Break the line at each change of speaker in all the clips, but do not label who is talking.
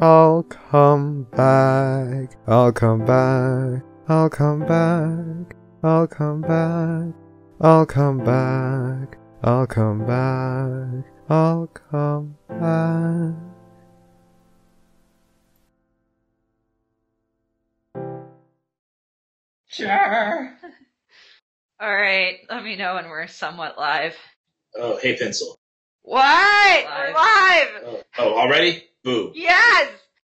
I'll come back. I'll come back. I'll come back. I'll come back. I'll come back. I'll come back. I'll come back.
Sure. All right. Let me know when we're somewhat live.
Oh, hey, pencil.
What? We're live.
Oh, oh, already? Boo.
Yes.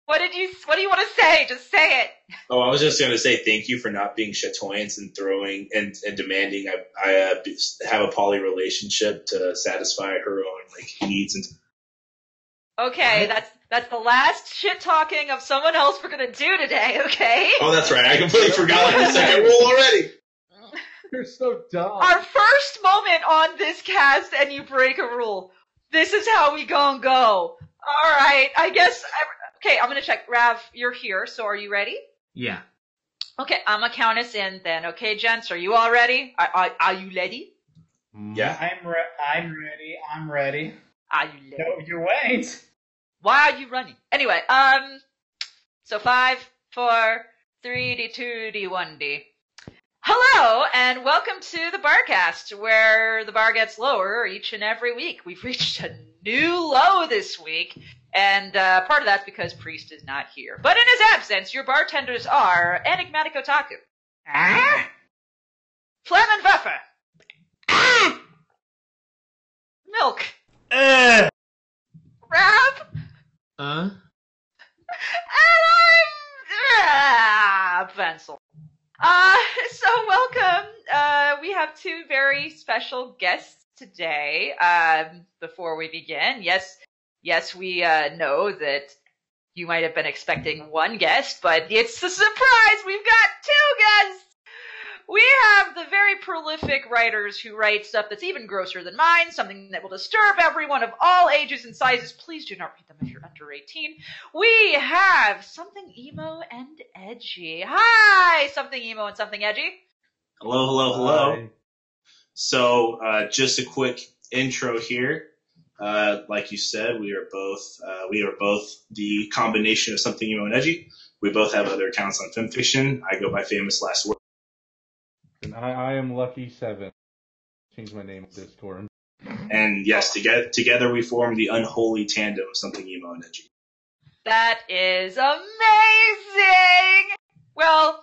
What did you? What do you want to say? Just say it.
Oh, I was just gonna say thank you for not being chatoyance and throwing and, and demanding I, I uh, be- have a poly relationship to satisfy her own like needs and.
Okay. That's that's the last shit talking of someone else we're gonna do today. Okay.
Oh, that's right. I completely forgot like the second rule already.
You're so dumb.
Our first moment on this cast, and you break a rule. This is how we gon' go. All right. I guess. I, okay. I'm gonna check. Rav, you're here. So are you ready?
Yeah.
Okay. I'm gonna count us in then. Okay, gents. Are you all ready? Are, are, are you ready?
Yeah.
I'm re- I'm ready. I'm ready.
Are you ready?
No, you wait.
Why are you running? Anyway, um, so five, four, three, D, two, D, one, D. Hello, and welcome to the Barcast, where the bar gets lower each and every week. We've reached a new low this week, and uh, part of that's because Priest is not here. But in his absence, your bartenders are Enigmatic Otaku,
Ah!
Flem and Buffer, Milk,
Ugh.
Rab,
Uh?
And I'm ah, pencil. Uh, so welcome. Uh, we have two very special guests today. Um, before we begin, yes, yes, we uh, know that you might have been expecting one guest, but it's a surprise. We've got two guests. We have the very prolific writers who write stuff that's even grosser than mine, something that will disturb everyone of all ages and sizes. Please do not read them if you're under 18. We have something emo and edgy. Hi, something emo and something edgy.
Hello, hello, hello. So, uh, just a quick intro here. Uh, like you said, we are both uh, we are both the combination of something emo and edgy. We both have other accounts on FemFiction. I go by famous last word.
And I, I am Lucky Seven. Change my name on Discord.
And yes, together together we form the unholy tandem of something emo and edgy.
That is amazing! Well,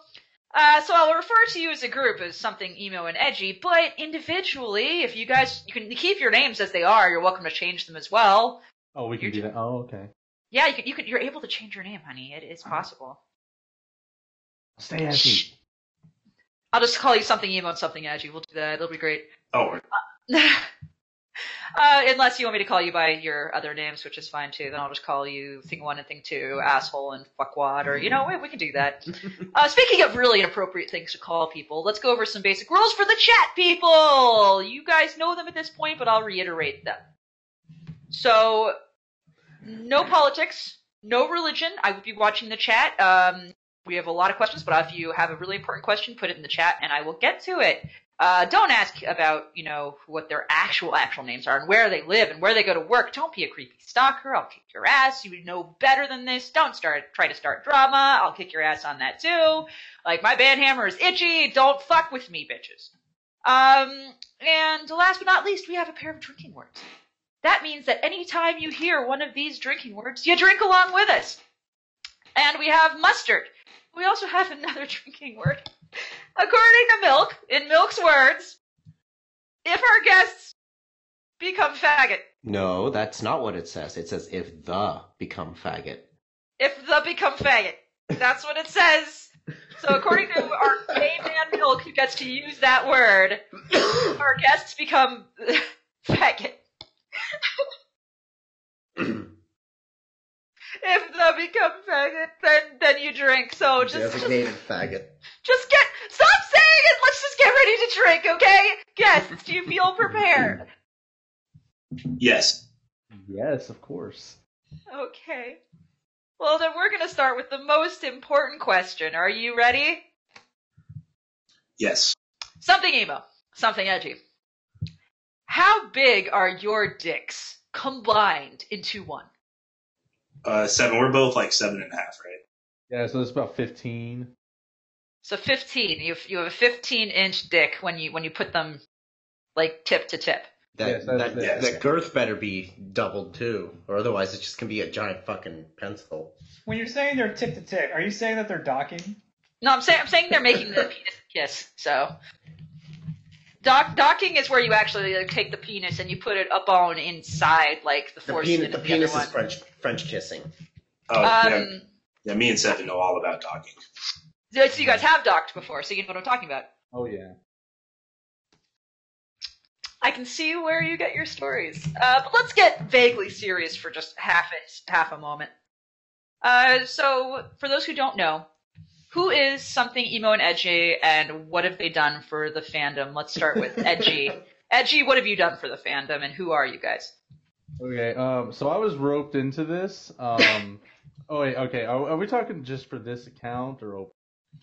uh, so I'll refer to you as a group as something emo and edgy, but individually, if you guys, you can keep your names as they are, you're welcome to change them as well.
Oh, we can
You're
do
ju-
that. Oh, okay.
Yeah, you could, you could, you're able to change your name, honey. It is possible.
Stay edgy.
I'll just call you something emo and something edgy. We'll do that. It'll be great.
Oh,
uh, unless you want me to call you by your other names, which is fine too. Then I'll just call you thing one and thing two, asshole and fuckwad, or you know, we, we can do that. uh, speaking of really inappropriate things to call people, let's go over some basic rules for the chat people. You guys know them at this point, but I'll reiterate them. So, no politics, no religion. I will be watching the chat. Um, we have a lot of questions, but if you have a really important question, put it in the chat, and I will get to it. Uh, don't ask about, you know, what their actual, actual names are and where they live and where they go to work. Don't be a creepy stalker. I'll kick your ass. You know better than this. Don't start, try to start drama. I'll kick your ass on that too. Like, my band hammer is itchy. Don't fuck with me, bitches. Um, and last but not least, we have a pair of drinking words. That means that anytime you hear one of these drinking words, you drink along with us. And we have mustard. We also have another drinking word. According to Milk, in Milk's words, if our guests become faggot,
No, that's not what it says. It says if the become faggot.
if the become faggot, that's what it says. So according to our gay man Milk, who gets to use that word, our guests become faggot. if the become faggot, then then you drink. So Oh, just just
Designated faggot.
Just get stop saying it. Let's just get ready to drink, okay? Guests, do you feel prepared?
yes.
Yes, of course.
Okay. Well, then we're gonna start with the most important question. Are you ready?
Yes.
Something emo, something edgy. How big are your dicks combined into one?
Uh, seven. We're both like seven and a half, right?
Yeah, so it's about 15.
So 15. You have, you have a 15 inch dick when you when you put them like tip to tip.
That
Yes,
that,
that's-
that,
yes.
girth better be doubled too, or otherwise it's just gonna be a giant fucking pencil.
When you're saying they're tip to tip, are you saying that they're docking?
No, I'm saying I'm saying they're making the penis kiss. So dock docking is where you actually like, take the penis and you put it a bone inside like the
The,
foreskin
penis,
of
the
the
penis
other
is
one.
French French kissing.
Oh, yeah,
um,
yeah. Me and Seven know all about docking.
so you guys have docked before, so you know what I'm talking about.
Oh yeah.
I can see where you get your stories. Uh, but let's get vaguely serious for just half a, half a moment. Uh, so, for those who don't know, who is something emo and edgy, and what have they done for the fandom? Let's start with edgy. edgy, what have you done for the fandom, and who are you guys?
Okay. Um. So I was roped into this. Um. oh wait. Okay. Are, are we talking just for this account or? Open?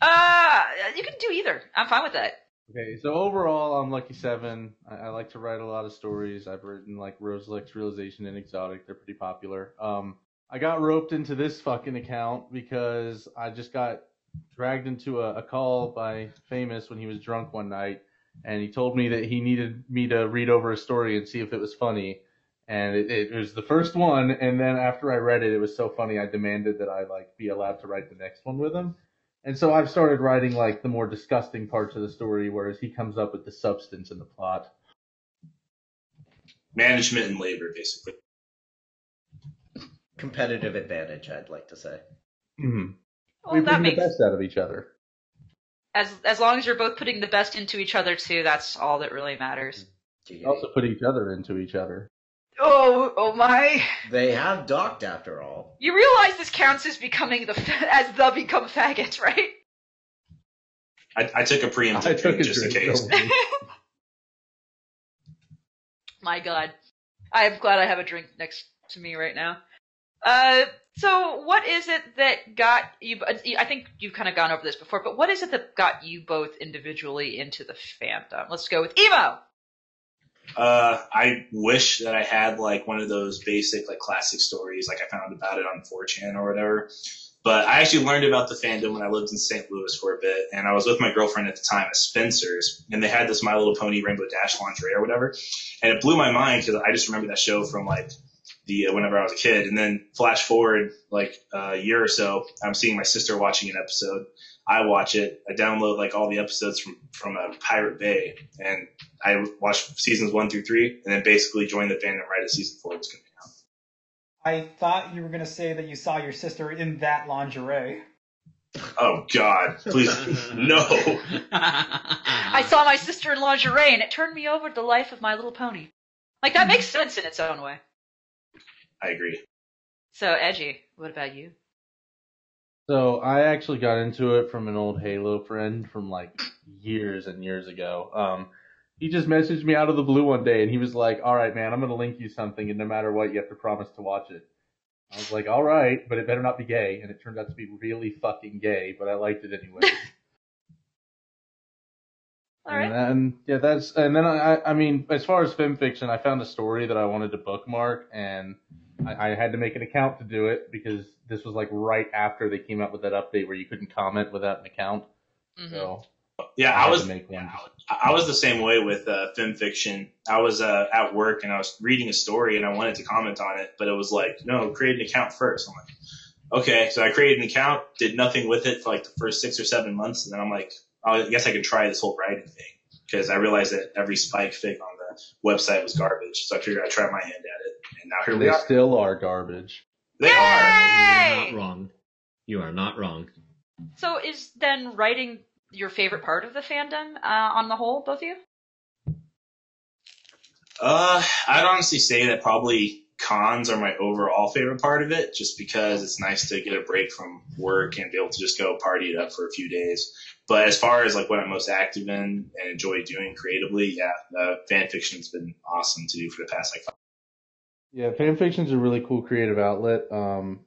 Uh, you can do either. I'm fine with that.
Okay. So overall, I'm Lucky Seven. I, I like to write a lot of stories. I've written like Roselix, Realization, and Exotic. They're pretty popular. Um. I got roped into this fucking account because I just got dragged into a, a call by Famous when he was drunk one night, and he told me that he needed me to read over a story and see if it was funny. And it, it was the first one, and then after I read it, it was so funny I demanded that I like be allowed to write the next one with him. And so I've started writing like the more disgusting parts of the story, whereas he comes up with the substance and the plot.
Management and labor, basically.
Competitive advantage, I'd like to say.
Mm-hmm.
Well,
we
that
bring
makes
the best out of each other.
as as long as you're both putting the best into each other too. That's all that really matters.
Gee,
We also put each other into each other.
Oh, oh my.
They have docked after all.
You realize this counts as becoming the as the become faggot, right?
I, I took a preemptive
I took
drink
a
just in
drink.
case.
don't worry.
My God, I am glad I have a drink next to me right now. Uh, so what is it that got you? uh, I think you've kind of gone over this before, but what is it that got you both individually into the fandom? Let's go with emo.
Uh, I wish that I had like one of those basic like classic stories like I found about it on 4chan or whatever. But I actually learned about the fandom when I lived in St. Louis for a bit, and I was with my girlfriend at the time at Spencer's, and they had this My Little Pony Rainbow Dash lingerie or whatever, and it blew my mind because I just remember that show from like the uh, whenever I was a kid, and then flash forward like uh, a year or so, I'm seeing my sister watching an episode. I watch it. I download like all the episodes from from uh, Pirate Bay, and I watched seasons one through three, and then basically joined the fandom right as season four was coming out.
I thought you were gonna say that you saw your sister in that lingerie.
Oh God, please, no.
I saw my sister in lingerie, and it turned me over to the life of My Little Pony. Like that makes sense in its own way.
I agree.
So edgy. What about you?
So I actually got into it from an old Halo friend from like years and years ago. Um, he just messaged me out of the blue one day, and he was like, "All right, man, I'm gonna link you something, and no matter what, you have to promise to watch it." I was like, "All right, but it better not be gay," and it turned out to be really fucking gay, but I liked it anyway.
All right.
And then, yeah, that's and then I I- I mean, as far as film fiction, I found a story that I wanted to bookmark, and I, I had to make an account to do it because this was like right after they came out with that update where you couldn't comment without an account.
Mhm.
So
Yeah, I
had
was
to make one.
I I was the same way with uh, film fiction. I was uh, at work and I was reading a story and I wanted to comment on it, but it was like, no, create an account first. I'm like, okay. So I created an account, did nothing with it for like the first six or seven months, and then I'm like, oh, I guess I could try this whole writing thing because I realized that every spike fig on the website was garbage. So I figured I'd try my hand at it, and now here
And
we
they
are.
still are garbage.
They
Yay!
are.
You're not wrong. You are not wrong.
So is then writing your favorite part of the fandom uh, on the whole, both of you?
Uh, I'd honestly say that probably cons are my overall favorite part of it, just because it's nice to get a break from work and be able to just go party it up for a few days. But as far as like what I'm most active in and enjoy doing creatively, yeah, uh, fan fiction's been awesome to do for the past like five.
Yeah, fanfiction's a really cool creative outlet. Um,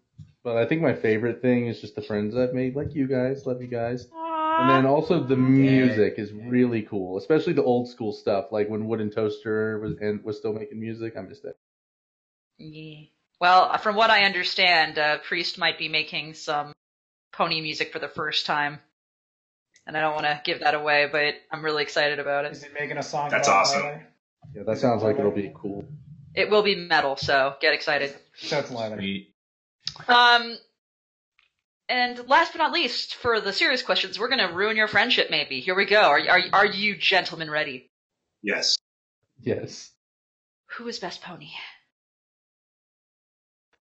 but I think my favorite thing is just the friends I've made, like you guys. Love you guys. And then also the music is really cool, especially the old school stuff, like when Wooden Toaster was and was still making music. I missed it.
Yeah. Well, uh, from what I understand, uh, Priest might be making some pony music for the first time, and I don't want to give that away, but I'm really excited about it.
Is it making a song?
That's
about
awesome.
Leather?
Yeah, that sounds like it'll be cool.
It will be metal, so get excited.
So it's leather.
Sweet.
Um, and last but not least, for the serious questions, we're gonna ruin your friendship. Maybe here we go. Are are are you gentlemen ready?
Yes.
Yes.
Who is best pony?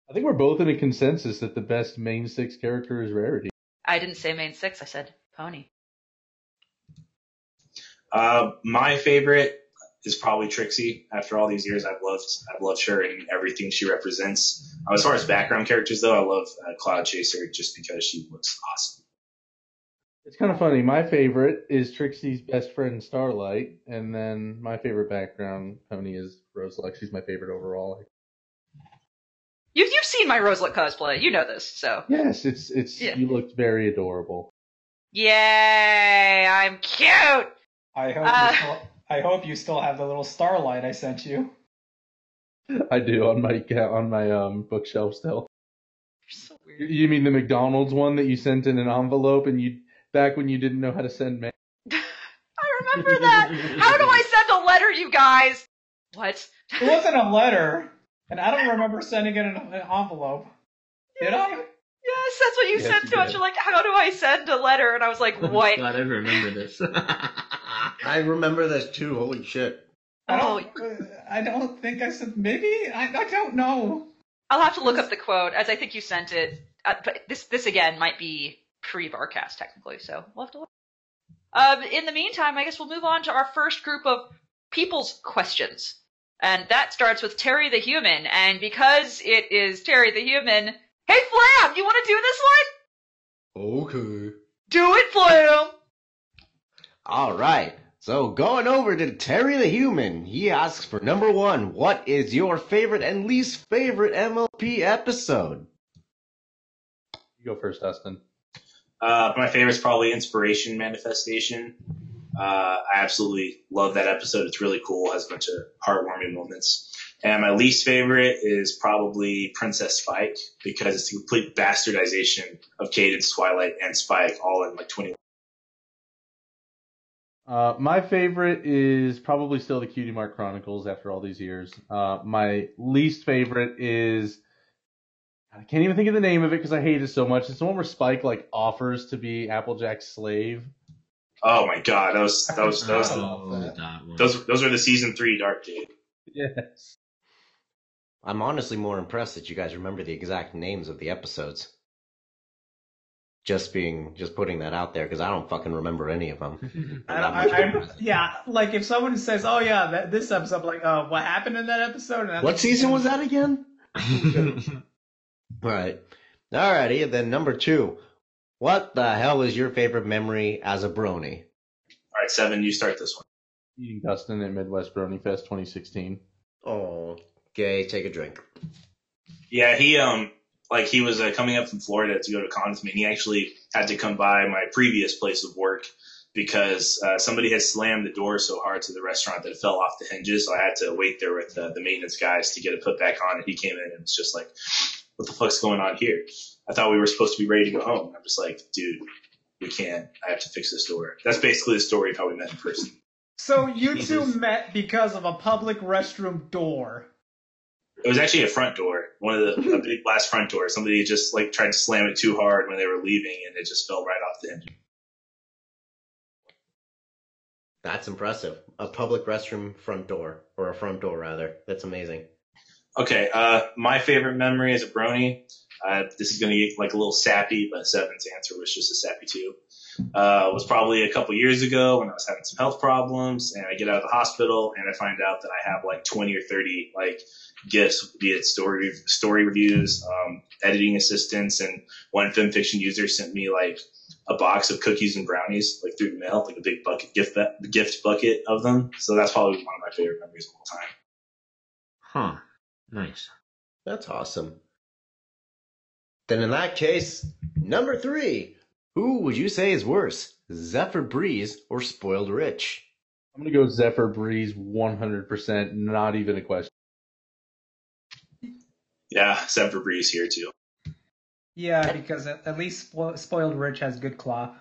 I think we're both in a consensus that the best main six character is Rarity.
I didn't say main six. I said pony.
Uh, my favorite is probably Trixie. After all these years, I've loved I've loved her and everything she represents. Uh, as far as background characters, though, I love uh, Cloud Chaser just because she looks awesome.
It's kind of funny. My favorite is Trixie's best friend Starlight, and then my favorite background pony is Roselux. She's my favorite overall.
You've you've seen my Roselet cosplay. You know this, so
Yes, it's it's
Yeah.
you looked very adorable.
yay! I'm cute.
I hope.
Uh.
you still, I hope you still have the little starlight I sent you.
I do on my ca- on my um bookshelf still.
You're so
You-
weird.
You mean the McDonald's one that you sent in an envelope and you back when you didn't know how to send mail?
I remember that. How do I send a letter, you guys? What?
It wasn't a letter, and I don't remember sending it in an envelope. Did I?
Yes, that's what you
Yes,
sent
you
to us.
did.
You're like, how do I send a letter? And I was like, what?
God, I remember this.
I remember this too. Holy shit.
I
oh,
don't. I don't think I said. Maybe I. I don't know.
I'll have to look up the quote as I think you sent it. Uh, but this this again might be pre Varcast technically, so we'll have to look. Um, in the meantime, I guess we'll move on to our first group of people's questions, and that starts with Terry the Human. And because it is Terry the Human, hey Flam, you want to do this
Okay.
one? Do it, Flam.
All right. So going over to Terry the Human, he asks for number one, what is your favorite and least favorite MLP episode?
You go first, Dustin.
Uh, my favorite is probably Inspiration Manifestation. Uh, I absolutely love that episode. It's really cool. Has a bunch of heartwarming moments. And my least favorite is probably Princess Spike because it's a complete bastardization of Cadence, Twilight, and Spike all in like 20
Uh, my favorite is probably still the Cutie Mark Chronicles after all these years. Uh, my least favorite is I can't even think of the name of it because I hate it so much. It's the one where Spike like offers to be Applejack's slave.
Oh my god, that was that was that was the,
oh, that one.
those those were the season three dark days.
Yes.
I'm honestly more impressed that you guys remember the exact names of the episodes. Just being, just putting that out there because I don't fucking remember any of them.
I, I, I, yeah, like if someone says, "Oh yeah, that, this episode," like, "Oh, what happened in that episode?" And I'm
What
like,
season was that again? Right. Alrighty, and then number two. What the hell is your favorite memory as a brony?
All right, seven, you start this one.
Eating Dustin at Midwest Brony Fest 2016.
Oh, gay, take a drink.
Yeah, he um like he was uh, coming up from Florida to go to a con with me, and he actually had to come by my previous place of work because uh, somebody had slammed the door so hard to the restaurant that it fell off the hinges. So I had to wait there with uh, the maintenance guys to get it put back on. And he came in and was just like, "What the fuck's going on here?" I thought we were supposed to be ready to go home. I'm just like, "Dude, we can't. I have to fix this door." That's basically the story of how we met in person.
So you two
Jesus.
met because of a public restroom door.
It was actually a front door, one of the a big glass front door. Somebody just like tried to slam it too hard when they were leaving, and it just fell right off the hinge.
That's impressive. A public restroom front door, or a front door rather. That's amazing.
Okay, uh, my favorite memory as a brony. Uh, this is going to get like a little sappy, but Seven's answer was just a sappy too. Uh, was probably a couple years ago when I was having some health problems, and I get out of the hospital and I find out that I have like 20 or 30 like gifts, be it story story reviews, um, editing assistance, and one fanfiction user sent me like a box of cookies and brownies like through the mail, like a big bucket gift ba- gift bucket of them. So that's probably one of my favorite memories of all time.
huh. Nice.
That's awesome. Then in that case, number three. Who would you say is worse, Zephyr Breeze or Spoiled Rich?
I'm gonna go Zephyr Breeze 100%. Not even a question.
Yeah, except for Breeze here too.
Yeah, because at, at least Spo- spoiled rich has good claw.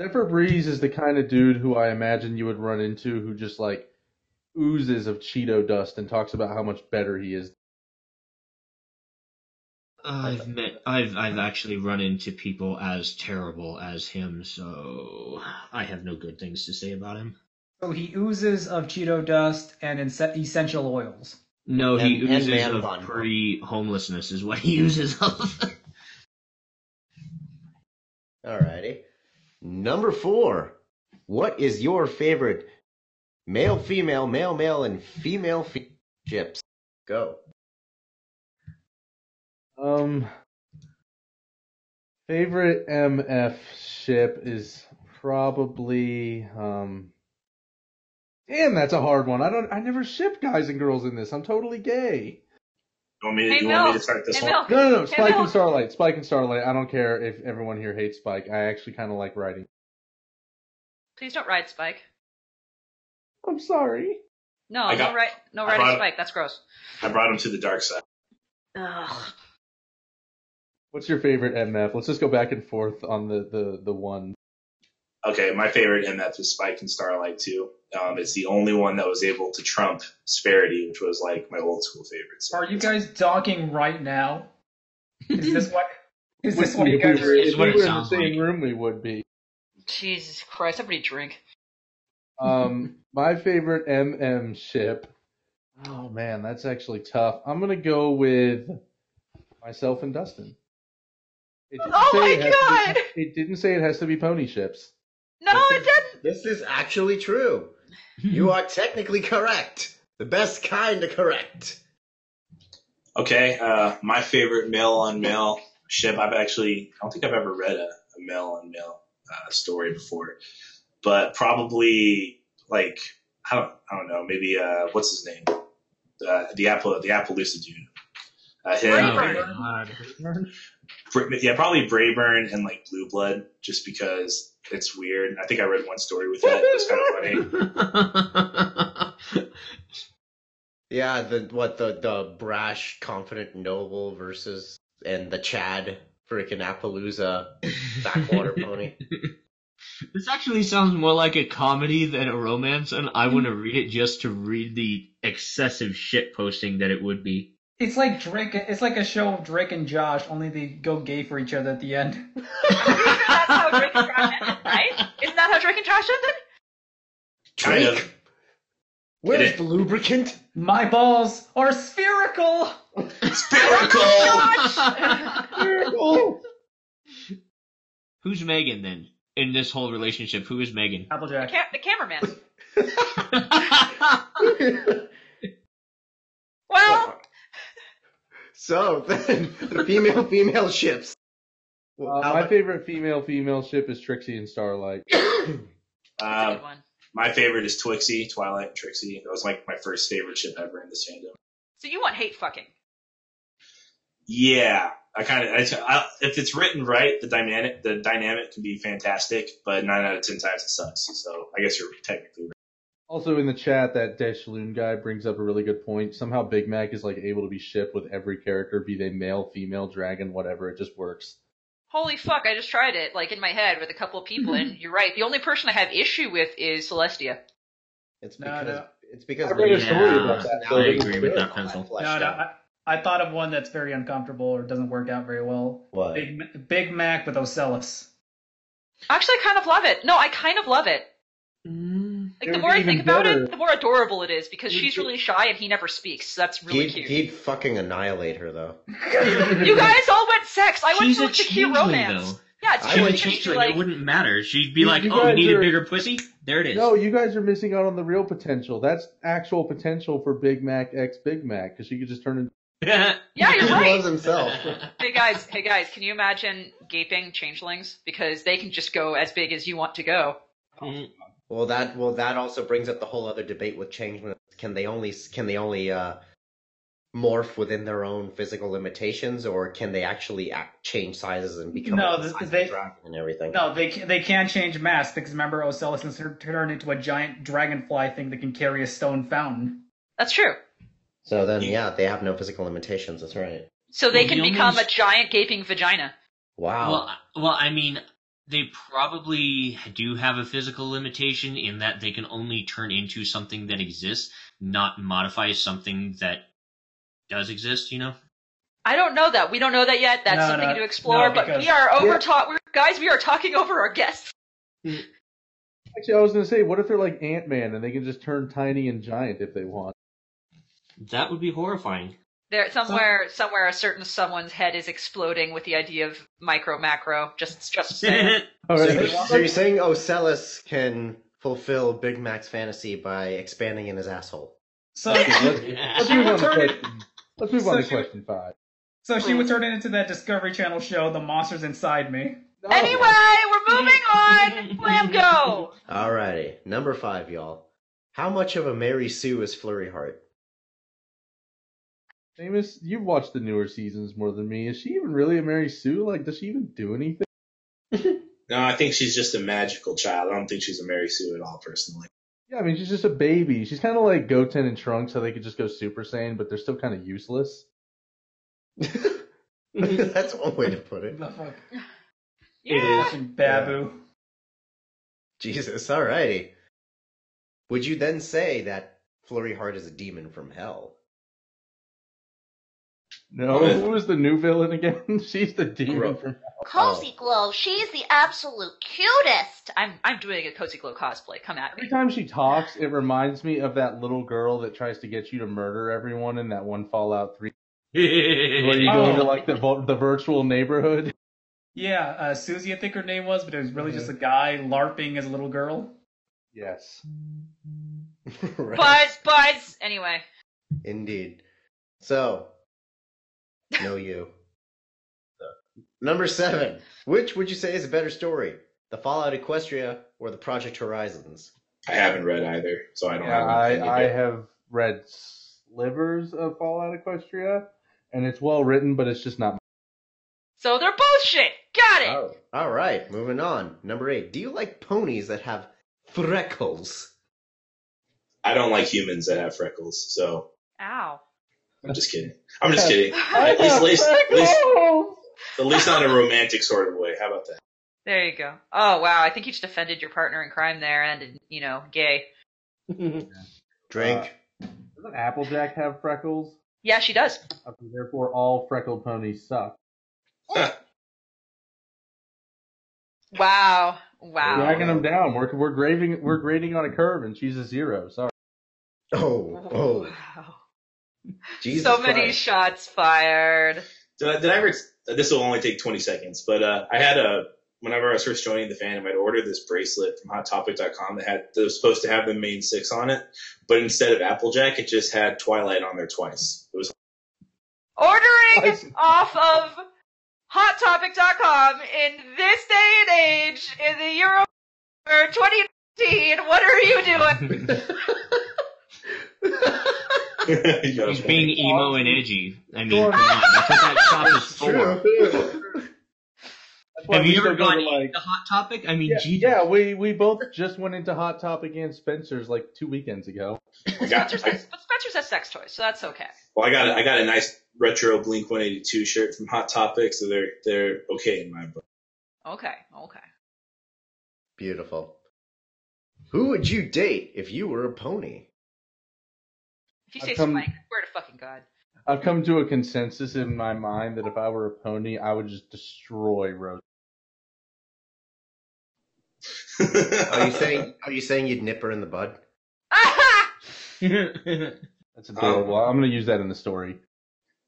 Zephyr Breeze is the kind of dude who I imagine you would run into who just like oozes of Cheeto dust and talks about how much better he is.
I've met. I've I've actually run into people as terrible as him, so I have no good things to say about him.
So he oozes of Cheeto dust and inse- essential oils.
No, he
And- and
uses
man
of
bun.
pre-homelessness is what he uses of.
Alrighty. Number four. What is your favorite male, female, male, male, and female fe- ships? Go.
Um, favorite MF ship is probably um. Damn, that's a hard one. I don't. I never ship guys and girls in this. I'm totally gay.
You want me to,
Hey,
you want me
Mel.
to start this
Hey,
one?
Mel.
No, no, no.
Hey,
Spike
Mel.
and Starlight. Spike and Starlight. I don't care if everyone here hates Spike. I actually kind of like writing.
Please don't ride Spike.
I'm sorry.
No,
I got-
no, ri- no
I
riding
brought-
Spike. That's gross.
I brought him to the dark side.
Ugh.
What's your favorite MF? Let's just go back and forth on the the the one.
Okay, my favorite MF is Spike and Starlight too. Um, it's the only one that was able to trump Sparity, which was like my old school favorite. So
Are you guys talking right now? Is this what? Is this
If
what
we
you guys
were,
are?
It's
if
what
we
it
were in the
sounds
same
like.
room, we would be.
Jesus Christ, somebody drink.
Um, my favorite MM ship. Oh man, that's actually tough. I'm gonna go with myself and Dustin. It didn't
Oh
say
my
it has to
God!
be- it didn't say it has to be pony ships.
No, it didn't.
This is actually true. You are technically correct. The best kind of correct.
Okay, uh, my favorite male on male ship. I've actually, I don't think I've ever read a, a male on male uh, story before, but probably like I don't, I don't know, maybe uh, what's his name? Uh, the Apple, the Appaloosa dude. Uh, him,
Brayburn.
Oh, God.
Bra- yeah, probably Brayburn and like Blue Blood, just because it's weird. I think I read one story with that. It was kind of funny.
Yeah, the what the the brash, confident noble versus and the Chad freaking Appaloosa backwater pony.
This actually sounds more like a comedy than a romance, and I want to read it just to read the excessive shit posting that it would be.
It's like Drake. It's like a show of Drake and Josh. Only they go gay for each other at the end.
That's how Drake and Josh ended, right? Isn't that how Drake and Josh ended?
Kind of.
Drake, where's
It-
the lubricant?
My balls are spherical.
Spherical.
Who's Megan then in this whole relationship? Who is Megan?
The,
Applejack.
ca- the cameraman. Well,
so then, the female female ships.
Um,
Uh,
How
my
about-
favorite female female ship is Trixie and Starlight.
that's a
Um,
good one.
my favorite is Twixie, Twilight and Trixie. That was like my first favorite ship ever in this fandom.
So you want hate fucking?
Yeah, I kind of. I, I, if it's written right, the dynamic the dynamic can be fantastic, but nine out of ten times it sucks. So I guess you're technically right.
Also in the chat, that Deshloon guy brings up a really good point. Somehow Big Mac is like able to be shipped with every character, be they male, female, dragon, whatever. It just works.
Holy fuck! I just tried it, like in my head, with a couple of people, and you're right. The only person I have issue with is Celestia.
It's
No,
because
no.
it's because
I read a
we-
story about that,
now
so
we
I agree
can
with
do
that
it.
pencil.
Fleshed
No, no,
out.
I, I thought of one that's very uncomfortable or doesn't work out very well.
What?
Big Ma- Big Mac with Ocellus.
Actually, I kind of love it. No, I kind of love it. Like the
It would
more
be
I think
even
about
better.
it, the more adorable it is because
You'd
she's
be-
really shy and he never speaks. So that's really
He'd,
cute.
he'd fucking annihilate her though.
You guys all went sex. I went
She's
for
a
the cute
changeling,
romance.
though.
Yeah, it's
I
She
true.
would
would
because
change
she,
it.
like,
It wouldn't matter. She'd be
You-
like,
you
"Oh,
guys
you need
are-
a bigger pussy." There it is.
No, you guys are missing out on the real potential. That's actual potential for Big Mac x Big Mac because she could just turn into.
yeah, you're
he
right.
was himself.
Hey guys, hey guys, can you imagine gaping changelings? Because they can just go as big as you want to go.
Well, that well that also brings up the whole other debate with changelings. Can they only can they only uh, morph within their own physical limitations, or can they actually act, change sizes and become
No,
the
this-
size of
they-
a dragon and everything?
No, they ca- they can't change mass because remember Ocellus can tur- turn into a giant dragonfly thing that can carry a stone fountain.
That's true.
So then, yeah, they have no physical limitations. That's right.
So they
Well,
can
the only
become a
ins-
giant gaping vagina.
Wow.
Well, I- well, I mean, they probably do have a physical limitation in that they can only turn into something that exists, not modify something that does exist. You know.
I don't know that. We don't know that yet. That's
No,
something
no,
to explore.
no,
but
because-
we are over
Yeah.
talk. We're, guys, we are talking over our guests.
Actually, I was gonna say, what if they're like Ant Man and they can just turn tiny and giant if they want?
That would be horrifying.
There, somewhere, somewhere, a certain someone's head is exploding with the idea of micro macro. Just, just saying.
All
So
right.
you're, so you're saying Ocellus can fulfill Big Mac's fantasy by expanding in his asshole?
So,
Let's move on to question. Let's move on to question five.
so she would turn it into that Discovery Channel show, The Monsters Inside Me.
No.
anyway, we're moving on. Lamb go.
Alrighty, number five, y'all. How much of a Mary Sue is Flurry Heart?
Seamus, you've watched the newer seasons more than me. Is she even really a Mary Sue? Like, does she even do anything?
No, I think she's just a magical child. I don't think she's a Mary Sue at all, personally.
Yeah, I mean, she's just a baby. She's kind of like Goten and Trunks, so they could just go Super Saiyan, but they're still kind of useless.
That's one way to put it.
The fuck?
Yeah.
Fucking Babu.
Jesus, alrighty. Would you then say that Flurry Heart is a demon from hell?
No, Oh, who was the new villain again? she's the demon
Gro-
from.
Cozy Glow, she's the absolute cutest. I'm I'm doing a Cozy Glow cosplay. Come at
Every
me.
time she talks, it reminds me of that little girl that tries to get you to murder everyone in that one Fallout Three, where you go
Oh.
into like the vo- the virtual neighborhood.
Yeah, uh, Susie, I think her name was, but it was really just a guy LARPing as a little girl.
Yes.
right.
Buzz, buzz. Anyway,
Indeed. So, no you. Number seven. Which would you say is a better story? The Fallout Equestria or the Project Horizons?
I haven't read either, so I don't
Yeah,
have anything
I, I
to do.
have read slivers of Fallout Equestria, and it's well written, but it's just not.
so they're both shit. Got it.
Oh. All right, moving on. Number eight. Do you like ponies that have freckles?
I don't like humans that have freckles, so
Ow.
I'm just kidding. I'm just kidding.
I
At least, at
have
least, at least,
freckles!
at least not in a romantic sort of way. How about that?
There you go. Oh wow, I think you just offended your partner in crime there, and you know, gay.
Drink.
Doesn't Applejack have freckles?
Yeah, she does.
Uh, Therefore, all freckled ponies suck.
Wow. Wow.
Dragging them down. We're we're grading we're grading on a curve, and she's a zero. Sorry.
oh, oh,
Wow.
Jesus
so many
Christ.
shots fired.
Did I, did I ever? This will only take 20 seconds, but uh, I had a. Whenever I was first joining the fandom, I'd ordered this bracelet from HotTopic.com that had that was supposed to have the main six on it, but instead of Applejack, it just had Twilight on there twice. It was
Ordering
Nice.
off of hottopic.com in this day and age in the year of 2019. What are you doing?
He's being emo and edgy. I mean,
Sure.
come on, that's what that shop is for.
True.
That's why
Have
we
you ever
still go
gone
to, like-
into Hot Topic? I mean,
Yeah,
Jesus.
yeah, we we both just went into Hot Topic and Spencer's like two weekends ago.
I got,
Spencer's
I,
has, but Spencer's has sex toys, so that's okay.
well, I got I got a nice retro Blink 182 shirt from Hot Topic, so they're they're okay in my book.
Okay, okay.
Beautiful. Who would you date if you were a pony?
If you
I've
say
come-
Spike, swear to fucking God.
I've come to a consensus in my mind that if I were a pony, I would just destroy Rose.
Are Oh, you saying? Are you saying you'd nip her in the bud?
That's adorable.
Oh.
I'm gonna use that in the story.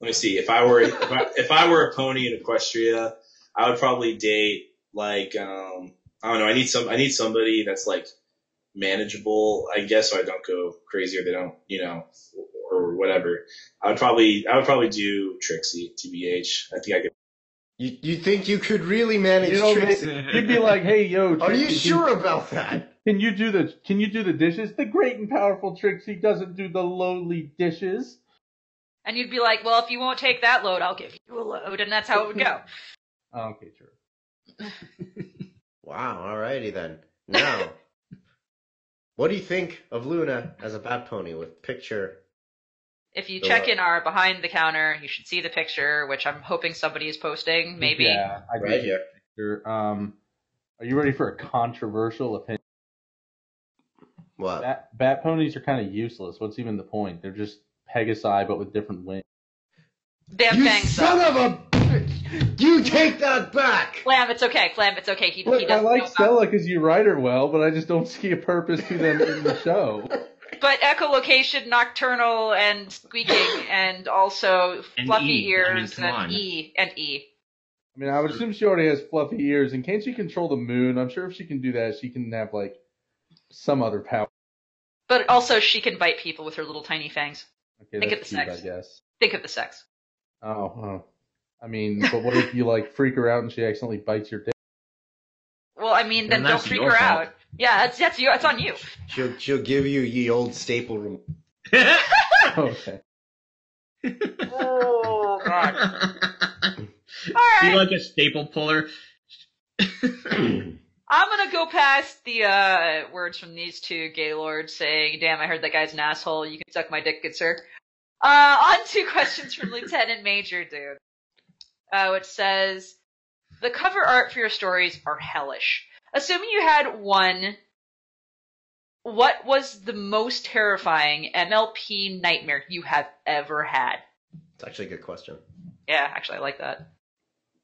let me see. If I were if I, if I were a pony in Equestria, I would probably date like um I don't know. I need some I need somebody that's like manageable, I guess, so I don't go crazy or they don't you know or whatever. I would probably I would probably do Trixie, TBH. I think I could.
You you think you could really manage
You know,
Trixie?
You'd be like, "Hey, yo,
Are you
Trixie, can-
sure about that?
Can you do the Can you do the dishes? The great and powerful Trixie doesn't do the lowly dishes.
and you'd be like, well, if you won't take that load, I'll give you a load, and that's how it would go.
Oh, okay, sure.
Wow. Alrighty then. Now, what do you think of Luna as a bat pony with picture
If you
uh,
check in our behind the counter, you should see the picture, which I'm hoping somebody is posting. Maybe.
Yeah, I
right
did.
here.
Sure. Um, are you ready for a controversial opinion?
What?
Bat, bat ponies are kind of useless. What's even the point? They're just Pegasi, but with different wings.
Damn
you
fangs.
son
though.
of a bitch! You take that back!
Clam, it's okay. Clam, it's okay. He,
Look,
he
I
doesn't
like
know about-
Stella because you write her well, but I just don't see a purpose to them in the show.
But echolocation, nocturnal, and squeaking, and also
And
fluffy
E. I mean,
ears
come on.
and E and E.
I mean, I would assume she already has fluffy ears, and can't she control the moon? I'm sure if she can do that, she can have like some other power.
But also, she can bite people with her little tiny fangs.
Okay,
Think
that's
of the
cute,
sex.
I guess.
Think of the sex.
Oh, oh, I mean, but what if you like freak her out and she accidentally bites your dick?
Well, I mean, then don't
Then that's
freak
your
her
fault.
out. Yeah, that's that's you. That's on you.
She'll, she'll give you ye old staple room.
okay.
Oh God. All
Be
right,
like a staple puller.
I'm gonna go past the uh, words from these two gaylords saying, "Damn, I heard that guy's an asshole. You can suck my dick, good sir." Uh, on to questions from Lieutenant Major Dude, uh, which says, "The cover art for your stories are hellish. Assuming you had one." What was the most terrifying MLP nightmare you have ever had?
It's actually a good question.
Yeah, actually, I like that.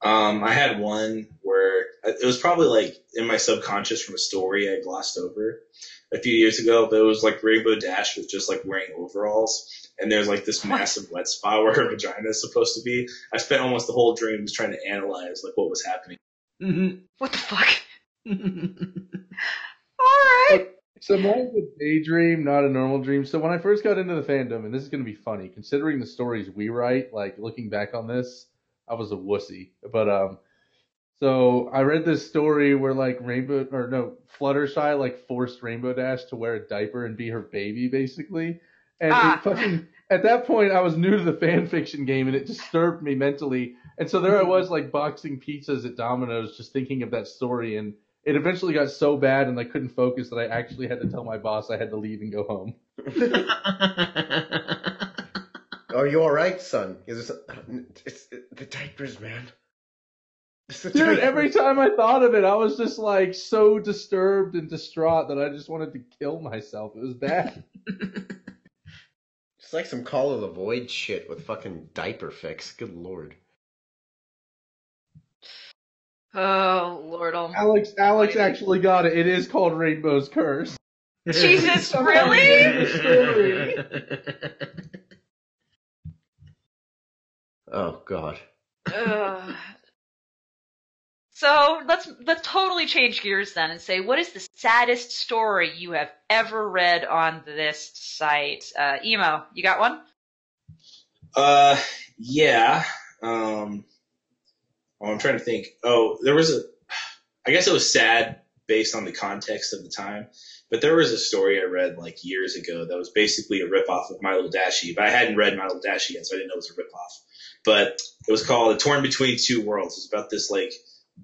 Um, I had one where it was probably like in my subconscious from a story I glossed over a few years ago, but it was like Rainbow Dash was just like wearing overalls. And there's like this massive wet spot where her vagina is supposed to be. I spent almost the whole dream just trying to analyze like what was happening.
What the fuck? All right.
So mine's a daydream, not a normal dream. So when I first got into the fandom, and this is going to be funny, considering the stories we write, like looking back on this, I was a wussy. But um, so I read this story where like Rainbow or no Fluttershy like forced Rainbow Dash to wear a diaper and be her baby basically, and
Ah.
it fucking at that point I was new to the fan fiction game and it disturbed me mentally. And so there I was like boxing pizzas at Domino's, just thinking of that story and it eventually got so bad and I couldn't focus that I actually had to tell my boss I had to leave and go home.
Are you alright, son? Is this, it's the diapers, man. It's the
Dude,
diapers.
every time I thought of it, I was just like so disturbed and distraught that I just wanted to kill myself. It was bad.
It's like some Call of the Void shit with fucking diaper fix. Good lord.
Oh Lord, oh
Alex Alex actually got it. It is called Rainbow's Curse.
Jesus,
Somehow
really?
I knew the story.
Oh god.
Ugh. So let's let's totally change gears then and say what is the saddest story you have ever read on this site? Uh, Emo, you got one?
Uh, yeah. Um, oh, I'm trying to think. Oh, there was a. I guess it was sad based on the context of the time, but there was a story I read like years ago that was basically a ripoff of My Little Dashie, but I hadn't read My Little Dashie yet, so I didn't know it was a ripoff. But it was called "A Torn Between Two Worlds." It's about this like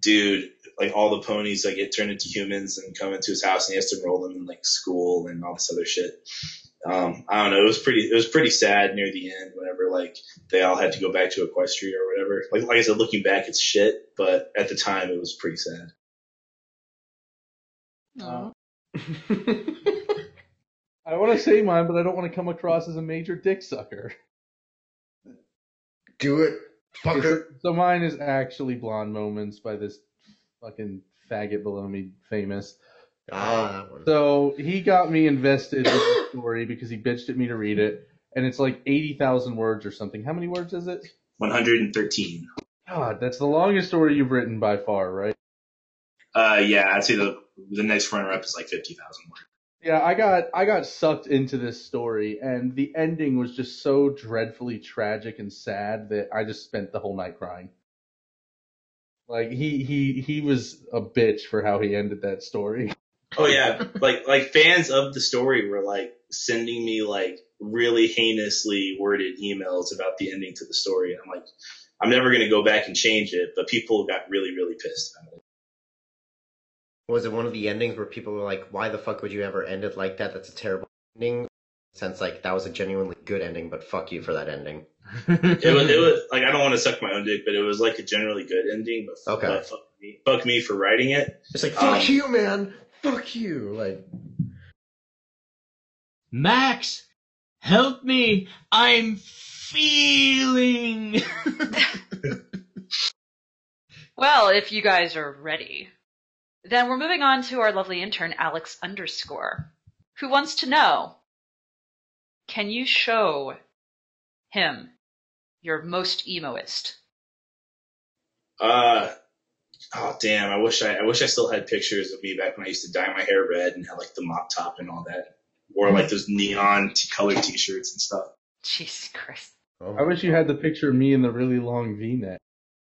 dude, like all the ponies like get turned into humans and come into his house, and he has to enroll them in like school and all this other shit um, I don't know. It was pretty. It was pretty sad near the end. Whenever like they all had to go back to Equestria or whatever. Like like I said, looking back, it's shit. But at the time, it was pretty sad.
Uh, I want to say mine, but I don't want to come across as a major dick sucker.
Do it, fucker.
So mine is actually Blonde Moments by this fucking faggot below me famous.
Ah, that one.
So he got me invested in the story because he bitched at me to read it, and it's like eighty thousand words or something. How many words is it?
113.
God, that's the longest story you've written by far, right?
Uh, yeah, I'd say the the next runner up is like 50,000 words.
Yeah, I got I got sucked into this story, and the ending was just so dreadfully tragic and sad that I just spent the whole night crying. Like he he he was a bitch for how he ended that story.
Oh yeah, like like fans of the story were like sending me like really heinously worded emails about the ending to the story. And I'm like, I'm never gonna go back and change it. But people got really really pissed about it.
Was it one of the endings where people were like, why the fuck would you ever end it like that? That's a terrible ending. sense like that was a genuinely good ending, but fuck you for that ending.
It was, it was like I don't want to suck my own dick, but it was like a generally good ending. But,
Okay.
but fuck, me, fuck me for writing it.
It's like fuck
Um,
you, man. Fuck you. Like
Max, help me! I'm feeling.
Well, if you guys are ready, then we're moving on to our lovely intern, Alex underscore, who wants to know Can you show him your most emoist?
Uh, oh damn! I wish I, I wish I still had pictures of me back when I used to dye my hair red and had like the mop top and all that, or like those neon t- colored T-shirts and stuff.
Jesus Christ.
oh
I wish you had the picture of me in the really long V-neck.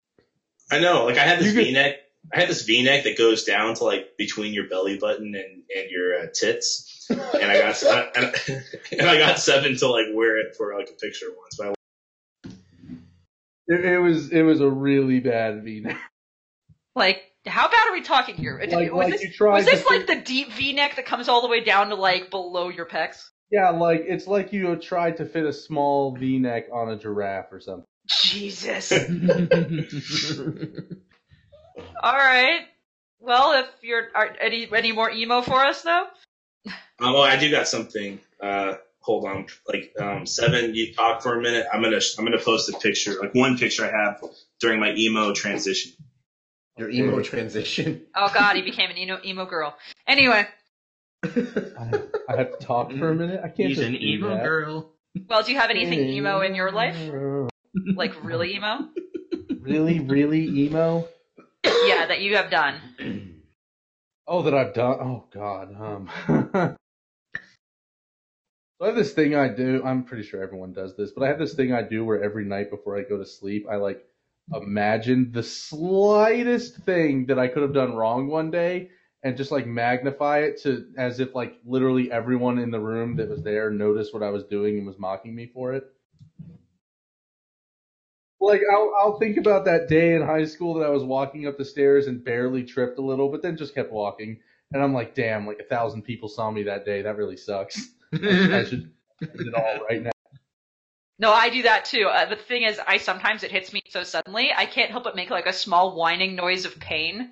I know, like I had this
You could-
V-neck. I had this V-neck that goes down to like between your belly button and and your uh, tits, and I got and, I- and I got seven to like wear it for like a picture once. But I
It, it was it was a really bad V-neck.
Like, how bad are we talking here?
Like,
was
like
this,
you tried
was this
to
like the deep v neck that comes all the way down to like below your pecs?
Yeah, like it's like you tried to fit a small V-neck on a giraffe or something.
Jesus. All right. Well, if you're are, any any more emo for us though,
Oh, well, I do got something. Uh, hold on, like um, seven. You talk for a minute. I'm gonna I'm gonna post a picture, like one picture I have during my emo transition.
your emo transition.
oh god, he became an emo emo girl. Anyway,
I, I have to talk for a minute. I can't.
Mm. He's
just
an
do
evil
that.
girl.
well, do you have anything emo in your life? Like really emo?
Really, really emo.
Yeah, that you have done.
Oh, that I've done. Oh God. Um. so I have this thing I do. I'm pretty sure everyone does this, but I have this thing I do where every night before I go to sleep, I like imagine the slightest thing that I could have done wrong one day, and just like magnify it to as if like literally everyone in the room that was there noticed what I was doing and was mocking me for it. Like I'll, I'll think about that day in high school that I was walking up the stairs and barely tripped a little, but then just kept walking. And I'm like, damn, like a thousand people saw me that day. That really sucks. I should end it all right now.
No, I do that too. Uh, the thing is, I sometimes it hits me so suddenly, I can't help but make like a small whining noise of pain.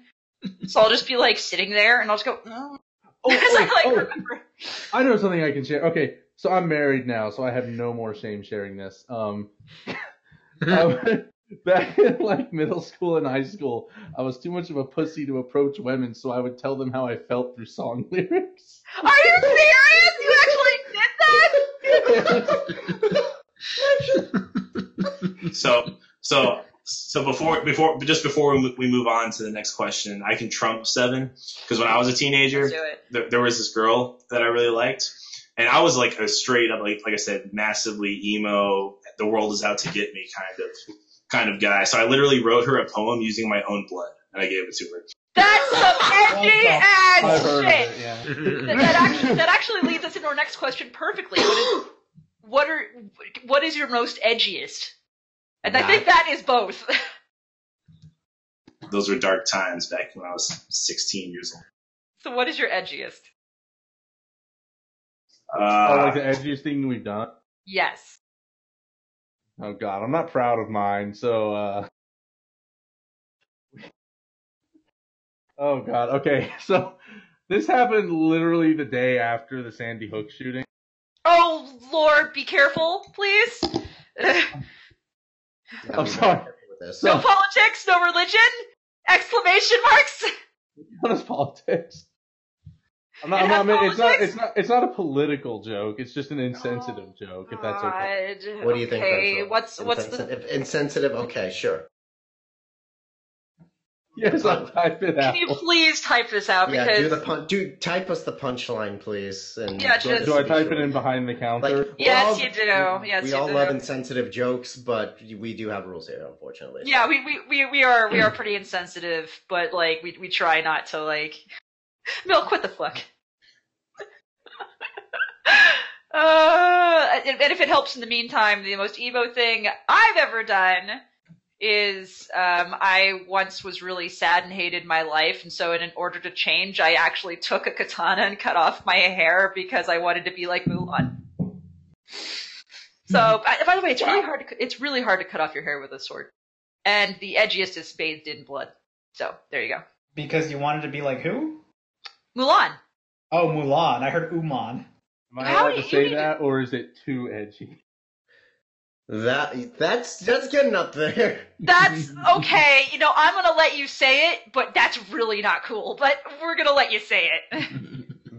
So I'll just be like sitting there, and I'll just go, "Oh,"
Oh,
because
oh,
I like
oh,
remember.
I know something I can share. Okay, so I'm married now, so I have no more shame sharing this. Um, I- back in like middle school and high school, I was too much of a pussy to approach women, so I would tell them how I felt through song lyrics.
Are you serious? You actually did that?
So so so before before just before we mo- we move on to the next question, I can trump seven because when I was a teenager,
Let's do it.
there, there was this girl that I really liked, and I was like a straight up like like I said, massively emo. The world is out to get me kind of kind of guy. So I literally wrote her a poem using my own blood, and I gave it to her.
That's some edgy
I've
ass
heard of
shit.
it, yeah.
That, that actually, that actually leads us into our next question perfectly. What, is, what are what is your most edgiest? And I think that is both.
those were dark times back when I was 16 years old.
so what is your edgiest?
Oh,
Uh,
like the edgiest thing we've done.
Yes.
Oh God, I'm not proud of mine. So, uh... oh God, okay. So this happened literally the day after the Sandy Hook shooting.
Oh Lord, be careful, please.
Yeah,
I'm
we
sorry.
gotta with This.
no
So-
politics, no religion. Exclamation marks.
What is politics? I'm not.
It has
I'm not ma- it's not.
politics? Oh,
It's not. It's not a political joke. It's just an insensitive joke. If that's okay.
God.
What do you think?
okay.
Denzel?
What's what's the
insensitive? Insensitive. Okay, sure.
Yes, I'll type it out.
Can you please type this out
Yeah,
Uh, because
do the pun- do type us the punchline, please. And
Yeah, just-
Do I type it in behind the counter?
Like,
Yes,
we're all-
you do. Yes,
we
you
all
do.
love insensitive jokes, but we do have rules here, unfortunately.
yeah, we, we, we, we are we are pretty insensitive, but like we we try not to like milk. What the fuck? uh, and and if it helps in the meantime, the most emo thing I've ever done is um, I once was really sad and hated my life, and so in, in order to change, I actually took a katana and cut off my hair because I wanted to be like Mulan. So, by, by the way, it's really hard. To, it's really hard to cut off your hair with a sword, and the edgiest is bathed in blood. So there you go,
Because you wanted to be like who?
Mulan.
Oh, Mulan. I heard Uman.
Am I
How
allowed
do
to
you
say
even-
that, or is it too edgy?
That that's that's getting up there.
That's okay. You know, I'm gonna let you say it, but that's really not cool. But we're gonna let you say it.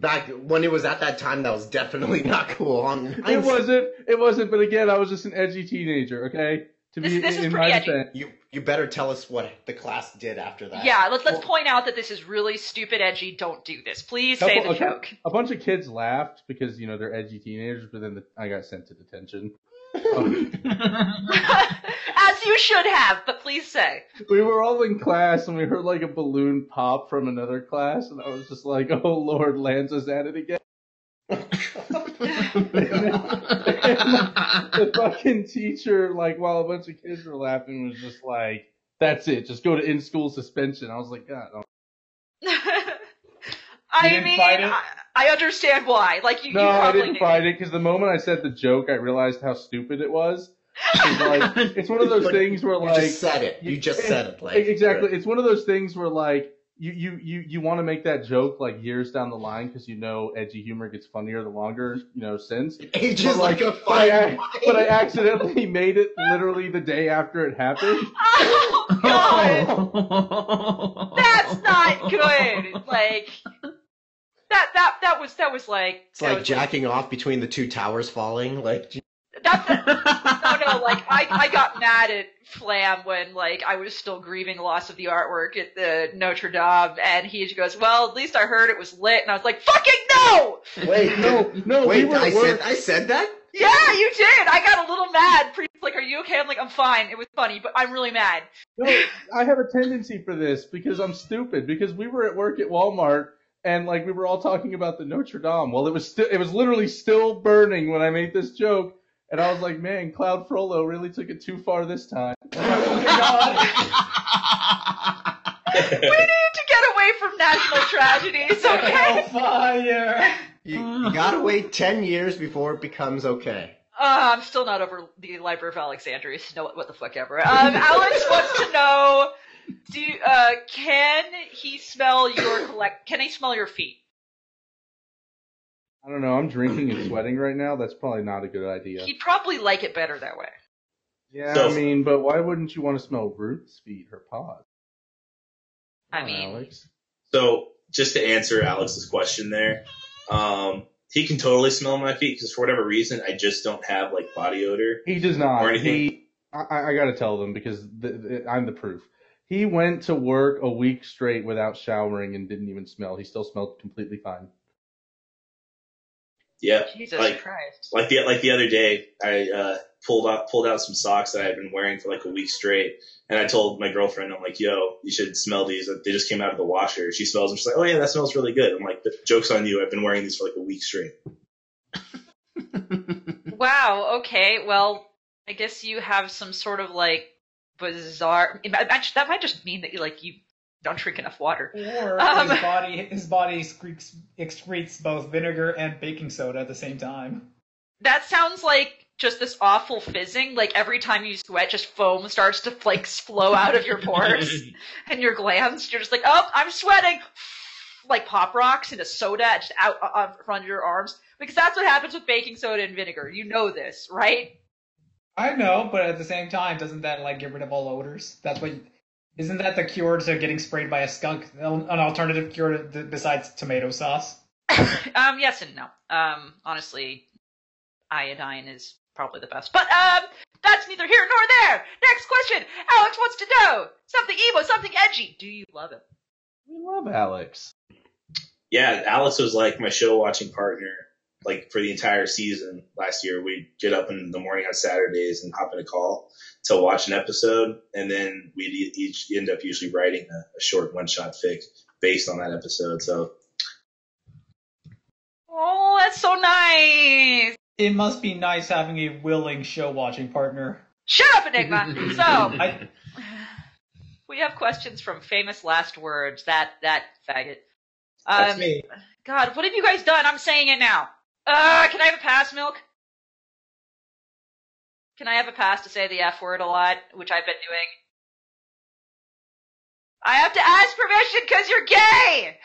Back when it was at that time, that was definitely not cool. Um, On
It wasn't. It wasn't. But again, I was just an edgy teenager. Okay, to
This-
be
this is
in my
pretty edgy.
defense.
You you better tell us what the class did after that.
yeah, let's let's
Well-
point out that this is really stupid, edgy. Don't do this. Please say
Couple-
the
okay.
joke.
A bunch of kids laughed because you know they're edgy teenagers, but then the, I got sent to detention. Oh,
As you should have, but please say.
we were all in class and we heard like a balloon pop from another class, and I was just like, "Oh Lord, Lanza's at it again." the fucking teacher, like while a bunch of kids were laughing, was just like, "That's it, just go to in-school suspension." I was like, "God, no."
I
didn't
mean,
fight it?
I, I understand why. Like you,
no,
you
I
probably
didn't
knew.
fight it because the moment I said the joke, I realized how stupid it was. It's like- it's one of those
But
things where
you
like
just said it. You just said it. Like
exactly, it's one of those things where like you you you you want to make that joke like years down the line because you know edgy humor gets funnier the longer you know since.
Ages
But, like,
like, a
But I,
fire.
but I accidentally made it literally the day after it happened.
Oh God, that's
That's
not good. Like that that that was that was like
It's
that
like
was
jacking off between the two towers falling. Like
That, that, no, no, like I, I got mad at Flam when like I was still grieving loss of the artwork at the Notre Dame, and he goes, "Well, at least I heard it was lit," and I was like, "Fucking no!"
wait,
No, no,
wait.
we were
I
at work.
said I said that.
Yeah, you did. I got a little mad. Priest like, "Are you okay?" I'm like, "I'm fine. It was funny, but I'm really mad."
No, I have a tendency for this because I'm stupid. Because we were at work at Walmart and like we were all talking about the Notre Dame. Well, it was still it was literally still burning when I made this joke, and I was like, man, Cloud Frollo really took it too far this time.
We need to get away from national tragedies, okay?
Oh, fire!
You, you gotta wait ten years before it becomes okay.
Uh, I'm still not over the Library of Alexandria. No, what, what the fuck ever. Um, Alex wants to know: Do uh, can he smell your collect? Can he smell your feet?
I don't know. I'm drinking and sweating right now. That's probably not a good idea.
He'd probably like it better that way.
Yeah,
So-
I mean, but why wouldn't you want to smell Ruth's feet, her paws?
I
Come on,
mean,
Alex.
So just to answer Alex's question there, um, he can totally smell my feet because for whatever reason I just don't have like body odor.
He does not.
Or anything.
He, I- I, I got to tell them because th th I'm the proof. He went to work a week straight without showering and didn't even smell. He still smelled completely fine.
Yeah,
Jesus
Like-
Christ.
like the like the other day I uh, pulled out pulled out some socks that I had been wearing for like a week straight, and I told my girlfriend I'm like, "Yo, you should smell these. They just came out of the washer." She smells them. She's like, "Oh yeah, that smells really good." I'm like, "The joke's on you. I've been wearing these for like a week straight."
Wow. Okay. Well, I guess you have some sort of like bizarre. Actually, that might just mean that you like you don't drink enough water.
Or
Um.
his body, his body excretes, excretes both vinegar and baking soda at the same time.
That sounds like just this awful fizzing. Like every time you sweat, just foam starts to like flow out of your pores and your glands. You're just like, oh, I'm sweating. Like pop rocks into soda just out uh, in front of your arms because that's what happens with baking soda and vinegar. You know this, right?
I know, but at the same time, doesn't that like get rid of all odors? That's what. Isn't that the cure to getting sprayed by a skunk? An alternative cure to, besides tomato sauce?
Um, yes and no. Um, honestly, iodine is probably the best. But um, that's neither here nor there. Next question. Alex wants to know something emo, something edgy. Do you love it?
We love Alex.
yeah, Alex was like my show watching partner, like for the entire season last year. We'd get up in the morning on Saturdays and hop in a call to watch an episode, and then we'd e- each end up usually writing a, a short one shot fic based on that episode. So
Oh, that's so nice.
It must be nice having a willing show watching partner.
Shut up, Enigma. so we have questions from famous last words. That that faggot. Um,
that's me.
God, what have you guys done? I'm saying it now. Uh, can I have a pass, milk? Can I have a pass to say the F word a lot, which I've been doing? I have to ask permission because you're gay!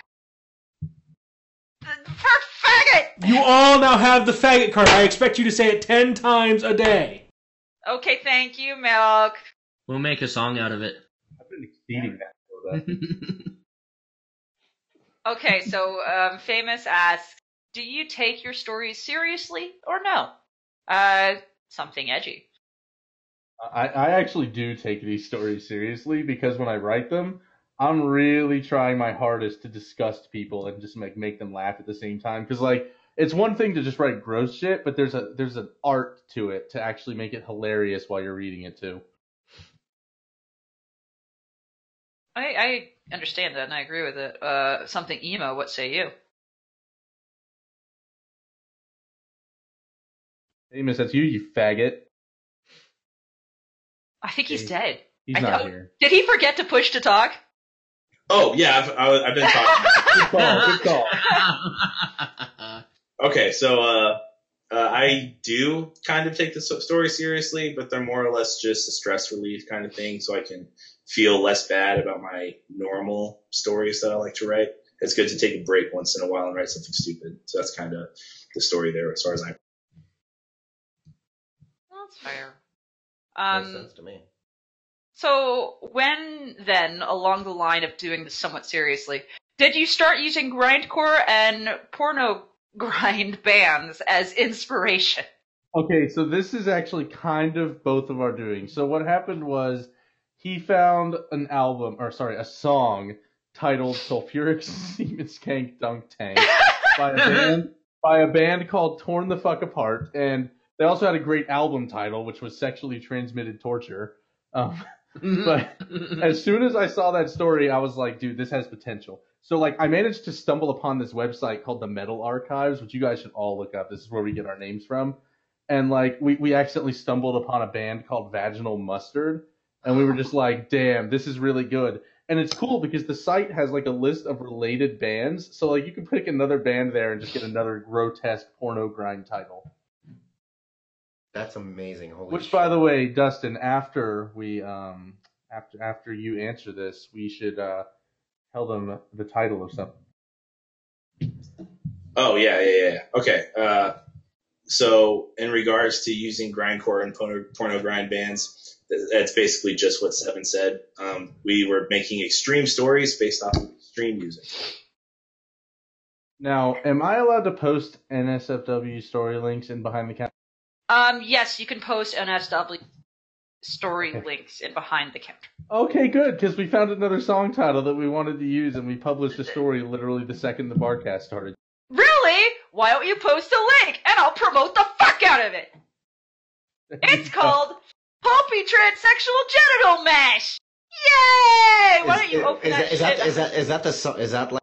For faggot!
You all now have the faggot card. I expect you to say it ten times a day.
Okay, thank you, Milk.
We'll make a song out of it.
I've been exceeding that. So that
Okay, so um, Famous asks, do you take your stories seriously or no? Uh, something edgy.
I, I actually do take these stories seriously because when I write them, I'm really trying my hardest to disgust people and just make make them laugh at the same time. Because like it's one thing to just write gross shit, but there's a there's an art to it to actually make it hilarious while you're reading it too.
I, I understand that and I agree with it. Uh, something emo, what say you?
Amos, that's you, you faggot.
I think he's
Jeez.
dead.
He's
I
not
know.
here.
Did he forget to push to talk?
Oh yeah, I've, I- I've been talking.
Good call. Good call.
Okay, so uh, uh, I do kind of take the so- story seriously, but they're more or less just a stress relief kind of thing, so I can feel less bad about my normal stories that I like to write. It's good to take a break once in a while and write something stupid. So that's kind of the story there, as far as I.
That's fair.
Makes
Um,
sense to me.
so when then, along the line of doing this somewhat seriously, did you start using grindcore and porno grind bands as inspiration?
Okay, so this is actually kind of both of our doing. So what happened was he found an album, or sorry, a song titled "Sulfuric Semen Skank Dunk Tank" by a band by a band called Torn the Fuck Apart, and they also had a great album title, which was "Sexually Transmitted Torture." Um, but as soon as I saw that story, I was like, dude, this has potential. So like I managed to stumble upon this website called the Metal Archives, which you guys should all look up. This is where we get our names from. And like we, we accidentally stumbled upon a band called Vaginal Mustard. And we were just like, damn, this is really good. And it's cool because the site has like a list of related bands. So like you can pick another band there and just get another grotesque porno grind title.
That's amazing. Holy
Which,
shit.
by the way, Dustin, after we um after after you answer this, we should uh tell them the title of something.
Oh yeah, yeah, yeah. Okay. Uh, so in regards to using grindcore and porno, porno grind bands, th- that's basically just what Seven said. Um, we were making extreme stories based off of extreme music.
Now, am I allowed to post NSFW story links in behind the counter?
Um, yes, you can post NSW story
Okay.
links in behind the counter.
Okay, good, because we found another song title that we wanted to use, and we published a story literally the second the barcast started.
Really? Why don't you post a link and I'll promote the fuck out of it? It's called Pulpy Transsexual Genital Mash! Yay! Why don't you
Is-
open
is,
that
is
shit
that is that is that the so- is that like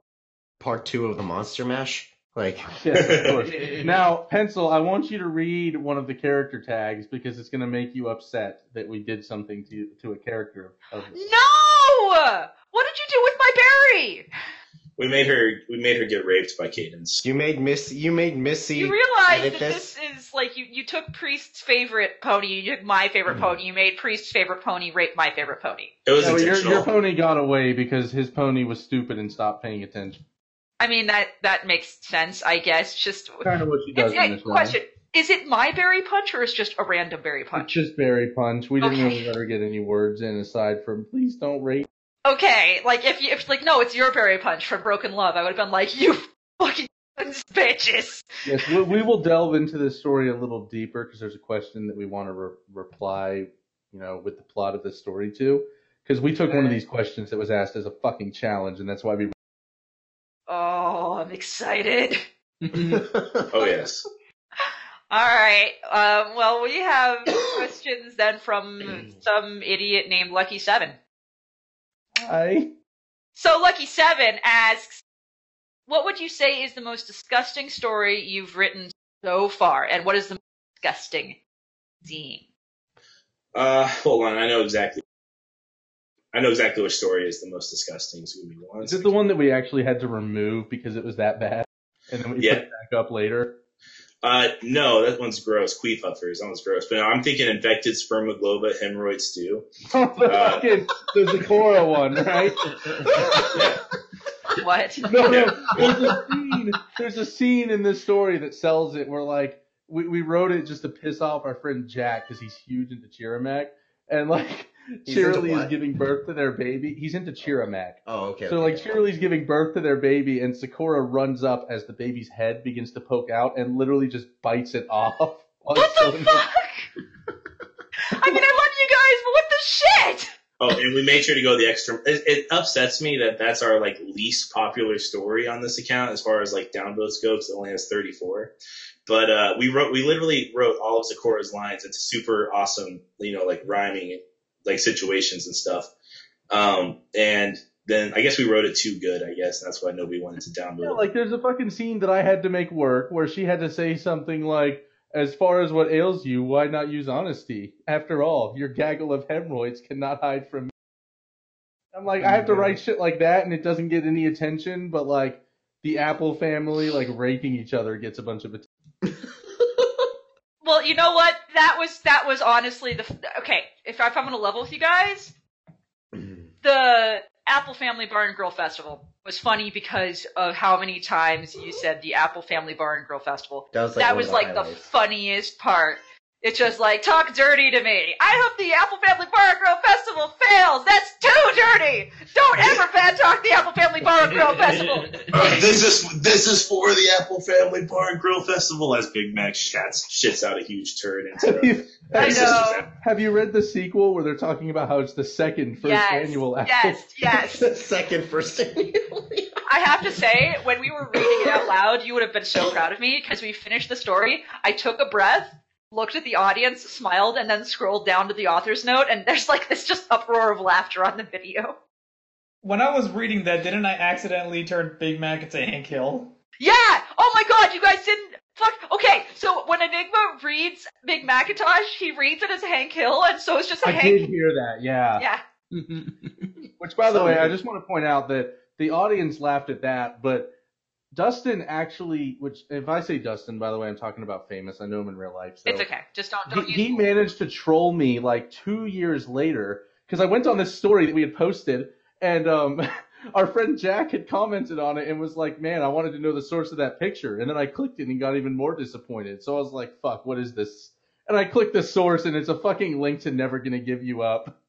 part two of the Monster Mash? Like
Yes, of course. now, Pencil, I want you to read one of the character tags because it's going to make you upset that we did something to to a character. Of, of
No! What did you do with my berry?
We made her we made her get raped by Cadence.
you made Miss you made Missy.
You realize
edit
that this is like you, you took Priest's favorite pony, you took my
Hmm.
favorite pony, you made Priest's favorite pony rape my favorite pony.
It was
Yeah, well, your,
intentional.
your pony got away because his pony was stupid and stopped paying attention.
I mean, that, that makes sense, I guess. Just.
Kind of what she does
It's,
in
a
this one.
question. Is it my berry punch or is just a random berry
It's
punch?
just berry punch. We didn't
Okay.
really let her get any words in aside from please don't rate.
okay, like if you if like no, it's your berry punch from Broken Love. I would have been like, you fucking bitches.
Yes, we, we will delve into this story a little deeper because there's a question that we want to re- reply, you know, with the plot of this story to. Because we took one of these questions that was asked as a fucking challenge, and that's why we.
Oh, I'm excited.
this.
oh yes.
All right. Um, well, we have questions then from
Mm.
some idiot named Lucky Seven.
Hi.
So Lucky Seven asks, "What would you say is the most disgusting story you've written so far, and what is the most disgusting scene?"
Uh, hold on. I know exactly. I know exactly which story is the most disgusting. So give me one.
Is it the one that we actually had to remove because it was that bad, and then we
Yeah.
put it back up later?
Uh, no, that one's gross. Queefhuffers, that one's gross. But I'm thinking infected spermagloba hemorrhoid stew.
the
Uh,
fucking the Zakora one, right?
What?
No, no. There's a scene. There's a scene in this story that sells it. Where like we, we wrote it just to piss off our friend Jack because he's huge into Chiramac, and like
He's into
Cheerily is
what?
giving birth to their baby. He's into Chiramac.
Oh, okay.
So
okay.
like Cheerily's giving birth to their baby, and Sakura runs up as the baby's head begins to poke out, and literally just bites it off. while
What
it's still
the
in
fuck? I mean, I love you guys, but what the shit?
Oh, and we made sure to go the extra. It, it upsets me that that's our like least popular story on this account as far as like downvotes go, because it only has 34. But uh, we wrote, we literally wrote all of Zakora's lines into super awesome, you know, like rhyming, like situations and stuff. Um, and then I guess we wrote it too good. I guess that's why nobody wanted to downvote.
Yeah, like there's a fucking scene that I had to make work where she had to say something like, "As far as what ails you, why not use honesty? After all, your gaggle of hemorrhoids cannot hide from me." I'm like, I have to write shit like that, and it doesn't get any attention, but like the Apple family like raping each other gets a bunch of attention.
Well, you know what? That was that was honestly the f- okay. If, if I'm gonna level with you guys, the Apple Family Barn Grill Festival was funny because of how many times you said the Apple Family Barn Grill Festival.
that was like,
that
one of
was
the
like the
highlights.
funniest part. It's just like talk dirty to me. I hope the Apple Family Bar and Grill Festival fails. That's too dirty. Don't ever bad talk the Apple Family Bar and Grill Festival.
Uh, this is this is for the Apple Family Bar and Grill Festival as Big Mac shats shits out a huge turd into.
Have you-
I
It's just-
know.
Have you read the sequel where they're talking about how it's the second first
Yes,
annual Apple?
Yes, yes.
the second first annual.
I have to say, when we were reading it out loud, you would have been so proud of me because we finished the story. I took a breath, looked at the audience, smiled, and then scrolled down to the author's note, and there's like this just uproar of laughter on the video.
When I was reading that, didn't I accidentally turn Big Mac into Hank Hill?
Yeah! Oh my god, you guys didn't. Fuck. Okay, so when Enigma reads Big Macintosh, he reads it as Hank Hill, and so it's just a
I
Hank.
did hear that. Yeah.
Yeah.
Which, by the way, I just want to point out that the audience laughed at that, but Dustin actually, which if I say Dustin, by the way, I'm talking about famous. I know him in real life. So
It's okay. Just don't.
he,
don't
he
use-
managed to troll me like two years later because I went on this story that we had posted, and um, our friend Jack had commented on it and was like, "Man, I wanted to know the source of that picture." And then I clicked it and got even more disappointed. So I was like, "Fuck, what is this?" And I clicked the source, and it's a fucking link to "Never Gonna Give You Up."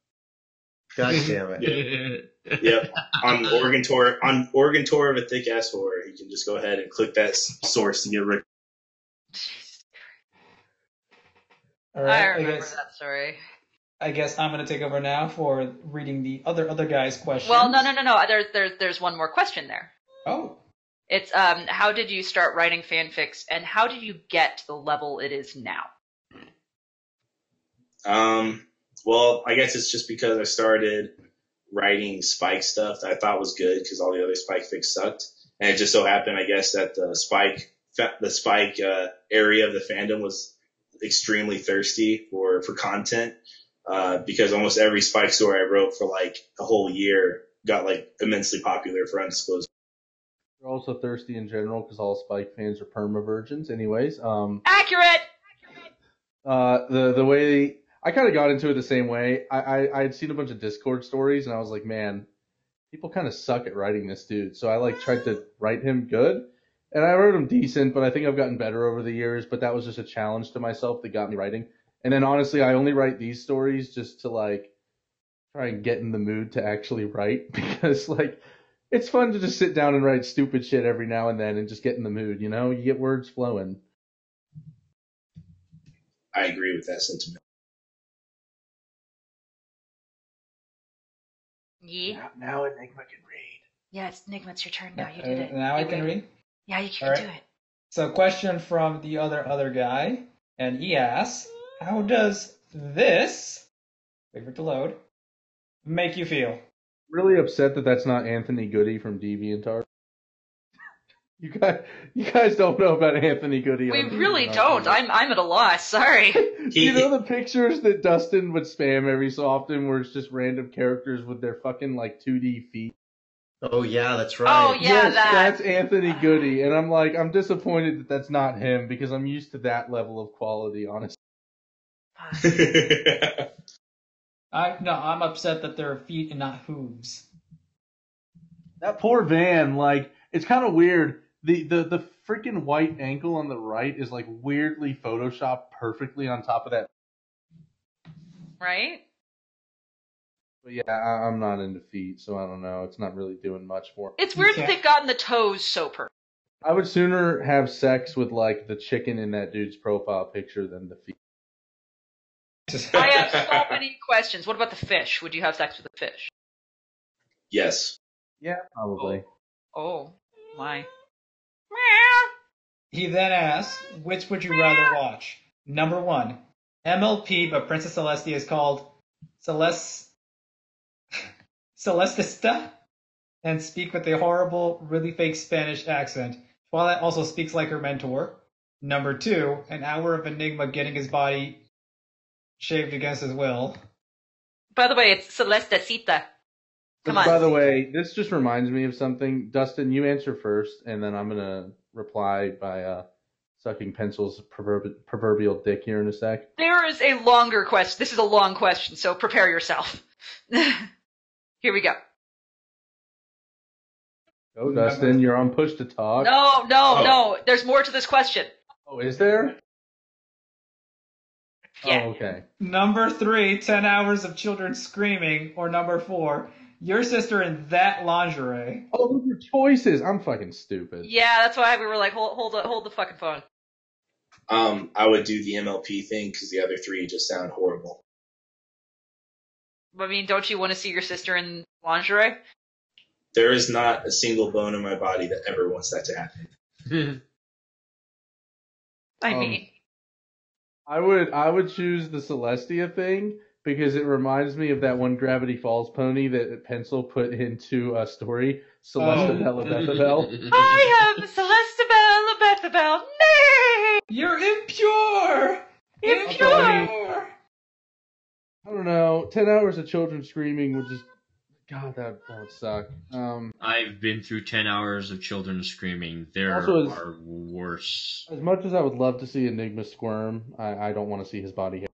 God damn it.
Yep, on Oregon tour on Oregon tour of a thick ass whore, you can just go ahead and click that s- source and get rid.
All
I
right, I,
remember
guess
that story.
I guess I'm gonna take over now for reading the other other guy's question.
Well, no, no, no, no. There's there's there's one more question there.
Oh,
It's um, how did you start writing fanfics, and how did you get to the level it is now?
Um, well, I guess it's just because I started writing Spike stuff that I thought was good because all the other Spike fix sucked, and it just so happened, I guess, that the Spike fa- the Spike uh, area of the fandom was extremely thirsty for for content uh, because almost every Spike story I wrote for like a whole year got like immensely popular for undisclosed.
They're also thirsty in general because all Spike fans are perma virgins. Anyways, um,
Accurate.
Uh, the the way I kind of got into it the same way. I, I I had seen a bunch of Discord stories and I was like, man, people kind of suck at writing this dude. So I like tried to write him good, and I wrote him decent, but I think I've gotten better over the years. But that was just a challenge to myself that got me writing. And then honestly, I only write these stories just to like try and get in the mood to actually write because like it's fun to just sit down and write stupid shit every now and then and just get in the mood. You know, you get words flowing.
I agree with that sentiment.
Yeah.
now Enigma can read.
Yeah, it's Enigma. It's your turn now. You
uh,
did it.
now I
You
can
did it.
read.
Yeah, you can
All
do
right.
it.
So, question from the other other guy, and he asks, "How does this wait for it to load make you feel?"
really upset that that's not Anthony Goody from DeviantArt. You guys, you guys don't know about Anthony Goody.
We
on
really
DeviantArt,
don't.
do you?
I'm I'm at a loss. Sorry.
you know the pictures that Dustin would spam every so often, where it's just random characters with their fucking like 2D feet.
Oh yeah, that's right.
Oh yeah,
yes,
that.
that's Anthony Goody, and I'm like, I'm disappointed that that's not him because I'm used to that level of quality, honestly.
Fuck.
I no, I'm upset that they're feet and not hooves.
That poor van, like, it's kind of weird. The the the freaking white ankle on the right is like weirdly photoshopped perfectly on top of that.
right?
But yeah, I, I'm not into feet, so I don't know. It's not really doing much for. me.
It's weird
Yeah.
that they've gotten the toes so perfect.
I would sooner have sex with like the chicken in that dude's profile picture than the feet.
Just-
I have so many questions. What about the fish? Would you have sex with the fish?
yes.
Yeah, probably.
Oh my.
He then asks, which would you rather watch? Number one, MLP, but Princess Celestia is called Celest Celestista and speak with a horrible, really fake Spanish accent. Twilight also speaks like her mentor. Number two, an hour of Enigma getting his body shaved against his will.
By the way, it's Celestecita. Come
By
on.
the way, this just reminds me of something. Dustin, you answer first, and then I'm gonna reply by uh, sucking pencils proverb- proverbial dick here in a sec.
There is a longer question. This is a long question, so prepare yourself. Here we go.
Go, Dustin. You're on push to talk.
Oh, No, no,
Oh.
no. There's more to this question.
Oh, is there?
Yeah.
Oh, okay.
Number three, 10 hours of children screaming. Or number four, your sister in that lingerie.
Oh, those are choices. I'm fucking stupid.
Yeah, that's why we were like, hold, hold, the, hold the fucking phone.
Um, I would do the MLP thing because the other three just sound horrible.
I mean, don't you want to see your sister in lingerie?
There is not a single bone in my body that ever wants that to
I
happen.
Um,
mean,
I would I would choose the Celestia thing because it reminds me of that one Gravity Falls pony that Pencil put into a story, Celestia
Oh.
Helibethadel.
I am Celestibel Bethabel. Nay,
You're impure!
impure.
I don't know. Ten hours of children screaming would just God that that would suck. Um,
I've been through 10 hours of children screaming. There
Also is-
are worse.
as much as I would love to see Enigma squirm, I, I don't want to see his body. hit.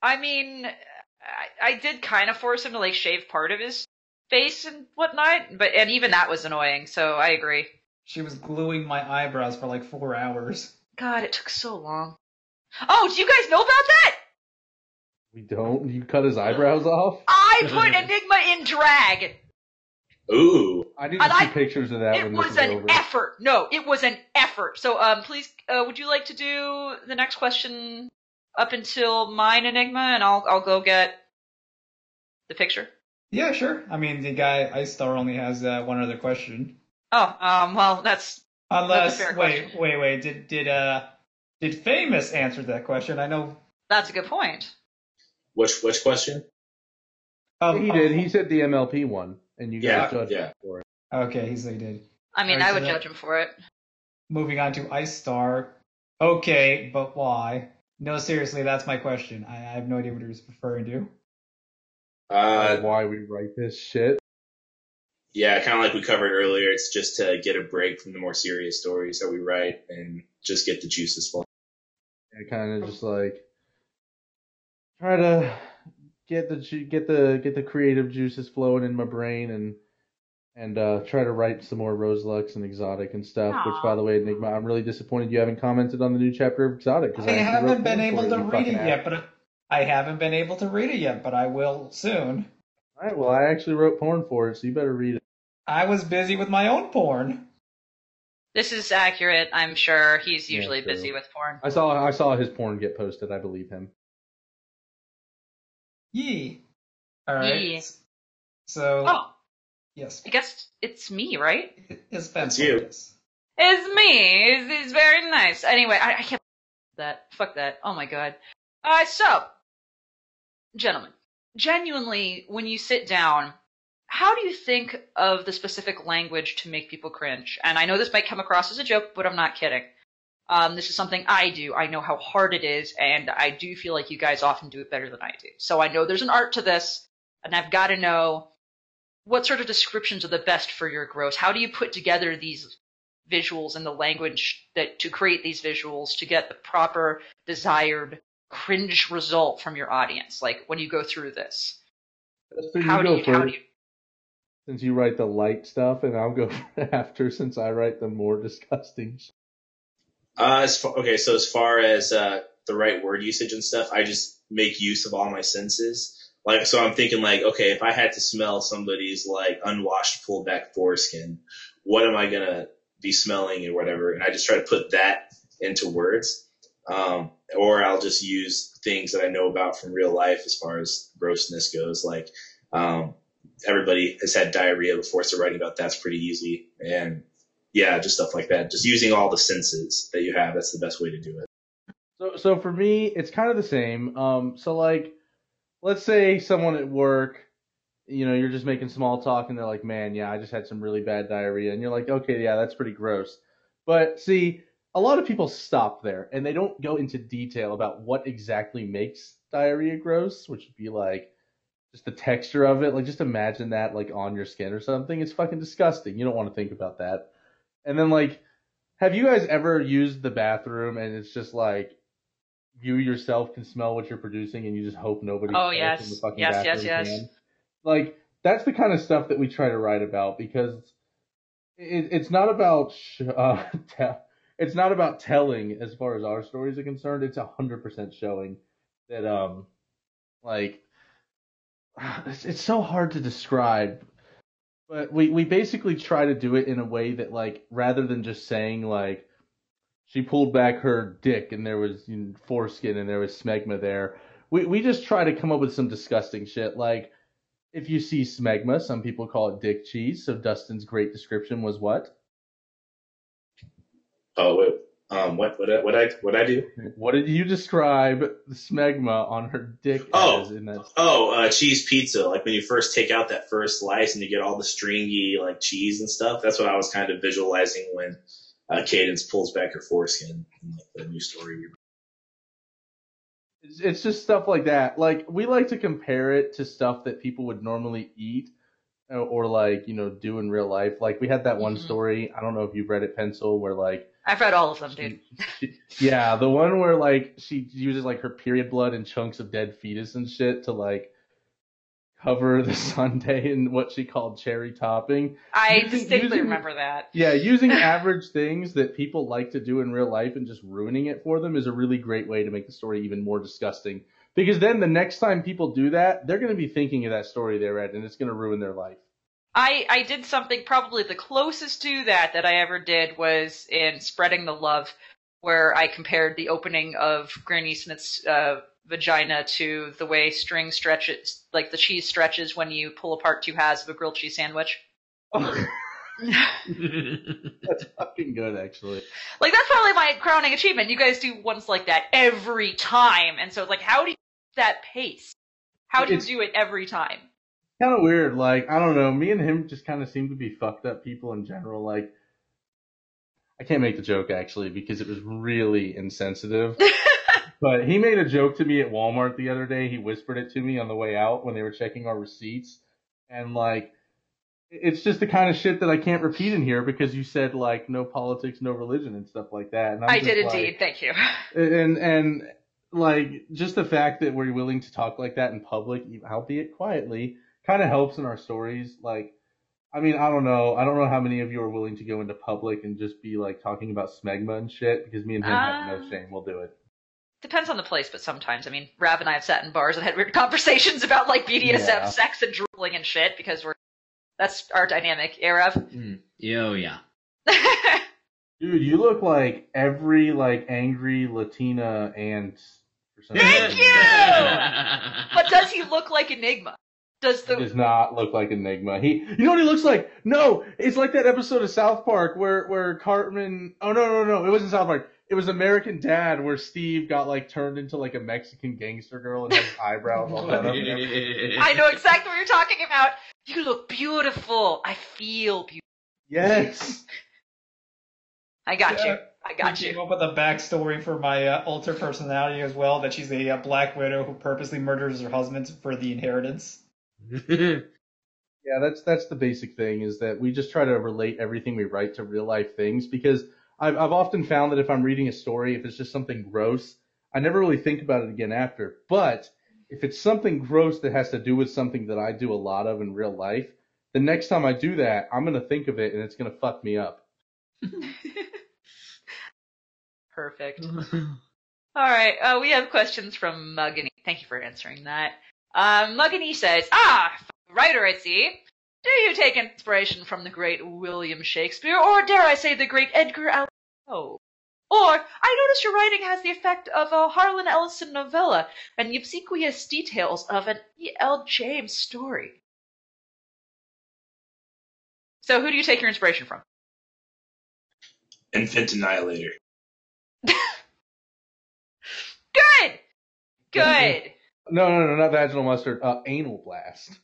I mean, I, I did kind of force him to like shave part of his face and whatnot, but and even that was annoying. So I agree.
She was gluing my eyebrows for like four hours.
God, it took so long. Oh, do you guys know about that?
We don't. You cut his eyebrows off.
I put Enigma in drag.
Ooh.
I need to
And
see
I-
pictures of that
it
when this
was
is
an
over.
effort. No, it was an effort. So, um, please, uh, would you like to do the next question up until mine enigma, and I'll I'll go get the picture.
Yeah, sure. I mean, the guy Ice Star only has uh, one other question.
Oh, um, well, that's
Unless,
fair
wait,
question.
wait, wait. Did did uh did Famous answer that question? I know.
that's a good point.
Which which question?
Um,
he did. He said the MLP one, and you
Yeah,
guys judged
yeah.
him for it.
Okay, he said he did.
I mean,
Alright,
I
so
would
that-
judge him for it.
Moving on to Ice Star. Okay, but why? No, seriously, that's my question. I, I have no idea what he was referring to.
Uh,
why we write this shit.
yeah, kind of like we covered earlier. It's just to get a break from the more serious stories that we write and just get the juices flowing.
I kind of just like try to get the ju- get the get the creative juices flowing in my brain and and uh, try to write some more Roselux and Exotic and stuff. Which, by the way, Enigma, I'm really disappointed you haven't commented on the new chapter of Exotic. 'cause
I
actually wrote
haven't been
one for
able
you,
to
you
read
fucking
it
ass.
yet, but I haven't been able to read it yet, but I will soon.
All right, well, I actually wrote porn for it, so you better read it.
I was busy with my own porn.
This is accurate, I'm sure. He's
Yeah,
usually
true.
busy with porn.
I saw I saw his porn get posted. I believe him.
Yee. All right.
Yee.
So
Oh,
yes,
I guess it's me, right?
it's That's
you.
It's me. It's, it's very nice. Anyway, I, I can't that. Fuck that. Oh my god. Uh, so, gentlemen, genuinely, when you sit down, how do you think of the specific language to make people cringe? And I know this might come across as a joke, but I'm not kidding. Um, this is something I do. I know how hard it is, and I do feel like you guys often do it better than I do. So I know there's an art to this, and I've got to know what sort of descriptions are the best for your gross? How do you put together these visuals and the language that to create these visuals to get the proper desired cringe result from your audience? Like when you go through this,
So you
how do
go
you,
first,
how do you?
since you write the light stuff, and I'll go after since I write the more disgusting. sh-
Uh, as far, okay, so as far as uh, the right word usage and stuff, I just make use of all my senses. Like, so I'm thinking like, okay, if I had to smell somebody's like unwashed pulled back foreskin, what am I gonna be smelling or whatever? And I just try to put that into words, um, or I'll just use things that I know about from real life as far as grossness goes. Like, um, everybody has had diarrhea before, so writing about that's pretty easy. And yeah, just stuff like that. Just using all the senses that you have. That's the best way to do it.
So, so for me, it's kind of the same. Um, so like, let's say someone at work, you know, you're just making small talk, and they're like, "Man, yeah, I just had some really bad diarrhea," and you're like, "Okay, yeah, that's pretty gross." But see, a lot of people stop there, and they don't go into detail about what exactly makes diarrhea gross, which would be like just the texture of it. Like, just imagine that like on your skin or something. It's fucking disgusting. You don't want to think about that. And then like. Have you guys ever used the bathroom and it's just like you yourself can smell what you're producing and you just hope nobody
Oh,
else
yes.
in the fucking
Yes, yes,
bathroom
yes.
can? Like that's the kind of stuff that we try to write about because it, it's not about sh- uh, te- it's not about telling as far as our stories are concerned. It's hundred percent showing that um like it's, it's so hard to describe but we, we basically try to do it in a way that like rather than just saying like she pulled back her dick and there was you know, foreskin and there was smegma there we, we just try to come up with some disgusting shit like if you see smegma some people call it dick cheese so dustin's great description was what
Oh, wait, um, what, what, what I, what I do?
what did you describe the smegma on her dick
Oh.
as in that
Oh, uh, cheese pizza. Like when you first take out that first slice and you get all the stringy like cheese and stuff. That's what I was kind of visualizing when uh, Cadence pulls back her foreskin in like the new story.
It's, it's just stuff like that. Like we like to compare it to stuff that people would normally eat or, or like you know do in real life. Like we had that one
Mhm.
story. I don't know if you've read it, pencil, where like
I've read all of them, dude.
yeah, the one where like she uses like her period blood and chunks of dead fetus and shit to like cover the sundae in what she called cherry topping.
I
Using-
distinctly
using-
remember that.
Yeah, using average things that people like to do in real life and just ruining it for them is a really great way to make the story even more disgusting. Because then the next time people do that, they're going to be thinking of that story they read and it's going to ruin their life.
I, I did something probably the closest to that that I ever did was in Spreading the Love, where I compared the opening of Granny Smith's uh, vagina to the way string stretches, like the cheese stretches when you pull apart two halves of a grilled cheese sandwich.
Fucking good, actually.
Like that's probably my crowning achievement. You guys do ones like that every time, and so it's like, how do you keep that pace? How do you
It's-
do it every time?
Kind of weird. Like, I don't know. Me and him just kind of seem to be fucked up people in general. Like, I can't make the joke, actually, because it was really insensitive. But he made a joke to me at Walmart the other day. He whispered it to me on the way out when they were checking our receipts. And like, it's just the kind of shit that I can't repeat in here because you said like no politics, no religion and stuff like that. And I'm
I
just
did
like-
indeed. Thank you.
and and like just the fact that we're willing to talk like that in public, e, albeit quietly, kind of helps in our stories. Like, I mean, I don't know, I don't know how many of you are willing to go into public and just be like talking about smegma and shit because me and him have
Ah.
no shame. We'll do it.
Depends on the place, but sometimes, I mean, Rav and I have sat in bars and had weird conversations about like BDSM,
Yeah.
sex, and drooling and shit because we're that's our dynamic, eh, Rav?
Mm. Yeah, Oh yeah.
Dude, you look like every like angry Latina and. for some
Thank
reason-
you! but does he look like Enigma? Does
He
the
does not look like Enigma. He, you know what he looks like? No, it's like that episode of South Park where where Cartman. Oh no no no, it wasn't South Park. It was American Dad where Steve got like turned into like a Mexican gangster girl and his eyebrows all done up. and everything.
I know exactly what you're talking about. You look beautiful. I feel beautiful.
Yes.
I got
Yeah.
you. I got
He
you.
came up with a backstory for my uh, alter personality as well that she's a uh, black widow who purposely murders her husband for the inheritance.
Yeah, that's that's the basic thing is that we just try to relate everything we write to real life things because I've I've often found that if I'm reading a story, if it's just something gross, I never really think about it again after. But if it's something gross that has to do with something that I do a lot of in real life, the next time I do that, I'm gonna think of it and it's gonna fuck me up.
Perfect. All right. Uh, we have questions from Mugany. Thank you for answering that. Um, Mugany says, Ah, writer, I see. Do you take inspiration from the great William Shakespeare, or dare I say the great Edgar Allan Poe? Or, I notice your writing has the effect of a Harlan Ellison novella and the obsequious details of an E.L. James story. So, who do you take your inspiration from?
Infant Annihilator.
Good! Good!
No, no, no, not vaginal mustard. Uh, anal blast.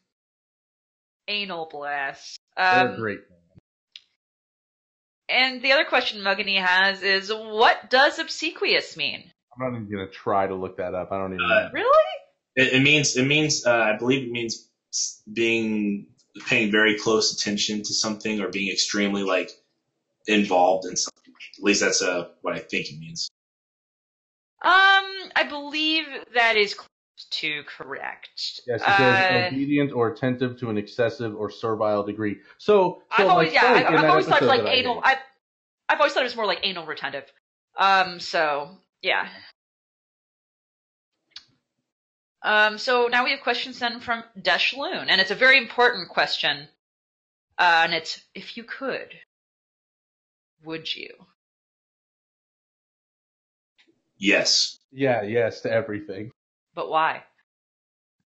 Anal blast.
They're
Um,
great.
and the other question Mugany has is, what does obsequious mean?
I'm not even gonna try to look that up. I don't even.
Uh,
Really?
It, it means it means uh, I believe it means being paying very close attention to something or being extremely like involved in something. At least that's uh, what I think it means.
Um, I believe that is close to correct.
Yes, it
Uh,
says obedient or attentive to an excessive or servile degree. So, so
I've always,
like,
yeah,
Spike
I've,
in
I've
that
always thought of,
episode
like
that I
anal.
did,
I've, I've always thought it was more like anal retentive. Um, so yeah. Um, so now we have questions then from Deshloon, and it's a very important question. Uh, and it's if you could, would you?
Yes.
yeah, yes to everything.
But why?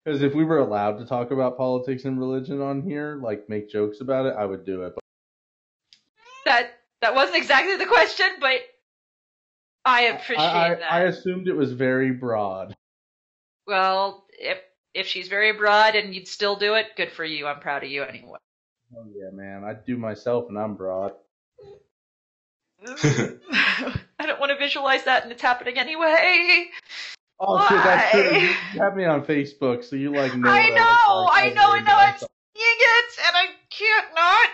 Because if we were allowed to talk about politics and religion on here, like make jokes about it, I would do it. But
That that wasn't exactly the question, but I appreciate
I, I,
that.
I assumed it was very broad.
Well, if if she's very broad and you'd still do it, good for you. I'm proud of you anyway.
Oh yeah, man, I do myself, and I'm broad.
I don't want to visualize that, and it's happening anyway.
Oh shit, that's true.
Why?
You you have me on Facebook, so you like know.
I
what
know,
I,
I know, I know. I'm
It's...
seeing it, and I can't not.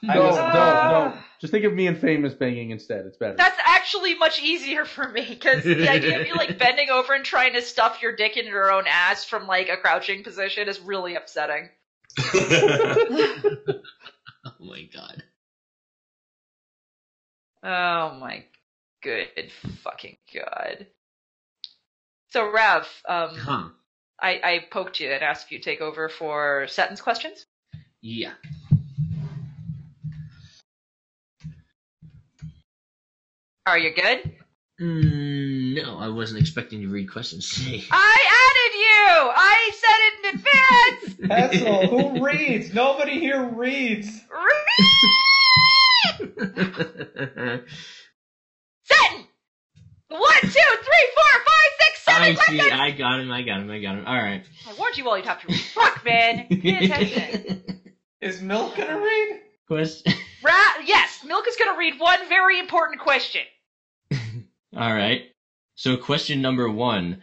No,
I
no,
was-
no. Just think of me and famous banging instead. It's better.
Ah. That's actually much easier for me because the idea of you like bending over and trying to stuff your dick in your own ass from like a crouching position is really upsetting.
Oh my god.
Oh my good fucking god. So Rav, um,
Huh.
I, I poked you and asked if you take over for sentence questions.
Yeah.
Are you good?
Mm, no, I wasn't expecting to read questions today.
I added you. I said it in advance.
Hetzel, who reads? Nobody here reads.
Read sentence. One, two, three, four, five, six,
I
seven
see.
questions.
I got him. I got him. I got him. All right.
I warned you all you'd have to read. Fuck, man. Pay attention.
Is Milk gonna read?
Question.
Ra- yes, Milk is going to read one very important question.
All right. So, question number one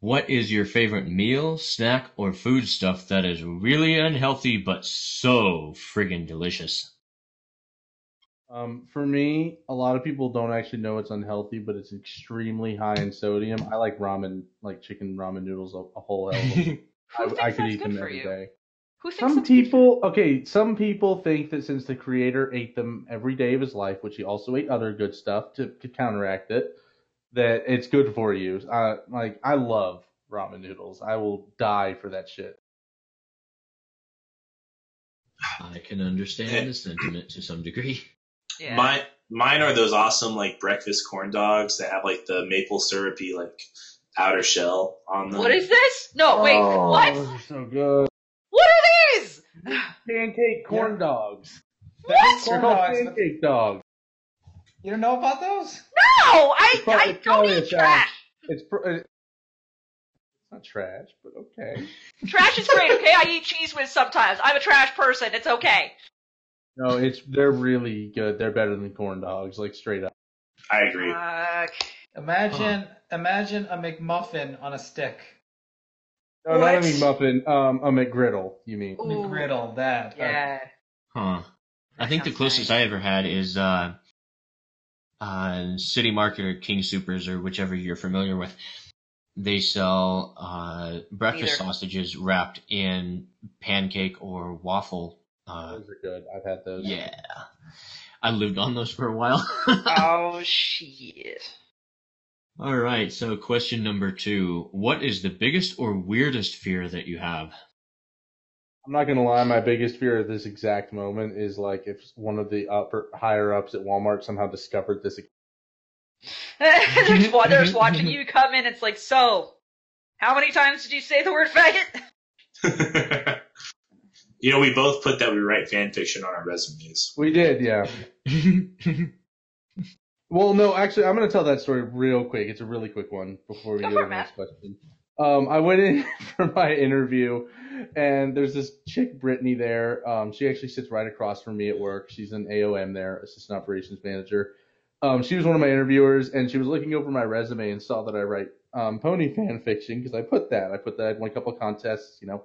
What is your favorite meal, snack, or foodstuff that is really unhealthy but so friggin' delicious?
Um, for me, a lot of people don't actually know it's unhealthy, but it's extremely high in sodium. I like ramen, like chicken ramen noodles, a, a whole hell of them.
Who thinks
I, I
that's
could eat
good
them
for
every day.
you? Who thinks
Some
that's good for you?
people, okay, some people think that since the creator ate them every day of his life, which he also ate other good stuff to, to counteract it, that it's good for you. Uh, like I love ramen noodles. I will die for that shit.
I can understand the sentiment to some degree.
Yeah.
Mine, mine are those awesome like breakfast corn dogs that have like the maple syrupy like outer shell on them.
What is this? No, wait.
Oh.
What?
those are so good.
What are these?
Pancake corn
Yeah.
dogs.
That's corn
They're called
dogs.
pancake dogs.
You don't know about those?
No, I,
It's probably-
I don't
it's probably a
eat
challenge.
trash.
It's pr- uh, it's not trash, but okay.
Trash is great, okay? I eat cheese with sometimes. I'm a trash person. It's okay.
No, it's they're really good. They're better than corn dogs, like straight up.
I agree.
Fuck.
Imagine, imagine a McMuffin on a stick.
No, not a
What?
McMuffin. Um, a McGriddle. You mean?
Ooh,
McGriddle, that.
Yeah.
Huh. I think the
sounds
closest
nice.
I ever had is uh, uh, City Market or King Supers or whichever you're familiar with. They sell uh, breakfast
Neither.
sausages wrapped in pancake or waffle. Uh,
Those are good. I've had those.
yeah, I lived on those for a while.
Oh shit.
All right, so question number two: What is the biggest or weirdest fear that you have?
I'm not gonna lie. My biggest fear at this exact moment is like if one of the upper higher ups at Walmart somehow discovered this.
they're, just, wa- they're just watching you come in. It's like, so, how many times did you say the word faggot?
you know, we both put that we write fan fiction on our resumes.
We did, yeah. Well, no, actually, I'm gonna tell that story real quick. It's a really quick one before we
Go
go to
for
the
it,
next question. Um, I went in for my interview, and there's this chick, Brittany, there. Um, she actually sits right across from me at work. She's an AOM there, assistant operations manager. Um, she was one of my interviewers, and she was looking over my resume and saw that I write um, pony fan fiction because I put that. I put that. I won a couple of contests, you know,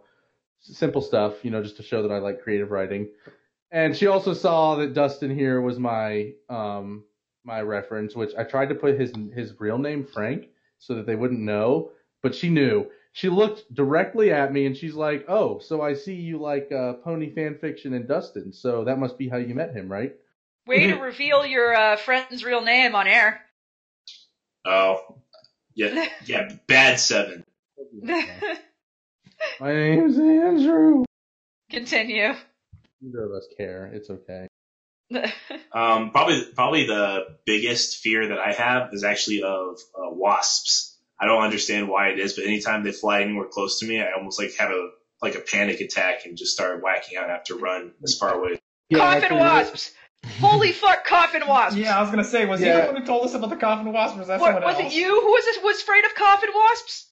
simple stuff, you know, just to show that I like creative writing. And she also saw that Dustin here was my um, my reference, which I tried to put his his real name Frank so that they wouldn't know, but she knew. She looked directly at me and she's like, "Oh, so I see you like uh, pony fan fiction and Dustin, so that must be how you met him, right?"
Way to reveal your uh, friend's real name on air.
Oh, yeah, yeah, bad seven.
My name's Andrew.
Continue.
Neither of us care. It's okay.
Um, probably, probably the biggest fear that I have is actually of uh, wasps. I don't understand why it is, but anytime they fly anywhere close to me, I almost like have a like a panic attack and just start whacking out. I have to run as far away.
coffin
actually,
wasps. Holy fuck, coffin wasps.
Yeah, I was gonna say, was he
Yeah.
the one who told us about the coffin wasp, or was that
What,
someone
was
else?
it you who was, was afraid of coffin wasps?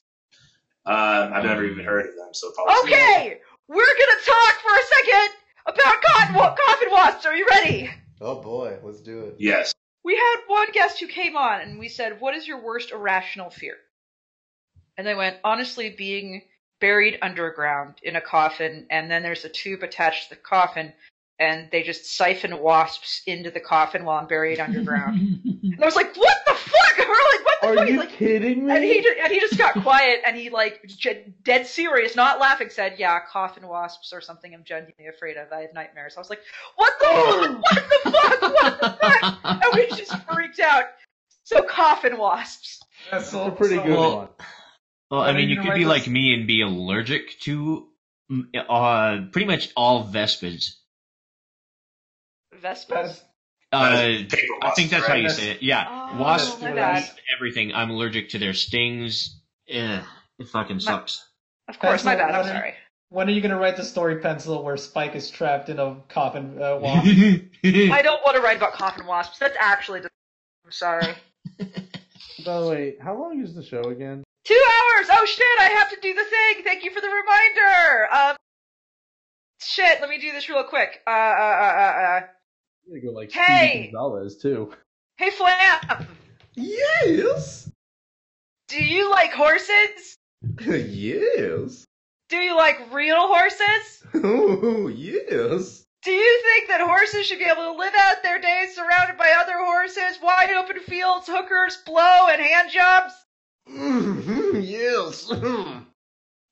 Um, I've never even heard of them, so probably
Okay, we're gonna talk for a second about cotton wa- coffin wasps. Are you ready?
Oh boy, let's do it.
yes.
We had one guest who came on and we said, What is your worst irrational fear? And they went, Honestly, being buried underground in a coffin, and then there's a tube attached to the coffin, and they just siphon wasps into the coffin while I'm buried underground. and I was like, What the fuck? And we're like, What the
Are
fuck? He's
you
like,
kidding me?
and he just, and he just got quiet and he like j- dead serious, not laughing, said, "Yeah, coffin wasps or something. I'm genuinely afraid of. I have nightmares." I was like, "What the
Oh.
fuck? What the fuck? What the fuck?" And we just freaked out. So coffin wasps.
That's so,
a pretty
so-
good
Well,
one.
Well, I
Are
mean,
you
you
gonna
could
write
be
this?
like me and be allergic to mm, uh, pretty much all Vespers.
Vespas.
That's,
Uh,
paper
I think that's how you
That's-
say it. Yeah,
Oh,
wasps,
my
wasp-
bad.
everything. I'm allergic to their stings. Eh, it fucking sucks.
Of course, my bad. I'm
Vespa-
sorry.
when are you gonna write the story pencil where Spike is trapped in a coffin uh, wasp?
I
I don't want to write about coffin wasps. That's actually. Dis- I'm sorry.
By the way, how long is the show again?
Two hours. Oh shit! I have to do the thing. Thank you for the reminder. Um, shit. Let me do this real quick. Uh, uh, uh, uh. uh.
I'm gonna go like
Hey!
Stevie Gonzalez too.
Hey Flam,
Yes.
do you like horses?
yes.
Do you like real horses?
Oh yes.
Do you think that horses should be able to live out their days surrounded by other horses, wide open fields, hookers, blow, and hand jobs?
hmm yes. Mm.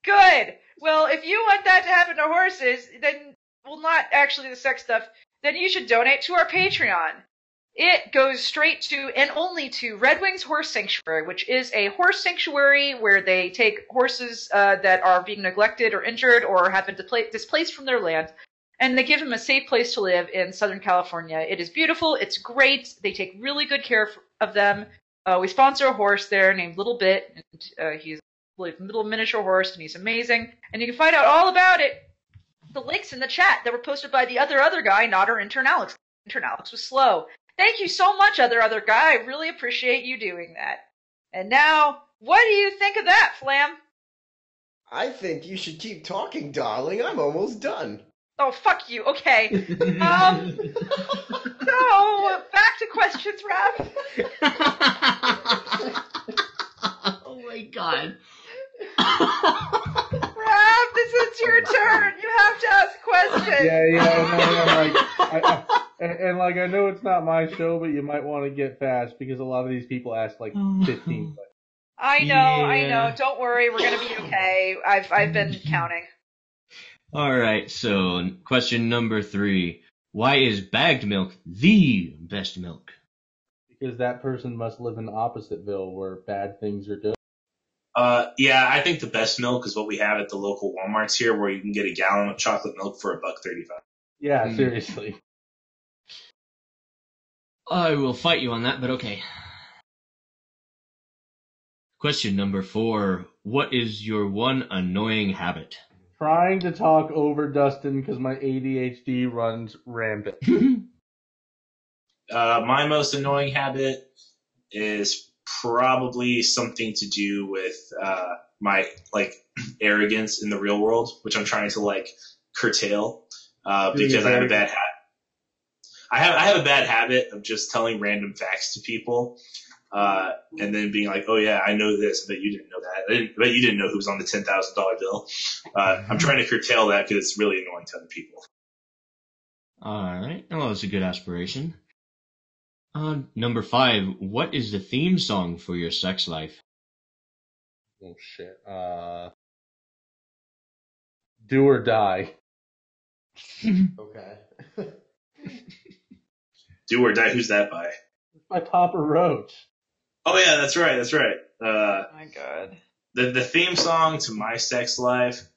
Good. Well, if you want that to happen to horses, then, well, not actually the sex stuff, then you should donate to our Patreon. It goes straight to and only to Red Wings Horse Sanctuary, which is a horse sanctuary where they take horses uh, that are being neglected or injured or have been depla- displaced from their land, and they give them a safe place to live in Southern California. It is beautiful. It's great. They take really good care f- of them. Uh, we sponsor a horse there named Little Bit, and uh, he's like little miniature horse, and he's amazing. And you can find out all about it. The links in the chat that were posted by the other other guy, not our intern Alex. Intern Alex was slow. Thank you so much, other other guy. I really appreciate you doing that. And now, what do you think of that, Flam?
I think you should keep talking, darling. I'm almost done.
Oh fuck you. Okay. Um. so back to questions, Rob.
oh my god.
question.
Yeah, yeah, no, I'm like, I, I, and, and like I know it's not my show, but you might want to get fast because a lot of these people ask like
Mm-hmm.
15. questions.
I know, I
Yeah.
know. Don't worry, we're gonna be okay. I've I've been counting.
All right, so question number three. Why is bagged milk the best milk?
because that person must live in Oppositeville where bad things are done.
Uh, yeah, I think the best milk is what we have at the local WalMarts here, where you can get a gallon of chocolate milk for a buck thirty-five.
Yeah,
Hmm.
seriously.
I will fight you on that, but okay. Question number four. What is your one annoying habit?
Trying to talk over Dustin because my ADHD runs rampant.
Uh, my most annoying habit is probably something to do with uh, my like arrogance in the real world, which I'm trying to like curtail uh,
You're
because I have a
very-
bad habit. I have I have a bad habit of just telling random facts to people. Uh, and then being like, "Oh yeah, I know this, but you didn't know that. I didn't, but you didn't know who was on the ten thousand dollar bill." Uh, I'm trying to curtail that because it's really annoying to other people.
Alright, well, that's a good aspiration. Uh, number five. What is the theme song for your sex life?
Oh shit. Uh, do or die.
Okay.
Do or die. Who's that by?
By Papa Roach.
Oh yeah, that's right. That's right.
Oh
Uh,
My God.
the the theme song to my sex life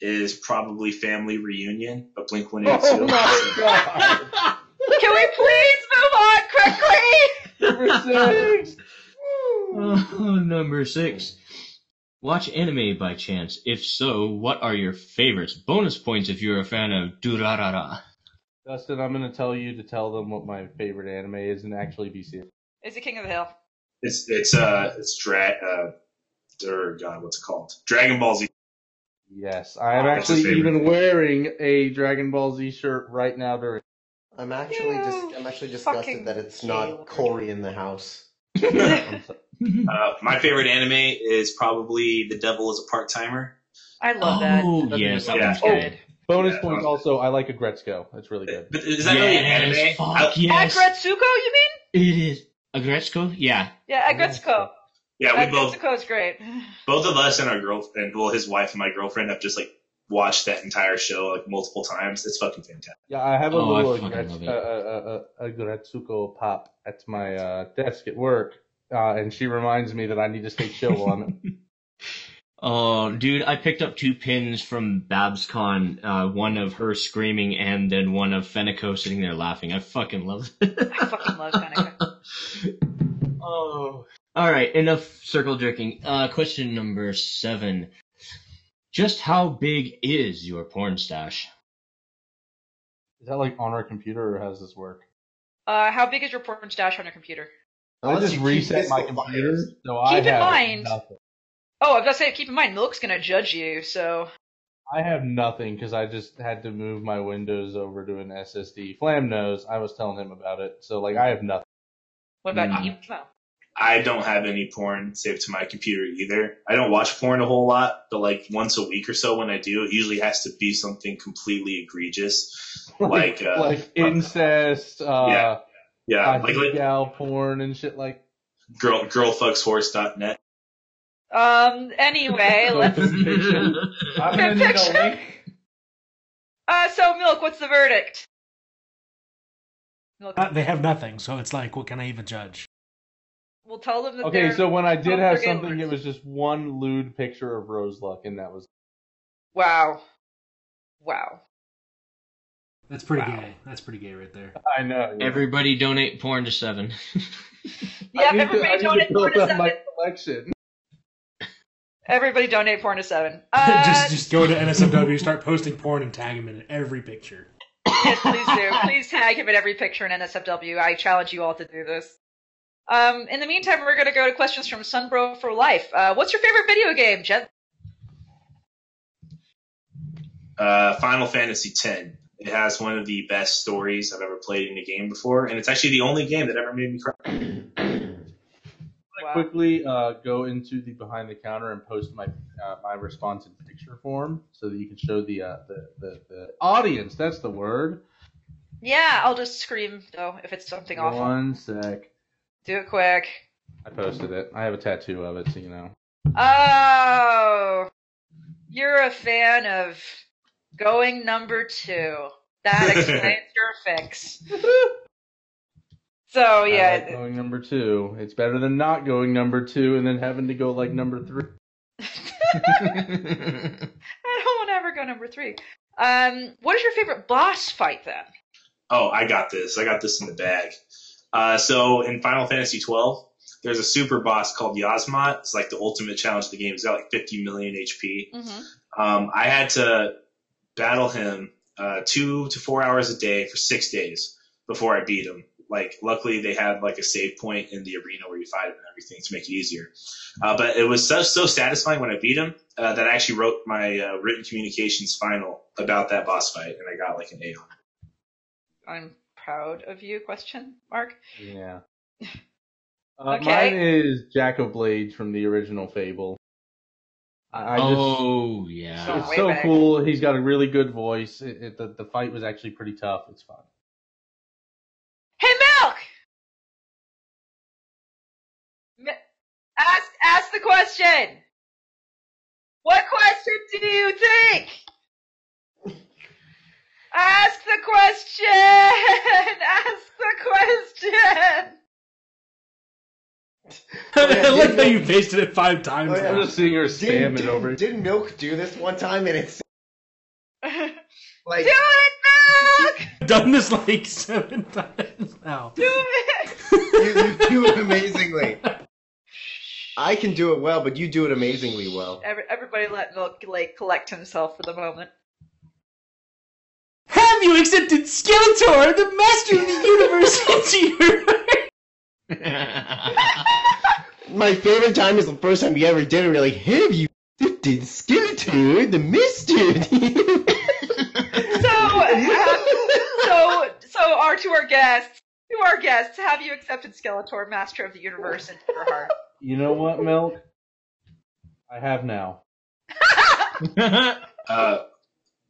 is probably Family Reunion, but Blink One Eight
Oh
Two.
my god.
Can we please move on quickly?
Number six.
Oh, number six. Watch anime by chance. If so, what are your favorites? Bonus points if you're a fan of Durarara.
Dustin, I'm gonna tell you to tell them what my favorite anime is and actually be serious.
Is it King of the Hill?
It's it's uh it's dra- uh or God, what's it called? Dragon Ball Z.
Yes, I am
That's his
actually
favorite.
even wearing a Dragon Ball Z shirt right now during.
I'm actually
Yeah,
just I'm actually disgusted
fucking
that it's
Gaylord.
not Corey in the house.
I'm so-
Uh, my favorite anime is probably The Devil Is a Part Timer.
I love
oh,
that.
yes, that
Yeah.
one's
Oh.
good.
Bonus
Yeah,
points
um,
also. I like a Gretzko. That's really good.
But is that really an
Yes,
anime?
Fuck,
I-
yes.
Agretsuko, you mean?
it is. Agretzko? Yeah.
Yeah, Agretsuko.
yeah, we both
Agretsuko's great.
both of us and our girlfriend, well, his wife and my girlfriend have just like watched that entire show like multiple times. It's fucking fantastic.
Yeah, I have a
Oh, I
little
fucking
Gretz-
love
uh,
it.
uh, uh, a Gretsuko pop at my uh, desk at work, uh, and she reminds me that I need to stay chill while I'm
Oh, dude, I picked up two pins from BabsCon. Uh, one of her screaming and then one of Fenico sitting there laughing. I fucking love it.
I fucking love Fenneco.
Oh. All right, enough circle jerking. Uh, question number seven. Just how big is your porn stash?
Is that like on our computer or how does this work?
Uh, how big is your porn stash on your computer?
I just
you keep
reset my
fiscal
computer,
bias.
so
Keep
I
in
have
mind-
nothing.
Oh, I was gonna say, keep in mind, Milk's gonna judge you, so.
I have nothing because I just had to move my Windows over to an SSD. Flam knows. I was telling him about it, so like I have nothing.
What about
Hmm.
you? Oh.
I don't have any porn saved to my computer either. I don't watch porn a whole lot, but like once a week or so when I do, it usually has to be something completely egregious. Like, uh,
like incest, uh,
Yeah, yeah,
hot
like, like
gal porn and shit like.
girl, girlfuckshorse.net.
Um, anyway, let's.
I'm gonna need a
Picture.
link.
Uh, so, Milk, what's the verdict? Milk,
Uh, they have nothing, so it's like, what can I even judge?
we'll tell them that
Okay,
they're-
so when I
oh,
did
they're
have something, it
gaylords.
was just one lewd picture of Rose Luck, and that was.
Wow. Wow.
That's pretty
Wow.
gay. That's pretty gay right there.
I know. yeah.
Everybody donate porn to
I
seven.
Yep,
need to- I
everybody
need to
donate porn
build
to
up
seven.
my collection.
Everybody donate porn to seven. Uh,
just just go to NSFW, start posting porn, and tag him in every picture.
yes, please do. Please tag him in every picture in NSFW. I challenge you all to do this. Um, in the meantime, we're going to go to questions from Sunbro for Life. Uh, what's your favorite video game, Jen?
Uh, Final Fantasy X. It has one of the best stories I've ever played in a game before, and it's actually the only game that ever made me cry. Like,
wow.
quickly uh, go into the behind the counter and post my uh, my response in picture form so that you can show the uh, the, the the audience. That's the word.
Yeah, I'll just scream though if it's something awful.
One sec.
Do it quick.
I posted it. I have a tattoo of it, so you know.
Oh, you're a fan of going number two. That explains your fix. So
I
Oh, yeah,
like going number two. It's better than not going number two and then having to go like number three.
I don't want to ever go number three. Um, what is your favorite boss fight then?
Oh, I got this. I got this in the bag. Uh, so in Final Fantasy twelve, there's a super boss called Yasmat. It's like the ultimate challenge of the game. He's got like 50 million HP.
Mm-hmm.
Um, I had to battle him uh, two to four hours a day for six days before I beat him. Like, luckily they had like a save point in the arena where you fight him and everything to make it easier. Uh, but it was so so satisfying when I beat him uh, that I actually wrote my uh, written communications final about that boss fight, and I got like an A on.
I'm proud of you. Question mark.
Yeah. Uh,
Okay.
Mine is Jack of Blades from the original Fable. I, I just
oh
So-
yeah.
it's
way
so
back.
cool. He's got a really good voice. It, it, the, the fight was actually pretty tough. It's fun.
Hey, Milk. Mi- Ask ask the question. What question do you think? Ask the question. Ask the question.
I like how you pasted it five times.
Oh, yeah.
I'm just seeing her
Didn't,
spam it
didn't-
over.
didn't Milk do this one time and it's
do
like
it, Milk.
I've done this like seven times now.
Do it.
you, you do it amazingly. I can do it well, but you do it amazingly well.
Every, everybody let Milk like collect himself for the moment.
Have you accepted Skeletor, the master of the universe, into your
My favorite time is the first time you ever did it. You're like, have you did Skeletor, the mister?
So, um, so, so, our to our guests, to our guests, have you accepted Skeletor, Master of the Universe, into your heart?
You know what, Milk? I have now.
Uh, I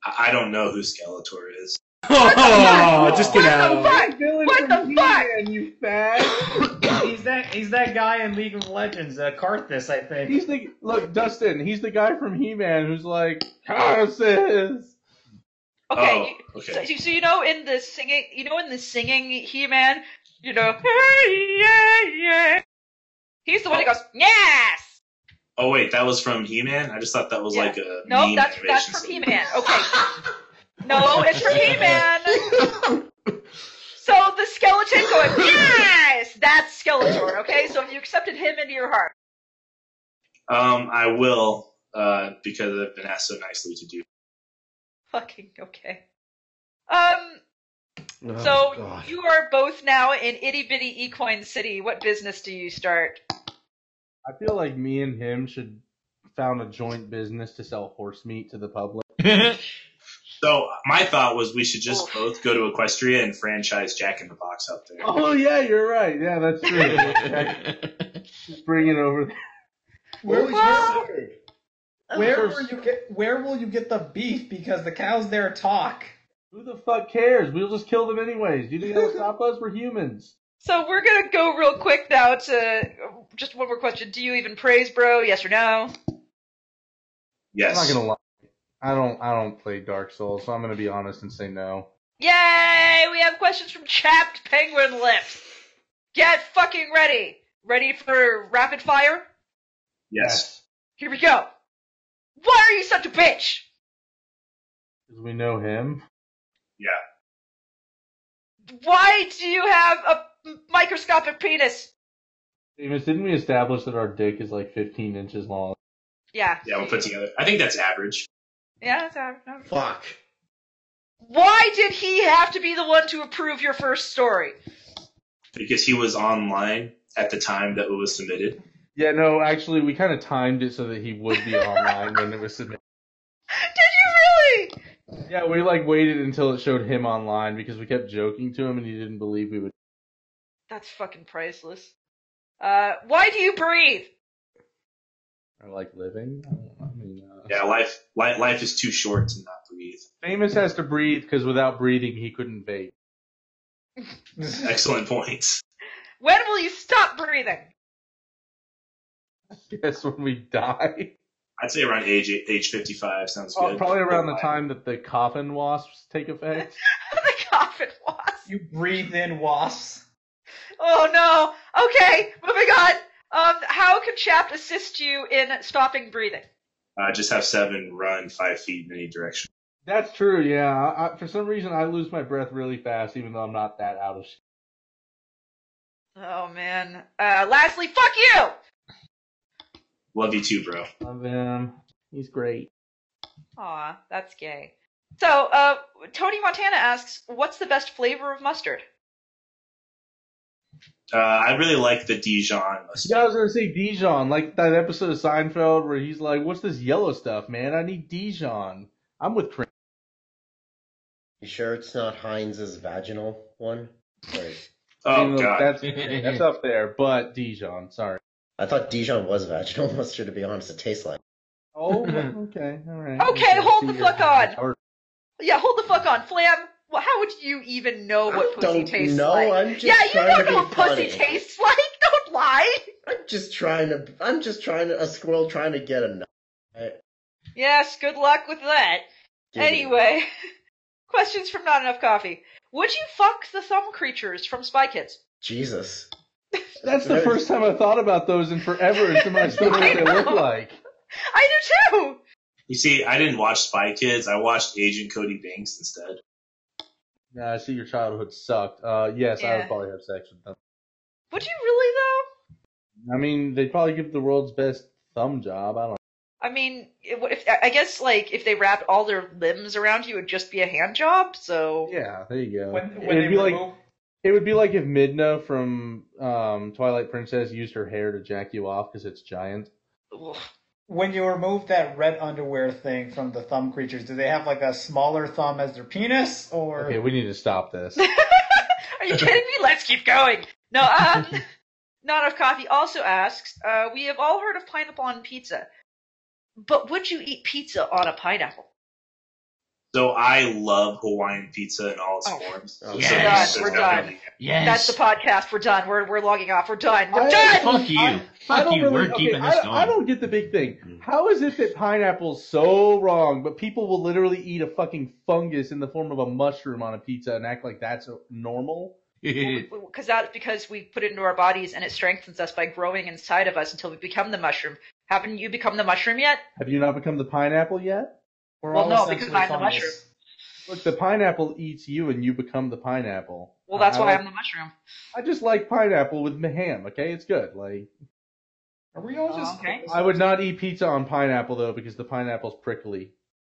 I don't know who Skeletor is.
Oh, just
What
get
the
out.
fuck? What the fuck?
you fag. he's that he's that guy in League of Legends, uh, Karthus, I think.
He's the look, Dustin. He's the guy from He-Man who's like, curses.
Okay, you-
oh, okay.
so, so you know in the singing, you know in the singing He-Man, you know, "Hey, yeah, yeah. He's the one that goes, yes.
Oh wait, that was from He-Man. I just thought that was
Yeah.
like a
No,
meme
that's that's
animation
from
something.
He-Man. Okay. No, it's from He-Man. So the skeleton going, yes, that's Skeletor. Okay, so if you accepted him into your heart.
Um, I will uh, because I've been asked so nicely to do.
Fucking okay. Um,
Oh,
so you are both now in itty bitty equine city. What business do you start?
I feel like me and him should found a joint business to sell horse meat to the public.
So my thought was we should just
Oof.
both go to Equestria and franchise Jack in the Box up there.
Oh yeah, you're right. Yeah, that's true. Okay, Just bring it over.
Where,
was
Well-
your-
where will you get where will you get the beef? Because the cows there talk.
Who the fuck cares? We'll just kill them anyways. You think that'll stop us? We're humans.
So we're gonna go real quick now to just one more question. Do you even praise, bro? Yes or no?
yes.
I'm not gonna lie. I don't. I don't play Dark Souls, so I'm gonna be honest and say no.
Yay! We have questions from Chapped Penguin Lips. Get fucking ready. Ready for rapid fire?
yes.
Here we go. Why are you such a bitch?
Because we know him.
Why do you have a microscopic penis?
Amos, didn't we establish that our dick is like 15 inches long?
Yeah.
Yeah, we'll put together. I think that's average.
Yeah. that's- that's-
Fuck.
Why did he have to be the one to approve your first story?
Because he was online at the time that it was submitted.
Yeah, no, actually, we kind of timed it so that he would be online when it was submitted.
Did you really?
Yeah, we like waited until it showed him online because we kept joking to him and he didn't believe we would.
That's fucking priceless. Uh, why do you breathe?
Or like living. I don't know, I mean, uh,
Yeah, life life, life is too short to not breathe.
Famous has to breathe because without breathing he couldn't bake.
Excellent point.
When will you stop breathing?
Yes, when we die.
I'd say around age age 55 sounds
Oh,
good.
probably around the time that the coffin wasps take effect.
the coffin wasp.
You breathe in wasps.
Oh no. Okay, moving on. Um, how can Shaft assist you in stopping breathing?
Uh, just have seven run five feet in any direction.
That's true. Yeah. I, for some reason, I lose my breath really fast, even though I'm not that out of. Sh-
Oh man. Uh, lastly, fuck you.
Love you too, bro.
Love him. He's great.
Aw, that's gay. So, uh, Tony Montana asks, "What's the best flavor of mustard?"
Uh, I really like the Dijon. mustard.
Yeah, I was gonna say Dijon, like that episode of Seinfeld where he's like, "What's this yellow stuff, man? I need Dijon." I'm with Chris.
You sure it's not Heinz's vaginal one? Sorry.
Oh
Even though
god,
that's that's up there, but Dijon. Sorry.
I thought Dijon was vaginal mustard. To be honest, it tastes like.
Oh, okay, all right.
Okay, hold the
see your-
fuck on. Yeah, hold the fuck on, Flam. Well, how would you even know what
I
pussy
don't
tastes
know,
like?
I'm just
yeah, you
trying
don't
to
know
be
what pussy
funny.
tastes like. Don't lie.
I'm just trying to. I'm just trying to. A squirrel trying to get a nut. I-
Yes, good luck with that. Anyway, questions from Not Enough Coffee. Would you fuck the thumb creatures from Spy Kids?
Jesus.
That's the first time I thought about those in forever, and somebody still knows what they look like.
I do too.
you see, I didn't watch Spy Kids. I watched Agent Cody Banks instead.
Nah, I see your childhood sucked. Uh, yes, I
Yeah.
would probably have sex with them.
Would you really though?
I mean, they'd probably give the world's best thumb job. I don't.
I mean, it- if I guess like if they wrapped all their limbs around you, it'd just be a hand job. So
Yeah, there you go.
When, when
it'd
they
be
remove,
like it would be like if Midna from um, Twilight Princess used her hair to jack you off because it's giant.
Ugh.
when you remove that red underwear thing from the thumb creatures, do they have like a smaller thumb as their penis, or
Okay, we need to stop this.
Are you kidding me? Let's keep going. No, um, Not Enough Coffee also asks, uh, we have all heard of pineapple on pizza, but would you eat pizza on a pineapple?
So I love Hawaiian pizza in all its
Oh.
forms.
Oh,
So
yes.
there's
We're
no
done.
really-
That's
yes.
the podcast. We're done. We're we're logging off. We're done. We're
I-
done.
Fuck you.
I- I
Fuck
don't
you.
really-
We're
okay,
keeping
I,
this going. Mm.
I don't get the big thing. How is it that pineapple's so wrong, but people will literally eat a fucking fungus in the form of a mushroom on a pizza and act like that's normal?
Because that's because we put it into our bodies and it strengthens us by growing inside of us until we become the mushroom. Haven't you become the mushroom yet?
Have you not become the pineapple yet?
we're
Well,
all
no,
essentially
because I'm the
fungus?
mushroom.
Look, the pineapple eats you, and you become the pineapple.
Well, that's
I
why
don't-
I'm the mushroom.
I just like pineapple with ham. Okay, it's good. Like
Are we all
Oh,
just?
okay.
I would not eat pizza on pineapple though because the pineapple's prickly.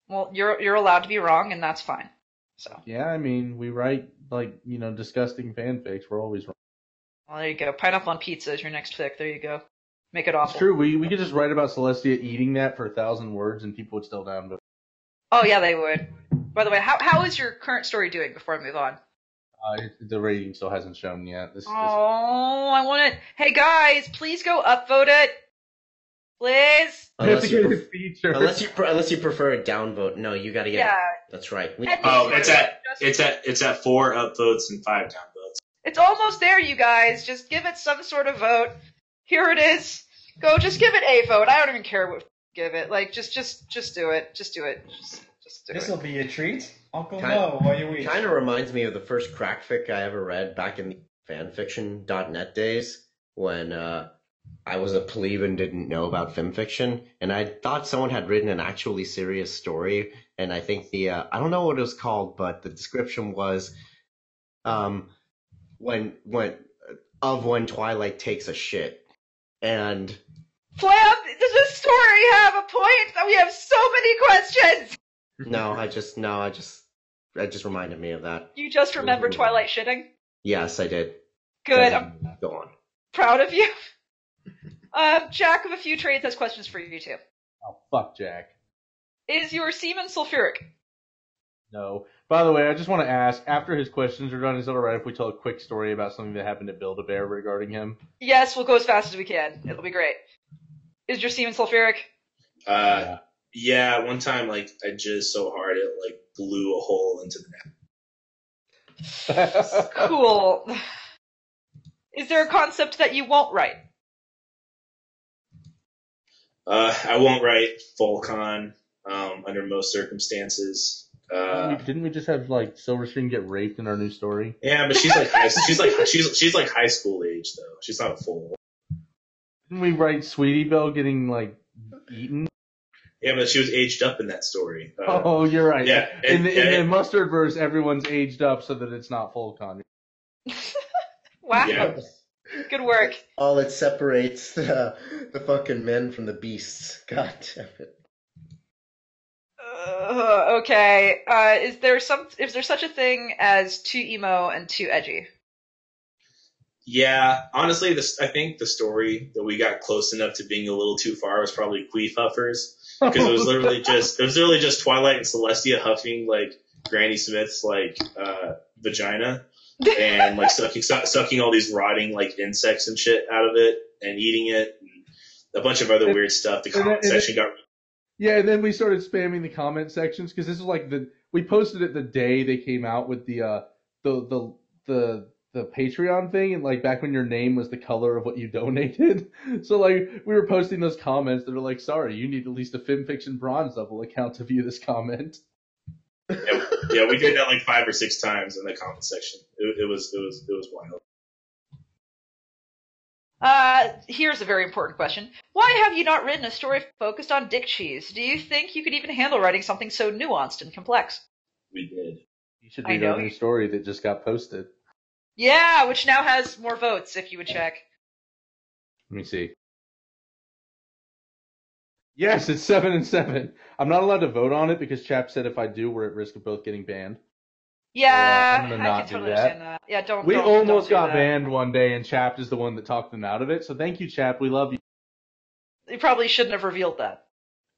Well, you're you're allowed to be wrong, and that's fine. So,
Yeah, I mean we write like you know disgusting fanfics. We're always wrong.
well, there you go. Pineapple on pizza is your next pick. There you go. Make it awful.
It's true. We we could just write about Celestia eating that for a thousand words and people would still down. But
Oh yeah, they would. By the way, how how is your current story doing before I move on?
uh, it- the rating still hasn't shown yet. This, this
Oh, I want it. Hey guys, please go upvote it. Please.
we have to
Unless
get
you,
it featured.
unless you pre- unless you prefer a downvote. No, you got to get.
Yeah.
That's right. We-
And
Oh,
this
it's
one,
at
just-
it's at it's at four upvotes and five downvotes.
It's almost there, you guys. Just give it some sort of vote. Here it is. Go, just give it a vote. I don't even care what give it. Like, just, just, just do it. Just do it. Just, just do
This
it.
will be a treat, Uncle
Kind-
Mo. While you eat,
kind of reminds me of the first crackfic I ever read back in the fanfiction.net days when uh, I was a plebe and didn't know about fanfiction, and I thought someone had written an actually serious story, and I think the uh, I don't know what it was called, but the description was, um, when when of when Twilight takes a shit, and
Flam, does this story have a point? We have so many questions.
no, I just no, I just that just reminded me of that.
You just remember
Ooh.
Twilight shitting?
Yes, I did.
Good. I'm
Go on.
proud of you. Uh, Jack of a few trades has questions for you too.
oh fuck, Jack.
Is your semen sulfuric?
No. By the way, I just want to ask after his questions are done, is it all right if we tell a quick story about something that happened to Build a Bear regarding him?
Yes, we'll go as fast as we can. It'll be great. Is your semen sulfuric?
Uh, yeah, one time like I jizzed so hard it like blew a hole into the net. uh,
Cool. Is there a concept that you won't write?
Uh, I won't write Volcon um, under most circumstances.
Mm-hmm.
Uh,
Didn't we just have like Silverstein get raped in our new story?
yeah, but she's like high, she's like she's she's like high school age though. She's not a fool.
Didn't we write Sweetie Belle getting like eaten?
Yeah, but she was aged up in that story. Uh,
Oh, you're right.
yeah,
In the, in
yeah,
the mustard verse, everyone's aged up so that it's not full con.
Wow.
Yeah.
Good work.
All it separates uh, the fucking men from the beasts. God damn it.
Uh, okay. Uh, is there some? Is there such a thing as too emo and too edgy?
Yeah, honestly, this I think the story that we got close enough to being a little too far was probably Queef Huffers because it was literally just it was literally just Twilight and Celestia huffing like Granny Smith's like uh, vagina and like sucking su- sucking all these rotting like insects and shit out of it and eating it and a bunch of other weird stuff. The
And- and-
comment section got
Yeah, and then we started spamming the comment sections because this was like the we posted it the day they came out with the uh the the the the Patreon thing and like back when your name was the color of what you donated. So like we were posting those comments that are like, sorry, you need at least a FinFiction bronze level account to view this comment.
yeah we did that like five or six times in the comment section. It, it was it was it was wild.
Uh, here's a very important question. Why have you not written a story focused on dick cheese? Do you think you could even handle writing something so nuanced and complex?
We did.
You should
I
read our
know.
new story that just got posted.
Yeah, which now has more votes, if you would check.
Let me see. Yes, it's seven and seven. I'm not allowed to vote on it because Chap said if I do, we're at risk of both getting banned.
Yeah,
I'm gonna
I
not
can
do
totally
that.
understand that. Yeah, don't.
We
don't- don't
almost
do
got
that.
banned one day, and Chapped is the one that talked them out of it. So thank you, Chapped. We love you.
You probably shouldn't have revealed that.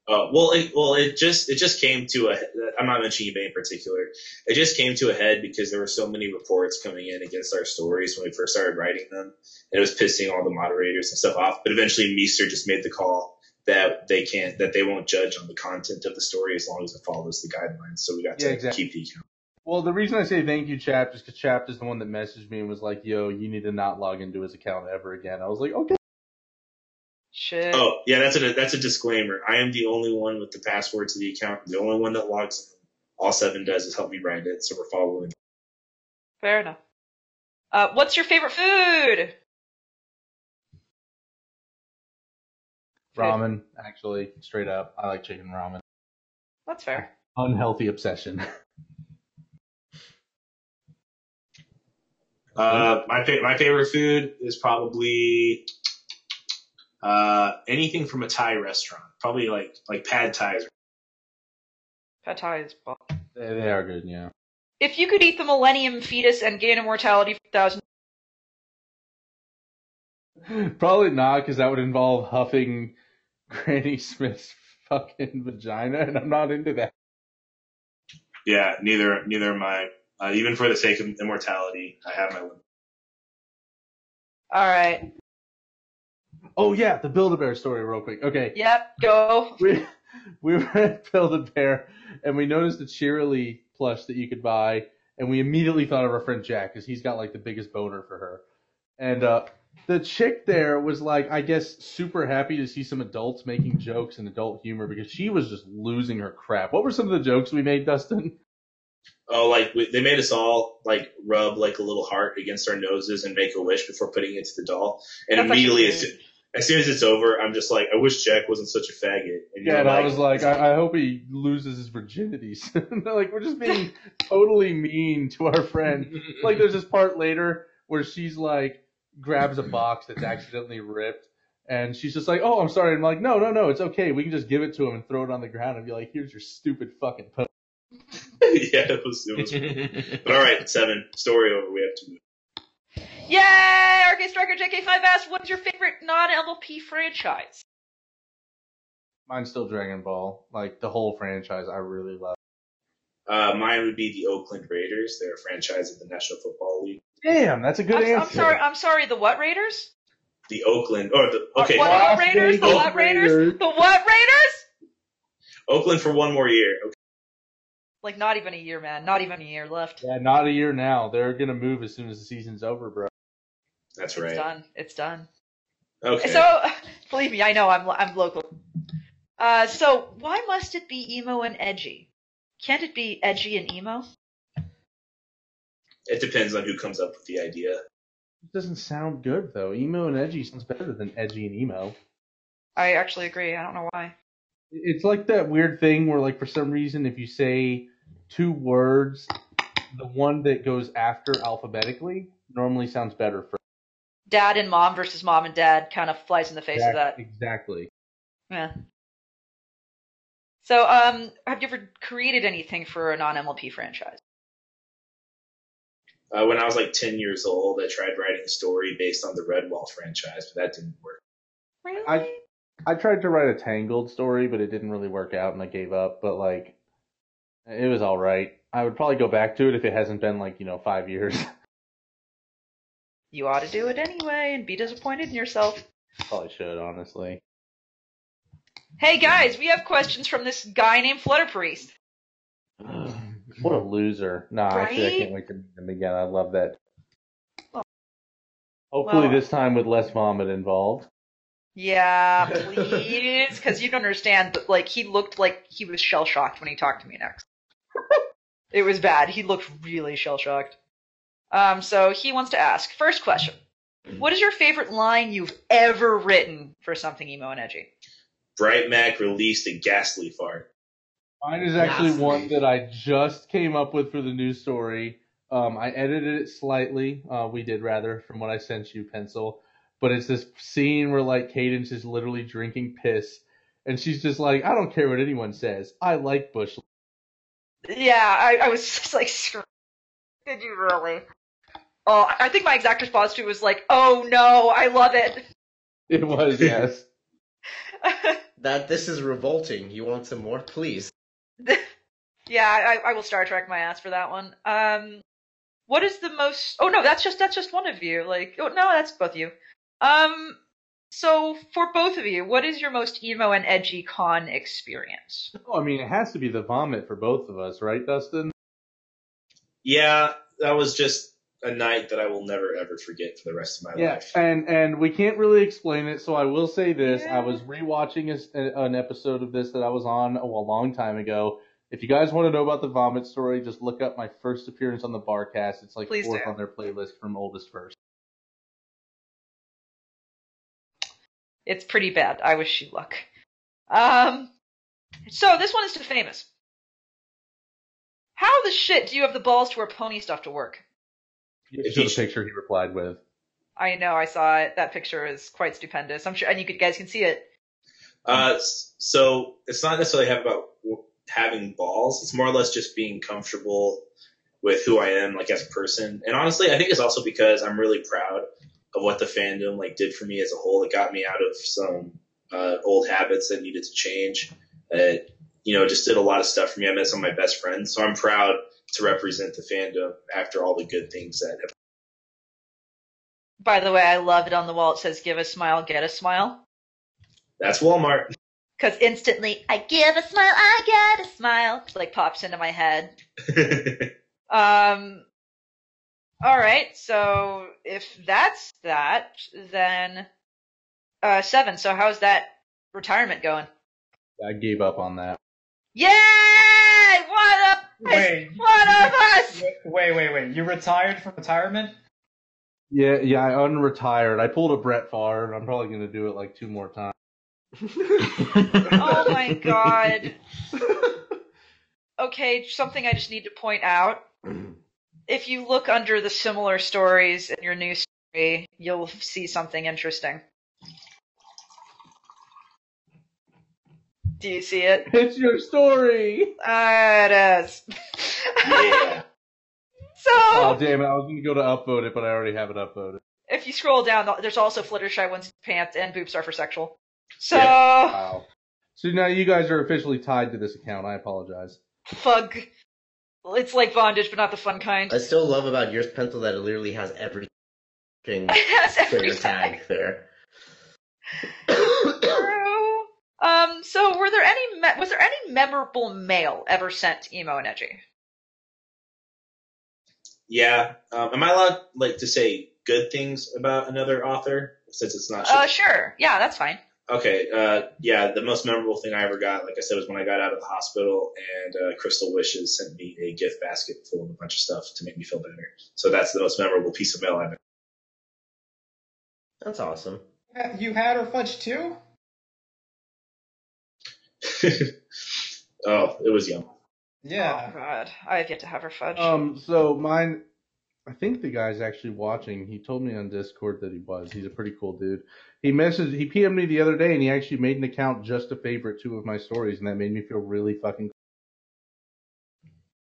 Uh, well, it, well, it just it just came to a. I'm not mentioning eBay in particular. It just came to a head because there were so many reports coming in against our stories when we first started writing them, and it was pissing all the moderators and stuff off. But eventually, Meester just made the call that they can't, that they won't judge on the content of the story as long as it follows the guidelines. So we got
Yeah,
to
exactly.
keep the account.
Well, the reason I say thank you, Chapped, is because Chapped is the one that messaged me and was like, "Yo, you need to not log into his account ever again." I was like, "Okay."
Shit.
Oh yeah, that's a that's a disclaimer. I am the only one with the password to the account. The only one that logs in. All seven does is help me write it, so we're following.
Fair enough. Uh, what's your favorite food?
Ramen, actually, straight up, I like chicken ramen.
That's fair.
Unhealthy obsession.
Uh, my fa- my favorite food is probably uh, anything from a Thai restaurant. Probably like like pad Thais.
Pad Thai is bomb.
they, they are good, yeah.
If you could eat the Millennium Fetus and gain immortality for a thousand,
Probably not, because that would involve huffing Granny Smith's fucking vagina, and I'm not into that.
Yeah, neither neither am I. Uh, even for the sake of immortality, I have my limit.
all right.
Oh yeah, the Build-A-Bear story, real quick. Okay.
Yep. Go.
we we were at Build a Bear and we noticed the Cheerily plush that you could buy, and we immediately thought of our friend Jack because he's got like the biggest boner for her. And uh, the chick there was like, I guess, super happy to see some adults making jokes and adult humor because she was just losing her crap. What were some of the jokes we made, Dustin?
Oh, like we, they made us all like rub like a little heart against our noses and make a wish before putting it to the doll. And
That's
immediately, as,
actually
soo- as soon as it's over, I'm just like, I wish Jack wasn't such a faggot. And you're
Yeah, and I was like, I, I hope he loses his virginity. soon." like, we're just being totally mean to our friend. Like, there's this part later where she's like, grabs a box that's accidentally ripped, and she's just like, "Oh, I'm sorry." I'm like, "No, no, no, it's okay. We can just give it to him and throw it on the ground and be like, here's your stupid fucking post."
yeah, it was. It was but all right, seven story over. We have to move.
Yay! RK Striker JK5 asked, "What's your favorite non-MLP franchise?"
Mine's still Dragon Ball. Like the whole franchise, I really love.
Uh, mine would be the Oakland Raiders. They're a franchise of the National Football League.
Damn, that's a good
I'm,
answer.
I'm sorry. I'm sorry. The what Raiders?
The Oakland, or the okay,
What
Las
Raiders? The
Vegas
what Raiders?
Raiders.
The what Raiders?
Oakland for one more year. Okay.
Like not even a year, man. Not even a year left.
Yeah, not a year now. They're gonna move as soon as the season's over, bro.
That's
it's
right.
done. It's done.
Okay.
So believe me, I know I'm I'm local. Uh, so why must it be emo and edgy? Can't it be edgy and emo?
It depends on who comes up with the idea.
It doesn't sound good though. Emo and edgy sounds better than edgy and emo.
I actually agree. I don't know why.
It's like that weird thing where, like, for some reason, if you say two words, the one that goes after alphabetically normally sounds better for.
Dad and mom versus mom and dad kind of flies in the face of that.
Exactly.
Yeah. So, um, have you ever created anything for a non-MLP franchise?
Uh, when I was like 10 years old, I tried writing a story based on the Redwall franchise, but that didn't work.
Really?
I- I tried to write a Tangled story, but it didn't really work out, and I gave up. But like, it was all right. I would probably go back to it if it hasn't been like you know five years.
You ought to do it anyway and be disappointed in yourself.
probably should honestly.
Hey guys, we have questions from this guy named Flutter Priest.
what a loser! Nah, actually, I can't wait to meet them again. I love that. Hopefully,
Well-
this time with less vomit involved.
Yeah, please, because you don't understand. But like, he looked like he was shell shocked when he talked to me next. it was bad. He looked really shell shocked. Um, so he wants to ask first question: What is your favorite line you've ever written for something emo and edgy?
Bright Mac released a ghastly fart.
Mine is actually
Nasty.
one that I just came up with for the news story. Um, I edited it slightly. Uh, we did rather from what I sent you, pencil. But it's this scene where like Cadence is literally drinking piss, and she's just like, "I don't care what anyone says. I like Bush."
Yeah, I, I was just like, screw- did you really? Oh, I- I think my exact response to it was like, oh no, I love it.
It was yes.
That this is revolting. You want some more, please?
yeah, I, I will Star Trek my ass for that one. Um, what is the most? Oh no, that's just that's just one of you. Like, oh no, that's both of you. Um, so for both of you, what is your most emo and edgy con experience?
Oh, I mean, it has to be the vomit for both of us, right, Dustin?
Yeah, that was just a night that I will never ever forget for the rest of my life.
and and we can't really explain it, so I will say this: I was rewatching a s- a, an episode of this that I was on a, a long time ago. If you guys want to know about the vomit story, just look up my first appearance on the Barcast. It's like
Please
fourth
do.
on their playlist from oldest first.
It's pretty bad. I wish you luck. Um, so this one is to famous. How the shit do you have the balls to wear pony stuff to work?
Here's
If you-
the picture he replied with.
I know, I saw it. That picture is quite stupendous. I'm sure, and you could, guys can see it.
Uh, s- so it's not necessarily have about w- having balls. It's more or less just being comfortable with who I am, like as a person. And honestly, I think it's also because I'm really proud of what the fandom like did for me as a whole. It got me out of some uh, old habits that needed to change. It you know just did a lot of stuff for me. I met some of my best friends, so I'm proud to represent the fandom after all the good things that have.
By the way, I love it on the wall. It says, give a smile, get a smile.
That's Walmart.
Cause instantly, I give a smile, I get a smile. Like pops into my head. Um, all right. So if that's that, then, uh, seven. So how's that retirement going?
I gave up on that.
Yay! One of us!
Wait,
One of us!
wait, wait, wait. You retired from retirement?
Yeah, yeah, I unretired. I pulled a Brett Favre, and I'm probably gonna do it like two more times.
Oh my god. Okay, something I just need to point out. If you look under the similar stories in your news story, you'll see something interesting. Do you see it?
It's your story.
Ah, it is.
yeah.
so,
Oh damn it! I was gonna go to upvote it, but I already have it upvoted.
if you scroll down, there's also Fluttershy one's pants and boobs are for sexual. So,
Wow. So now you guys are officially tied to this account. I apologize.
Fug. It's like bondage, but not the fun kind.
I still love about yours pencil that it literally has every fucking
That's every
trigger
time.
tag there.
True. Um, so were there any me- was there any memorable mail ever sent to Emo and Edgy?
Yeah. Um, am I allowed like to say good things about another author since it's not?
Uh, sure. Yeah, that's fine.
Okay, uh, yeah, the most memorable thing I ever got, like I said, was when I got out of the hospital and uh, Crystal Wishes sent me a gift basket full of a bunch of stuff to make me feel better. So that's the most memorable piece of mail I've ever.
That's awesome.
You had her fudge too?
oh, it was yum.
Yeah.
Oh God, I have yet to have her fudge.
Um, so mine, I think the guy's actually watching. He told me on Discord that he was. He's a pretty cool dude. He messaged, he PM'd me the other day, and he actually made an account just to favorite two of my stories, and that made me feel really fucking.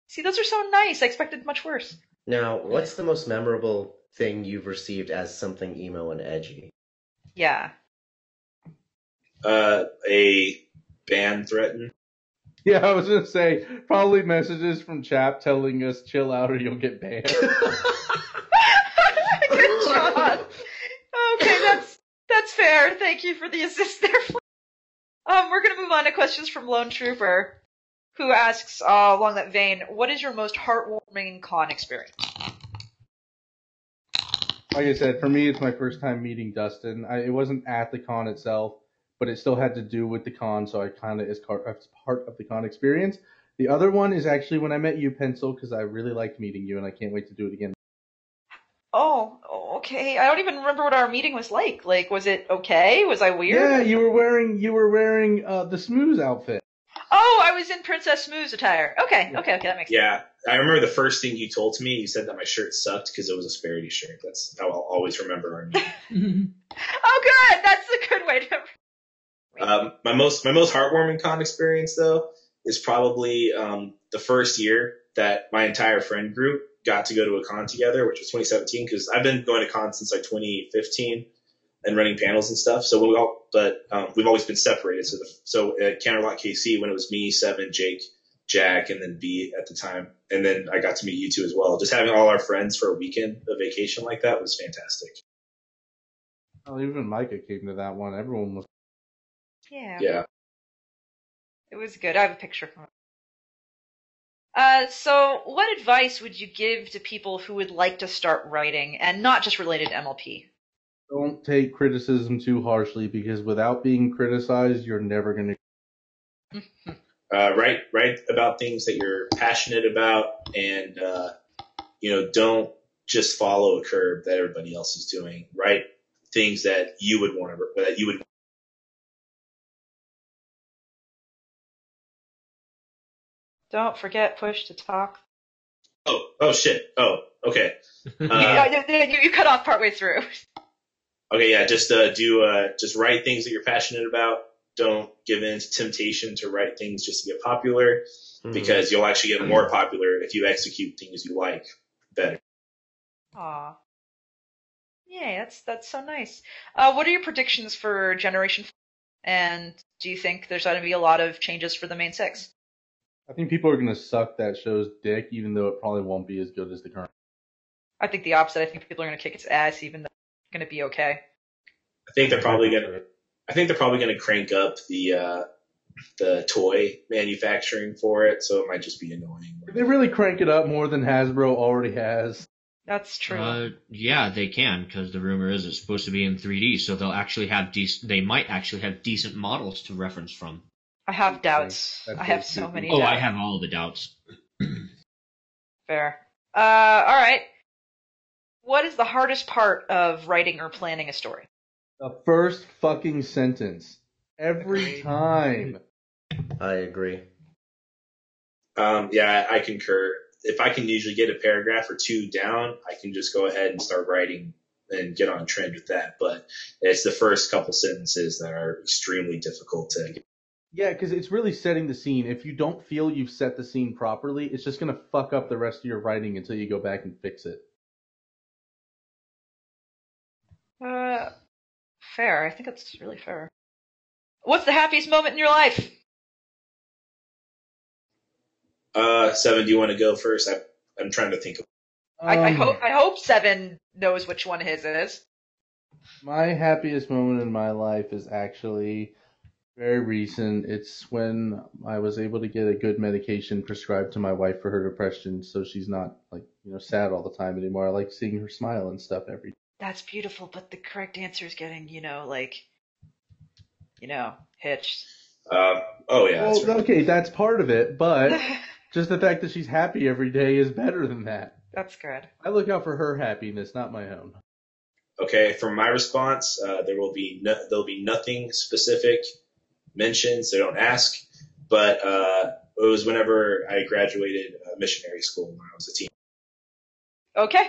See, those are so nice. I expected much worse.
Now, what's the most memorable thing you've received as something emo and edgy?
Yeah.
Uh, a ban threatened.
Yeah, I was gonna say probably messages from Chap telling us chill out or you'll get banned.
Good job. Okay, that's that's fair. Thank you for the assist there. Fl- Um, we're gonna move on to questions from Lone Trooper, who asks uh, along that vein, "What is your most heartwarming con experience?"
like I said, for me, it's my first time meeting Dustin. I, it wasn't at the con itself, but it still had to do with the con, so I kind of is car- it's part of the con experience. The other one is actually when I met you, Pencil, because I really liked meeting you, and I can't wait to do it again.
Oh, oh, okay. I don't even remember what our meeting was like. Like, was it okay? Was I weird?
Yeah, you were wearing you were wearing uh, the Smooze outfit.
Oh, I was in Princess Smooth's attire. Okay, okay, okay. That makes
Yeah, I remember the first thing you told me. You said that my shirt sucked because it was a Sparity shirt. That's how I'll always remember our meeting.
sense. Oh, good. That's a good way to.
Um, my most my most heartwarming con experience though is probably um, the first year that my entire friend group got to go to a con together, which was 2017. Because I've been going to cons since like 2015 and running panels and stuff. So we all, but um, we've always been separated. So the, so at Counterlock KC when it was me, Seven, Jake, Jack, and then B at the time, and then I got to meet you two as well. Just having all our friends for a weekend, a vacation like that was fantastic.
Oh, even Micah came to that one. Everyone was.
Yeah.
Yeah.
It was good. I have a picture from it. Uh, so, what advice would you give to people who would like to start writing and not just related to MLP?
Don't take criticism too harshly because without being criticized, you're never gonna.
uh, write write about things that you're passionate about, and uh, you know, don't just follow a curve that everybody else is doing. Write things that you would want to that you would.
Don't forget push to talk.
Oh, oh shit. Oh, okay. Uh,
Yeah, you, you- you cut off partway through.
okay, yeah. Just uh, do uh, just write things that you're passionate about. Don't give in to temptation to write things just to get popular,
Hmm.
because you'll actually get more popular if you execute things you like better.
Aw. Yeah, that's that's so nice. Uh, what are your predictions for Generation? F- And do you think there's going to be a lot of changes for the main six?
I think people are gonna suck that show's dick, even though it probably won't be as good as the current.
I think the opposite. I think people are going to kick its ass, even though it's going to be okay.
I think they're probably gonna. I think they're probably going to crank up the uh, the toy manufacturing for it, so it might just be annoying.
They really crank it up more than Hasbro already has.
That's true.
Uh, yeah, they can because the rumor is it's supposed to be in 3D, so they'll actually have dec- They might actually have decent models to reference from.
I have doubts.
That's
I have
really
so
stupid.
many.
Oh,
doubts.
I have all the doubts.
Fair. Uh, all right. What is the hardest part of writing or planning a story?
The first fucking sentence. Every
Agreed.
time.
I agree.
Um, yeah, I concur. If I can usually get a paragraph or two down, I can just go ahead and start writing and get on trend with that. But it's the first couple sentences that are extremely difficult to get.
Yeah, because it's really setting the scene. If you don't feel you've set the scene properly, it's just going to fuck up the rest of your writing until you go back and fix it.
Uh, fair. I think that's really fair. What's the happiest moment in your life?
Uh, seven. Do you want to go first? I, I'm trying to think. of
I, I
Um,
hope I hope Seven knows which one his is.
My happiest moment in my life is actually very recent. It's when I was able to get a good medication prescribed to my wife for her depression, so she's not like you know sad all the time anymore. I like seeing her smile and stuff every.
That's beautiful, but the correct answer is getting you know like, you know, hitched.
Um, oh yeah.
Well,
That's right.
okay, that's part of it, but
That's
just the fact that she's happy every day is better than that.
good.
I look out for her happiness, not my own.
Okay, for my response, uh, there will be no, there'll be nothing specific mentioned, so don't ask. But uh, it was whenever I graduated uh, missionary school when I was a teen.
Okay,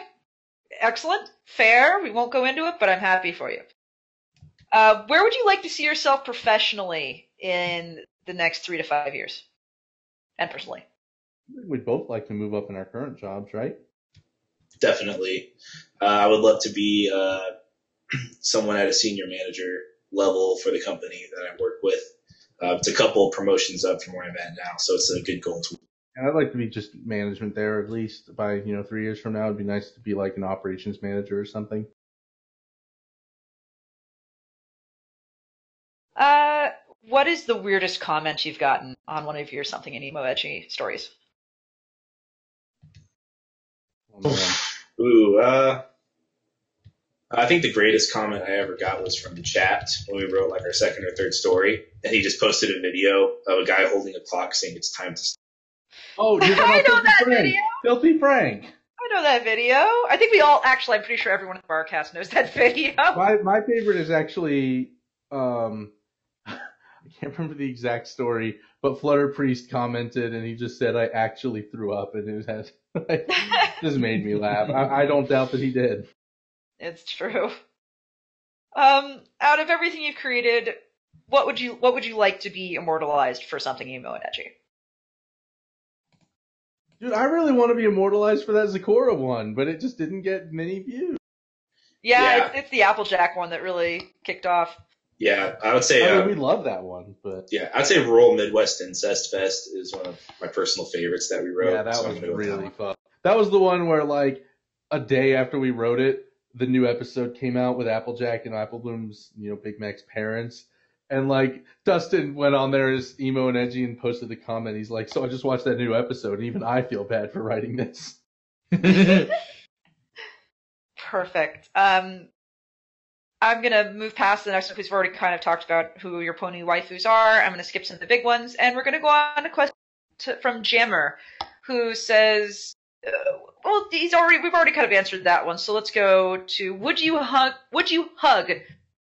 excellent, fair. We won't go into it, but I'm happy for you. Uh, where would you like to see yourself professionally in the next three to five years, and personally?
We'd both like to move up in our current jobs, right?
Definitely, uh, I would love to be uh, someone at a senior manager level for the company that I work with. Uh, it's a couple promotions up from where I'm at now, so it's a good goal to.
And I'd like to be just management there at least by, you know, three years from now. It'd be nice to be like an operations manager or something.
Uh, what is the weirdest comment you've gotten on one of your something in emo edgy stories?
Oh, man.
Ooh, uh, I think the greatest comment I ever got was from Chat when we wrote like our second or third story, and he just posted a video of a guy holding a clock saying it's time to. Stop.
oh you're
I
talking
know
about
that
Filthy Frank.
video.
Filthy Frank.
I know that video. I think we all actually. I'm pretty sure everyone in the barcast knows that video.
My my favorite is actually um I can't remember the exact story, but Flutter Priest commented and he just said I actually threw up and it had like, just made me laugh. I, I don't doubt that he did.
It's true. Um, out of everything you've created, what would you what would you like to be immortalized for something emo and edgy?
Dude, I really want to be immortalized for that Zakora one, but it just didn't get many views.
Yeah,
Yeah.
It's, it's the Applejack one that really kicked off.
Yeah, I would say.
I
Uh,
mean, we love that one, but
yeah, I'd say rural Midwest incest fest is one of my personal favorites that we wrote.
Yeah, that
so I'm
was
gonna go with that
really
one.
fun. That was the one where like a day after we wrote it, the new episode came out with Applejack and Applebloom's, you know, Big Mac's parents. And like Dustin went on there as emo and edgy and posted the comment. He's like, "So I just watched that new episode, and even I feel bad for writing this."
Perfect. Um, I'm gonna move past the next one because we've already kind of talked about who your pony waifus are. I'm gonna skip some of the big ones, and we're gonna go on a question to, from Jammer, who says, uh, "Well, he's already we've already kind of answered that one, so let's go to would you hug would you hug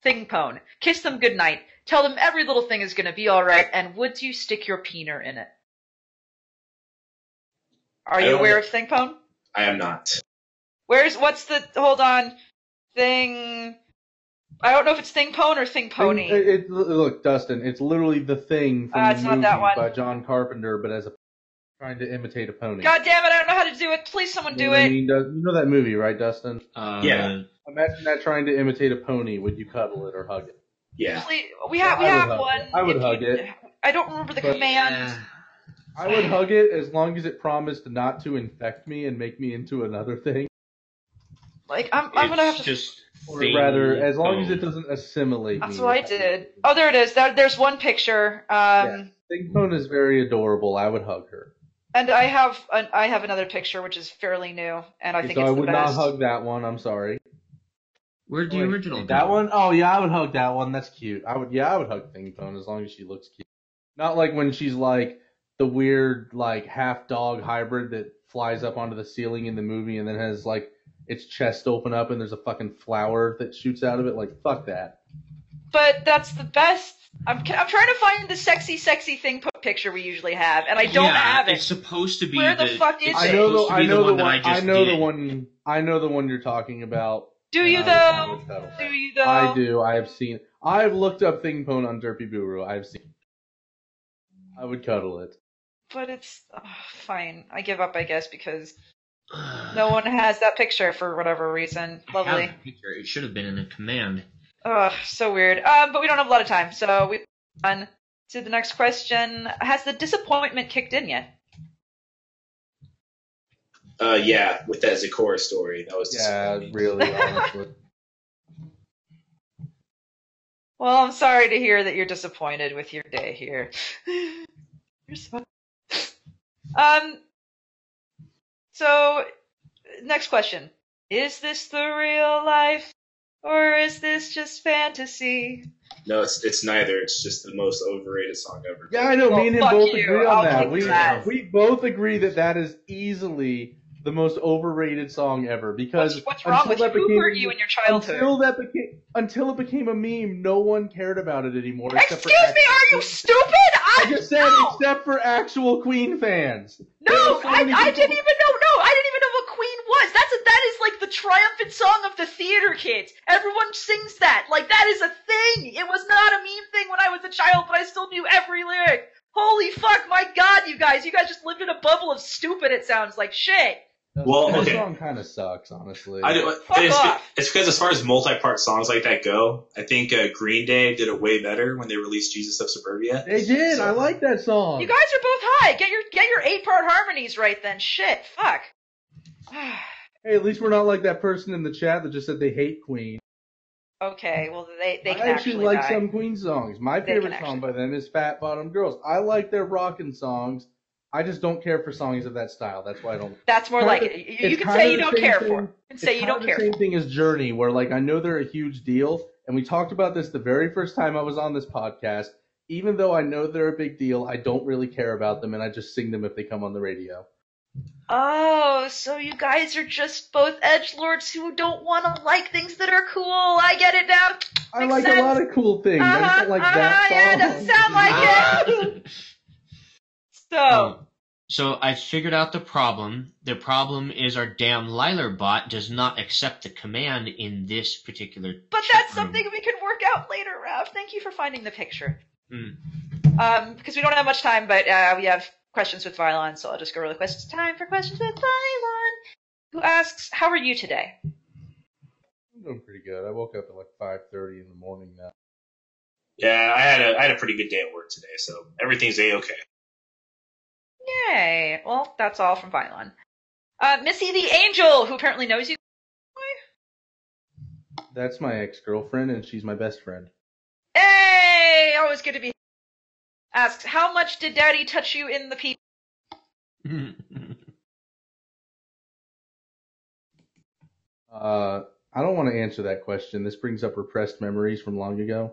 Thingpone, kiss them goodnight, tell them every little thing is gonna be all right, and would you stick your peener in it? Are
I
you
don't-
aware of Thingpone?
I am not.
Where's what's the hold on thing? I don't know if it's thing pone or thing pony.
It, it- look, Dustin, it's literally the thing from
Ah,
the
it's
movie
not that one.
by John Carpenter, but as a trying to imitate a pony.
God damn it! I don't know how to do it. Please, someone do
You know what I
it.
mean, Dustin? you know that movie, right, Dustin?
Uh,
Yeah.
Imagine that trying to imitate a pony. Would you cuddle it or hug it?
Yeah,
Please, we have we
I would
have
hug
one.
it. I would
If
hug
you-
it.
I don't remember the
But- uh,
command.
I would hug it as long as it promised not to infect me and make me into another thing.
Like I'm I'm gonna have
it's
to.
just
Or
thing
rather, as long as it
phone.
doesn't assimilate
That's
me.
what I did. Oh, there it is. There, there's one picture. Um,
Thingpone is very adorable. I would hug her.
and I have an, I have another picture which is fairly new, and I
so
think
I
it's the
would
best.
not hug that one. I'm sorry.
Where'd the
Wait,
original
That
go?
one? Oh yeah, I would hug that one. That's cute. I would. Yeah, I would hug Thingpone as long as she looks cute. Not like when she's like the weird like half dog hybrid that flies up onto the ceiling in the movie and then has like its chest open up and there's a fucking flower that shoots out of it. Like fuck that.
But that's the best. I'm I'm trying to find the sexy sexy thing po- picture we usually have, and I don't
yeah,
have it.
It's supposed to be.
Where the fuck is
it's
I
it?
know
supposed
the
to be
I know the
one,
one
that I
I
just
know the
did.
one I know the one you're talking about.
Do
and
you
I
though?
would- I would
Do
cuddle.
you though?
I do. I have seen. I've looked up Thingpone on Derpy Buru. I've seen. I would cuddle it.
But it's ugh, fine. I give up, I guess, because no one has that picture for whatever reason.
I have
Lovely.
the picture. It should have been in the command.
Ugh, so weird. Um, but we don't have a lot of time, so we on to the next question. Has the disappointment kicked in yet?
Uh, yeah, with that Zakora story, that was
Yeah,
disappointing.
really, honestly.
Well, I'm sorry to hear that you're disappointed with your day here. you're so. Um. So, next question: Is this the real life, or is this just fantasy?
No, it's it's neither. It's just the most overrated song ever.
Yeah, I know.
Well,
me and him
fuck
both
you.
agree on
I'll
that.
kick
We
your ass.
we both agree that that is easily the most overrated song ever because
What's, what's wrong
until
with
that
who
became-
hurt you in your childhood?
Until that became until it became a meme, no one cared about it anymore.
Excuse
except
me,
for actual-
are you stupid? I,
I just said
no,
except for actual Queen fans.
no,
there were so
I,
many
I
people-
didn't even know. No, I didn't even know what Queen was. That's a, that is like the triumphant song of the theater kids. Everyone sings that. Like that is a thing. It was not a meme thing when I was a child, but I still knew every lyric. Holy fuck, my god, you guys, you guys just lived in a bubble of stupid. It sounds like shit.
Well,
that
okay.
song kind of sucks, honestly.
I do, uh,
Fuck
it's,
off.
it's because as far as multi-part songs like that go, I think uh, Green Day did it way better when they released Jesus of Suburbia.
They did. I like that song.
You guys are both high. Get your get your eight part harmonies right then. Shit, fuck.
hey, at least we're not like that person in the chat that just said they hate Queen.
okay, well they they can
I actually,
actually,
like
die.
some Queen songs. My
They
favorite
can
song
actually-
by them is Fat Bottom Girls. I like their rockin' songs. I just don't care for songs of that style. That's why I don't.
That's more
Kinda-
like it. You, you
it's
can
kinda
say you
the
don't
same
care
thing-
for. it. You can say
it's
you
kinda
don't care
The
for.
same
it.
thing as Journey, where like I know they're a huge deal, and we talked about this the very first time I was on this podcast. Even though I know they're a big deal, I don't really care about them, and I just sing them if they come on the radio.
Oh, so you guys are just both edge lords who don't want to like things that are cool. I get it now.
I
Makes
like
sense.
a lot of cool things. I just
Uh-huh,
don't like
uh-huh,
that song.
yeah, it doesn't sound like it. So, Oh.
Um, so I figured out the problem. The problem is our damn Liler bot does not accept the command in this particular.
but
chat
that's
room.
something we can work out later, Ralph. Thank you for finding the picture.
Hmm.
Um, because we don't have much time, but uh, we have questions with Vylon, so I'll just go really quick. It's time for questions with Vylon, who asks, "How are you today?"
I'm doing pretty good. I woke up at like 5:30 in the morning now.
Yeah, I had a I had a pretty good day at work today, so everything's a okay.
Yay! Well, that's all from Vylon. Uh, Missy the Angel, who apparently knows you.
That's my ex-girlfriend, and she's my best friend.
Hey! Always good to be. Asks, how much did Daddy touch you in the pee?
Uh, I don't want to answer that question. This brings up repressed memories from long ago.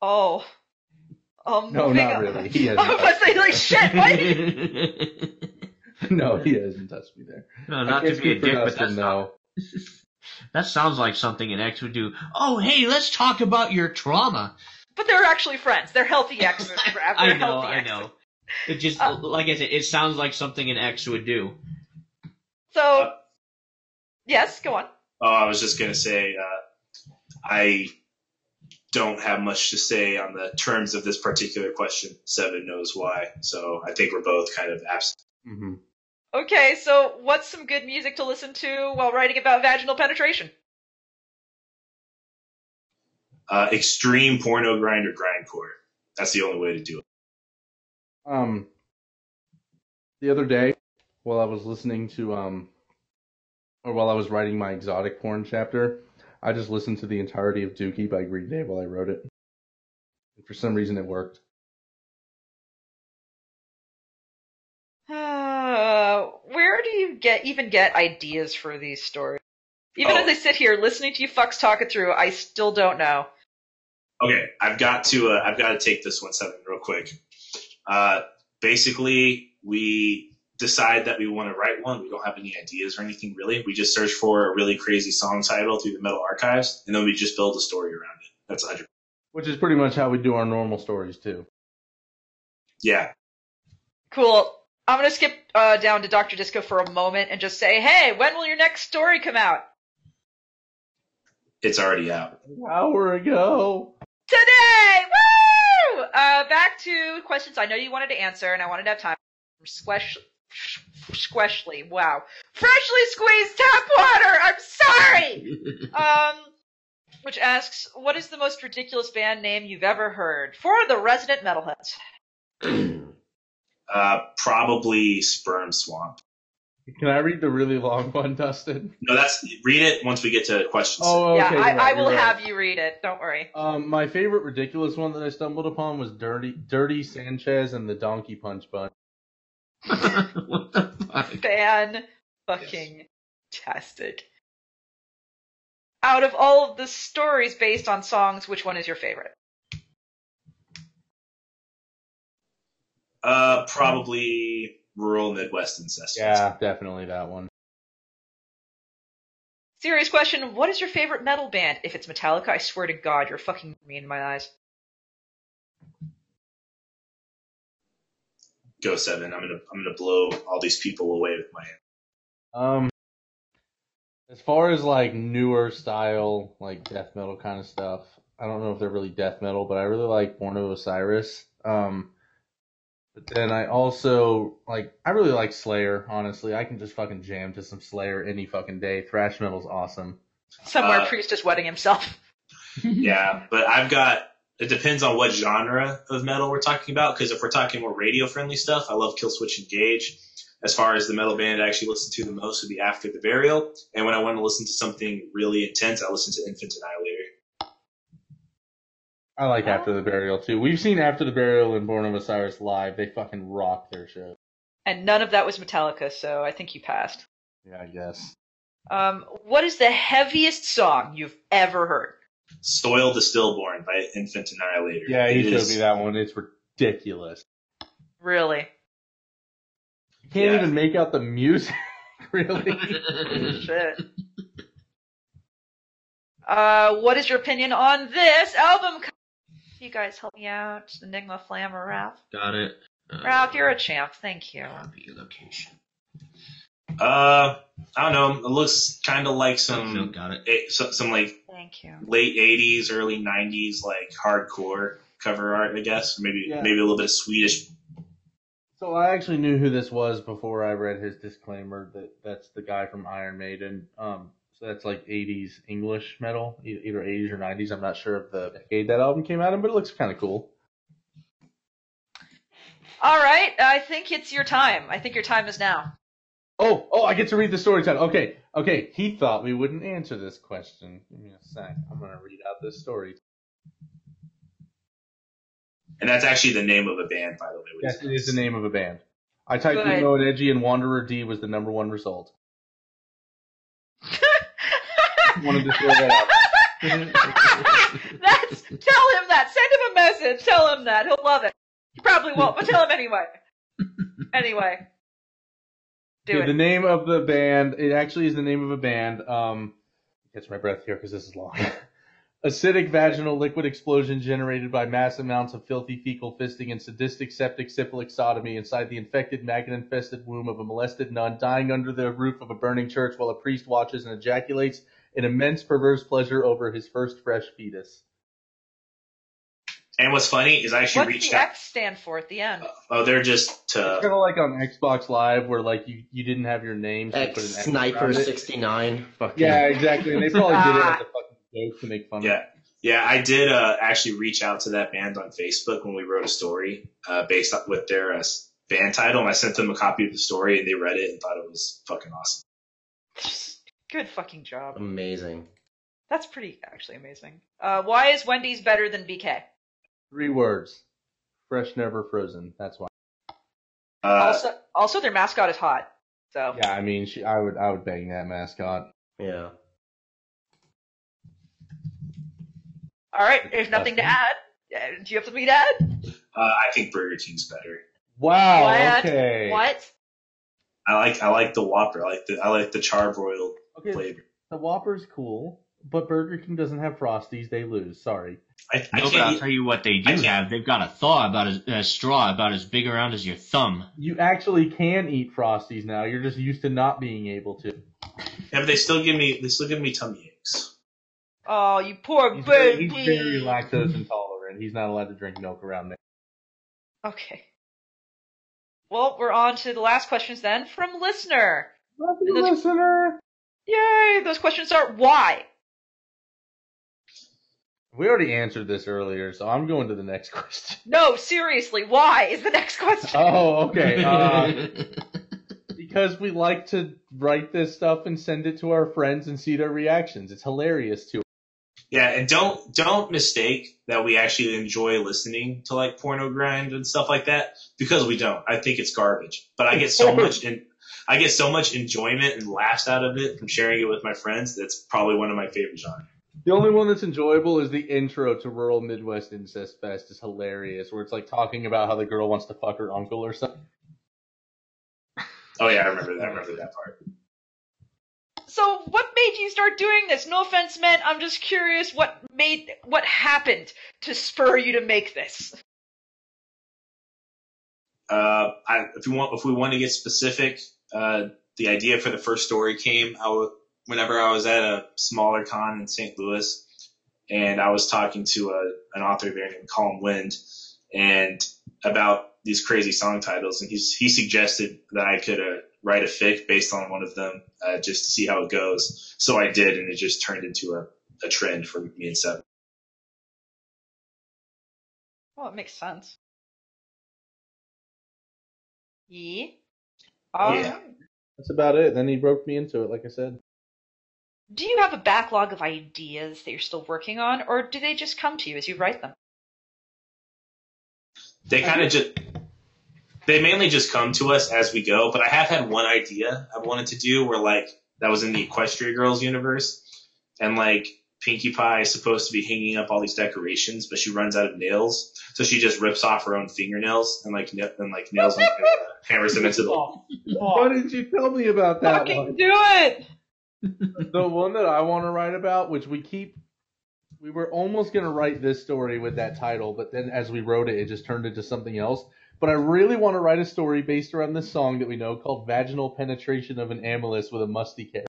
Oh. Um,
No,
moving
not
on.
really. He
I
hasn't
was
touched
like,
me.
like, shit, what?
no, he hasn't touched me there.
no,
I
not to
can't
be a
speak for
dick, but
Dustin,
that's not,
though.
that sounds like something an ex would do. Oh, hey, let's talk about your trauma.
But they're actually friends. They're healthy exes. Grab.
I
They're
know,
healthy
I
exes.
know. It just
Uh,
like I said, it sounds like something an ex would do.
So, yes, go on.
Oh, I was just gonna say, uh, I don't have much to say on the terms of this particular question. Seven knows why, so I think we're both kind of absent.
hmm
Okay, so what's some good music to listen to while writing about vaginal penetration?
Uh, extreme porno grind or grindcore. That's the only way to do it.
Um, the other day, while I was listening to um, or while I was writing my exotic porn chapter, I just listened to the entirety of Dookie by Green Day while I wrote it. And for some reason, it worked.
Uh, where do you get even get ideas for these stories? Even
Oh.
as I sit here listening to you fucks talk it through, I still don't know.
Okay, I've got to uh, I've got to take this one seven real quick. Uh, basically, we decide that we want to write one. We don't have any ideas or anything really. We just search for a really crazy song title through the metal archives, and then we just build a story around it. That's 100.
Which is pretty much how we do our normal stories too.
Yeah,
Cool. I'm gonna skip uh, down to Doctor Disco for a moment and just say, hey, when will your next story come out?
it's already out.
An hour ago.
Today! Woo! Uh, back to questions I know you wanted to answer and I wanted to have time. Squesh, squeshly, wow. Freshly squeezed tap water! I'm sorry! um, which asks, what is the most ridiculous band name you've ever heard? For the resident metalheads.
Uh, probably Sperm Swamp.
Can I read the really long one, Dustin?
No, that's read it once we get to questions.
Oh, okay.
yeah, I,
you're
I
right,
will
you're right.
have you read it. Don't worry.
Um, my favorite ridiculous one that I stumbled upon was Dirty Dirty Sanchez and the Donkey Punch Bunch.
what the fuck?
Fan fucking tastic. Out of all of the stories based on songs, which one is your favorite?
Uh, probably rural Midwest incestuous.
definitely that one.
Serious question, what is your favorite metal band? If it's Metallica, I swear to God, you're fucking mean in my eyes.
Go seven. I'm gonna I'm gonna blow all these people away with my
Um, as far as like newer style, like death metal kind of stuff, I don't know if they're really death metal, but I really like Born of Osiris. Um, but then I also like I really like Slayer. Honestly, I can just fucking jam to some Slayer any fucking day. Thrash metal's awesome.
Somewhere
Uh,
Priest is wedding himself.
Yeah, but I've got. It depends on what genre of metal we're talking about. Because if we're talking more radio-friendly stuff, I love Killswitch Engage. As far as the metal band I actually listen to the most would be After the Burial. And when I want to listen to something really intense, I listen to Infant Annihilator.
I like After the Burial too. We've seen After the Burial and Born of Osiris live. They fucking rock their show.
And none of that was Metallica, so I think you passed.
Yeah, I guess.
Um, what is the heaviest song you've ever heard?
Soil to Stillborn by Infant Annihilator.
Yeah, he
It
showed
is-
me that one. It's ridiculous.
Really?
Can't
Yeah.
even make out the music, really.
Shit. Uh, what is your opinion on this album? co- You guys help me out. Enigma Flammer, Ralph.
Got it. Uh,
Ralph, you're a champ. Thank you.
copy location.
Uh, I don't know. It looks kind of like
Phil
some,
got it.
it, some some like
Thank you.
late '80s, early '90s, like hardcore cover art, I guess. Maybe
Yeah.
maybe a little bit of Swedish
So I actually knew who this was before I read his disclaimer that that's the guy from Iron Maiden. Um, so that's like 80s English metal, e- either 80s or 90s. I'm not sure of the decade that album came out in, but it looks kind of cool.
All right, I think it's your time. I think your time is now.
Oh, oh, I get to read the story title. Okay, okay. He thought we wouldn't answer this question. Give me a sec. I'm gonna read out this story.
And that's actually the name of a band, by the way. which
Yes, it is the name of a band. I typed
Good.
Emo and Edgy, and Wanderer D was the number one result. Wanted to throw that out.
That's tell him that. Send him a message. Tell him that. He'll love it. He probably won't, but tell him anyway. Anyway. Do
Okay, The
it.
name of the band, it actually is the name of a band. Um, catch my breath here because this is long. Acidic vaginal liquid explosion generated by mass amounts of filthy fecal fisting and sadistic septic syphilic sodomy inside the infected maggot infested womb of a molested nun dying under the roof of a burning church while a priest watches and ejaculates in immense perverse pleasure over his first fresh fetus.
And what's funny is I actually
What's
reached
the
out.
X stand for at the end?
Oh, they're just
It's
uh,
kind of like on Xbox Live where like you, you didn't have your name. So you
X
put an X
Sniper
around it.
sixty nine. Fucking
Yeah, exactly. And they probably did it as a fucking joke to make fun of.
yeah, yeah. I did uh, actually reach out to that band on Facebook when we wrote a story uh, based up with their uh, s- band title, and I sent them a copy of the story, and they read it and thought it was fucking awesome.
Uh,
Good fucking job.
amazing.
That's pretty actually amazing. Uh, why is Wendy's better than BK?
Three words. Fresh, never frozen. That's why.
Uh,
also, also their mascot is hot. So
Yeah, I mean, she, I would, I would bang that mascot.
Yeah.
all right, there's nothing to add. Uh, Do you have something to add?
uh, I think Burger King's better.
Wow.
What?
Okay.
What?
I like I like the Whopper. I like the I like the charbroiled
Hmm.
Okay.
flavor.
The Whopper's cool, but Burger King doesn't have Frosties. They lose. Sorry.
I, I
No, but I'll
can't.
tell you what they
I
do
can't-
have. They've got a thaw about as a straw about as big around as your thumb.
You actually can eat Frosties now. You're just used to not being able to.
Yeah, but they still give me they still give me tummy aches.
Oh, you poor
He's very,
baby.
he's very lactose intolerant. He's not allowed to drink milk around me.
Okay. Well, we're on to the last questions then from listener. Another-
listener.
Yay! Those questions are why.
We already answered this earlier, so I'm going to the next question. Uh.
No, seriously, why is the next question?
Oh, okay. Uh, because we like to write this stuff and send it to our friends and see their reactions. It's hilarious to
Yeah, and don't don't mistake that we actually enjoy listening to like porno grind and stuff like that because we don't. I think it's garbage, but I get so much in, I get so much enjoyment and laughs out of it from sharing it with my friends. That's probably one of my favorite genres.
The only one that's enjoyable is the intro to Rural Midwest Incest Fest is hilarious, where it's like talking about how the girl wants to fuck her uncle or something.
Oh yeah, I remember that. I remember that part.
So what made you start doing this? No offense meant. I'm just curious what made what happened to spur you to make this.
Uh, I, if you want, if we want to get specific, uh, the idea for the first story came out whenever I was at a smaller con in St. Louis, and I was talking to a, an author there named Colin Wind, and about these crazy song titles, and he's, he suggested that I could uh, write a fic based on one of them uh, just to see how it goes. So I did, and it just turned into a, a trend for me and Seth.
Well, it makes sense. Yeah.
Yeah.
Alright.
That's about it. Then he roped me into it, like I said.
Do you have a backlog of ideas that you're still working on, or do they just come to you as you write them?
They kind of just they mainly just come to us as we go. But I have had one idea I wanted to do where like that was in the Equestria Girls universe, and like Pinkie Pie is supposed to be hanging up all these decorations, but she runs out of nails, so she just rips off her own fingernails and like n- and like nails them and uh, hammers them into the.
Off. Off.
Why didn't you tell me about that
Fucking
one?
do it!
the one that I want to write about, which we keep, we were almost going to write this story with that title, but then as we wrote it, it just turned into something else. But I really want to write a story based around this song that we know called Vaginal Penetration of an Amylus with a Musty Carrot.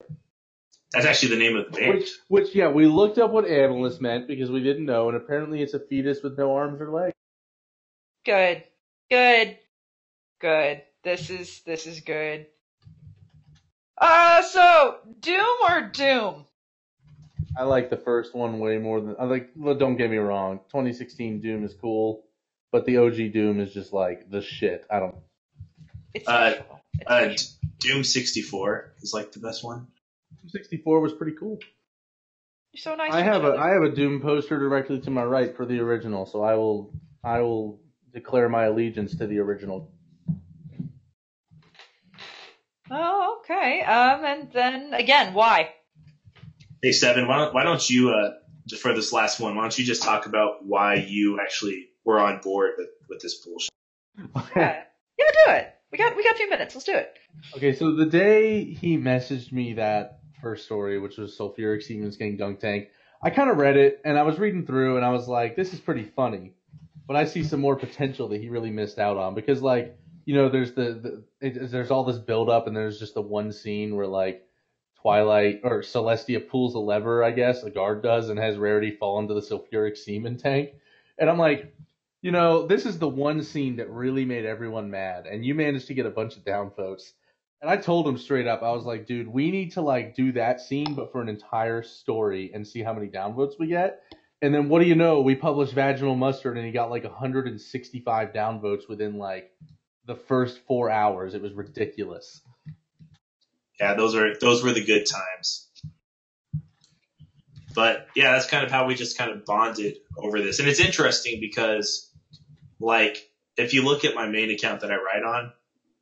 That's actually the name of the band.
Which, which, yeah, we looked up what amylus meant because we didn't know, and apparently it's a fetus with no arms or legs.
Good. Good. Good. This is this is good. Uh so Doom or Doom?
I like the first one way more than I like. well, Don't get me wrong, 2016 Doom is cool, but the OG Doom is just like the shit. I don't.
It's
Uh,
special. It's
Uh,
special.
Doom sixty four is like the best one.
64 was pretty cool.
You're so nice.
I
to
have
each
a
other.
I have a Doom poster directly to my right for the original, so I will I will declare my allegiance to the original.
Oh, okay. Um and then again, why?
Hey Seven, why don't why don't you uh just for this last one, why don't you just talk about why you actually were on board with, with this bullshit?
yeah, Yeah, do it. We got we got a few minutes. Let's do it.
Okay, so the day he messaged me that first story, which was Sulfuric Siemens Gang Dunk Tank, I kind of read it and I was reading through and I was like, this is pretty funny, but I see some more potential that he really missed out on because like you know there's the, the it, there's all this build up and there's just the one scene where like Twilight or Celestia pulls a lever, I guess a guard does, and has Rarity fall into the Sulfuric Semen tank, and I'm like. You know, this is the one scene that really made everyone mad, and you managed to get a bunch of downvotes. And I told him straight up, I was like, dude, we need to like do that scene, but for an entire story and see how many downvotes we get. And then what do you know? We published Vaginal Mustard and he got like 165 downvotes within like the first four hours. It was ridiculous.
Yeah, those are those were the good times. But yeah, that's kind of how we just kind of bonded over this. And it's interesting because like if you look at my main account that I write on,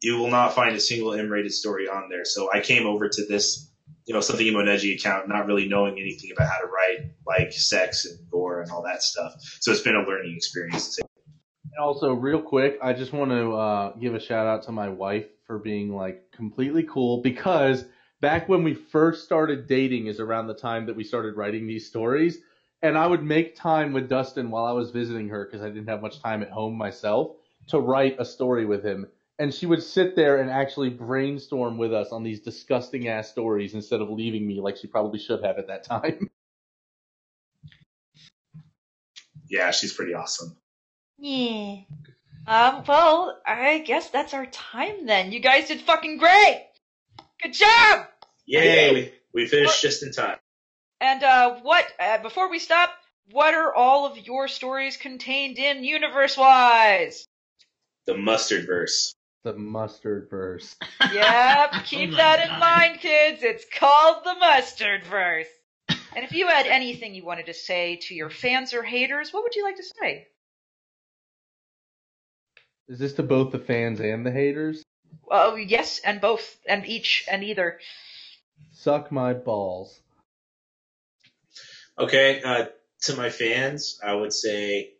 you will not find a single M rated story on there. So I came over to this, you know, something emoji account, not really knowing anything about how to write like sex and gore and all that stuff. So it's been a learning experience.
And also, real quick, I just want to uh, give a shout out to my wife for being like completely cool because back when we first started dating is around the time that we started writing these stories. And I would make time with Dustin while I was visiting her because I didn't have much time at home myself to write a story with him. And she would sit there and actually brainstorm with us on these disgusting ass stories instead of leaving me like she probably should have at that time.
Yeah, she's pretty awesome.
Yeah. Um, well, I guess that's our time then. You guys did fucking great. Good job.
Yay, we, we finished just in time.
And uh, what? Uh, before we stop, what are all of your stories contained in universe-wise?
The mustard verse.
the mustard verse.
Yep, keep
Oh my
that in
God.
mind, kids. It's called the mustard verse. And if you had anything you wanted to say to your fans or haters, what would you like to say?
Is this to both the fans and the haters?
Oh, yes, and both, and each, and either.
Suck my balls.
Okay, uh, to my fans, I would say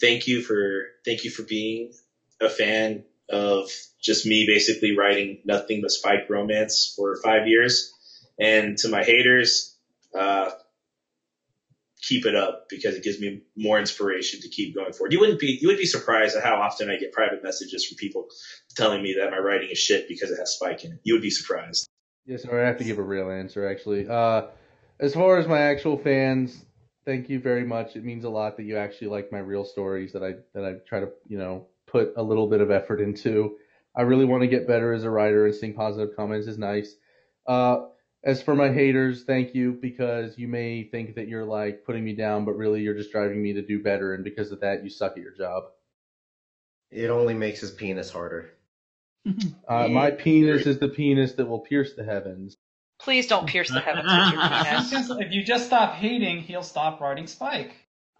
thank you for thank you for being a fan of just me basically writing nothing but spike romance for five years. And to my haters, uh, keep it up because it gives me more inspiration to keep going forward. You wouldn't be you would be surprised at how often I get private messages from people telling me that my writing is shit because it has spike in it. You would be surprised.
Yes, or I have to give a real answer actually. Uh, as far as my actual fans, thank you very much. It means a lot that you actually like my real stories that I that I try to you know put a little bit of effort into. I really want to get better as a writer, and seeing positive comments is nice. Uh, as for my haters, thank you because you may think that you're like putting me down, but really you're just driving me to do better, and because of that, you suck at your job.
It only makes his penis harder.
Uh, my penis is the penis that will pierce the heavens.
Please don't pierce the heavens with your penis.
Since if you just stop hating, he'll stop writing Spike.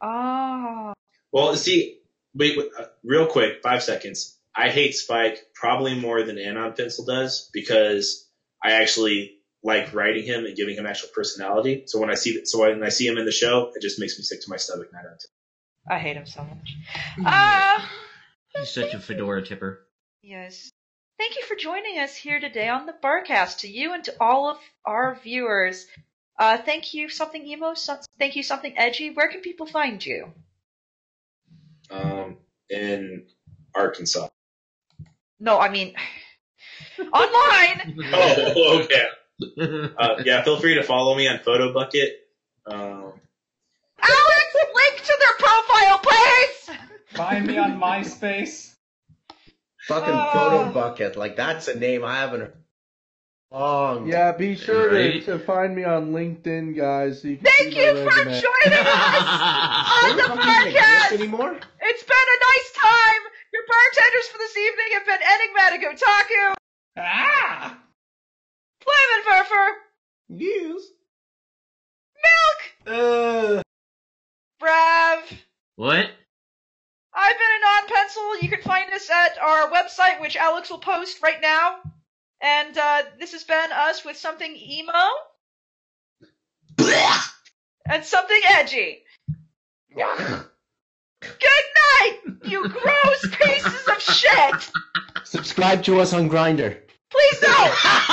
Ah.
Well, see, wait, wait, uh, real quick, five seconds. I hate Spike probably more than Anon Pencil does because I actually like writing him and giving him actual personality. So when I see so when I see him in the show, it just makes me sick to my stomach. Not out of
I hate him so much. Uh,
He's such a fedora tipper.
Yes. Thank you for joining us here today on the Barcast. To you and to all of our viewers, uh, thank you, something emo. Some, thank you, something edgy. Where can people find you?
um, in Arkansas.
No, I mean, online.
Oh, okay. Uh, yeah, feel free to follow me on Photo Bucket. Um,
Alex, link to their profile, please.
Find me on MySpace.
Fucking
Oh.
photo bucket, like that's a name I haven't heard. in a Long.
Yeah, be sure to,
Right.
to find me on LinkedIn, guys. So you can
Thank
see my
you for
resume.
joining us on
Does
the
it fucking exist
podcast.
anymore?
It's been a nice time. Your bartenders for this evening have been Enigmatic Otaku,
Ah!
Flamin' Furfur,
Yes.
Milk,
Uh,
Brav.
what?
I've been a non-pencil. You can find us at our website, which Alex will post right now. And uh, this has been us with something emo and something edgy. Good night, you gross pieces of shit.
subscribe to us on Grinder.
Please don't.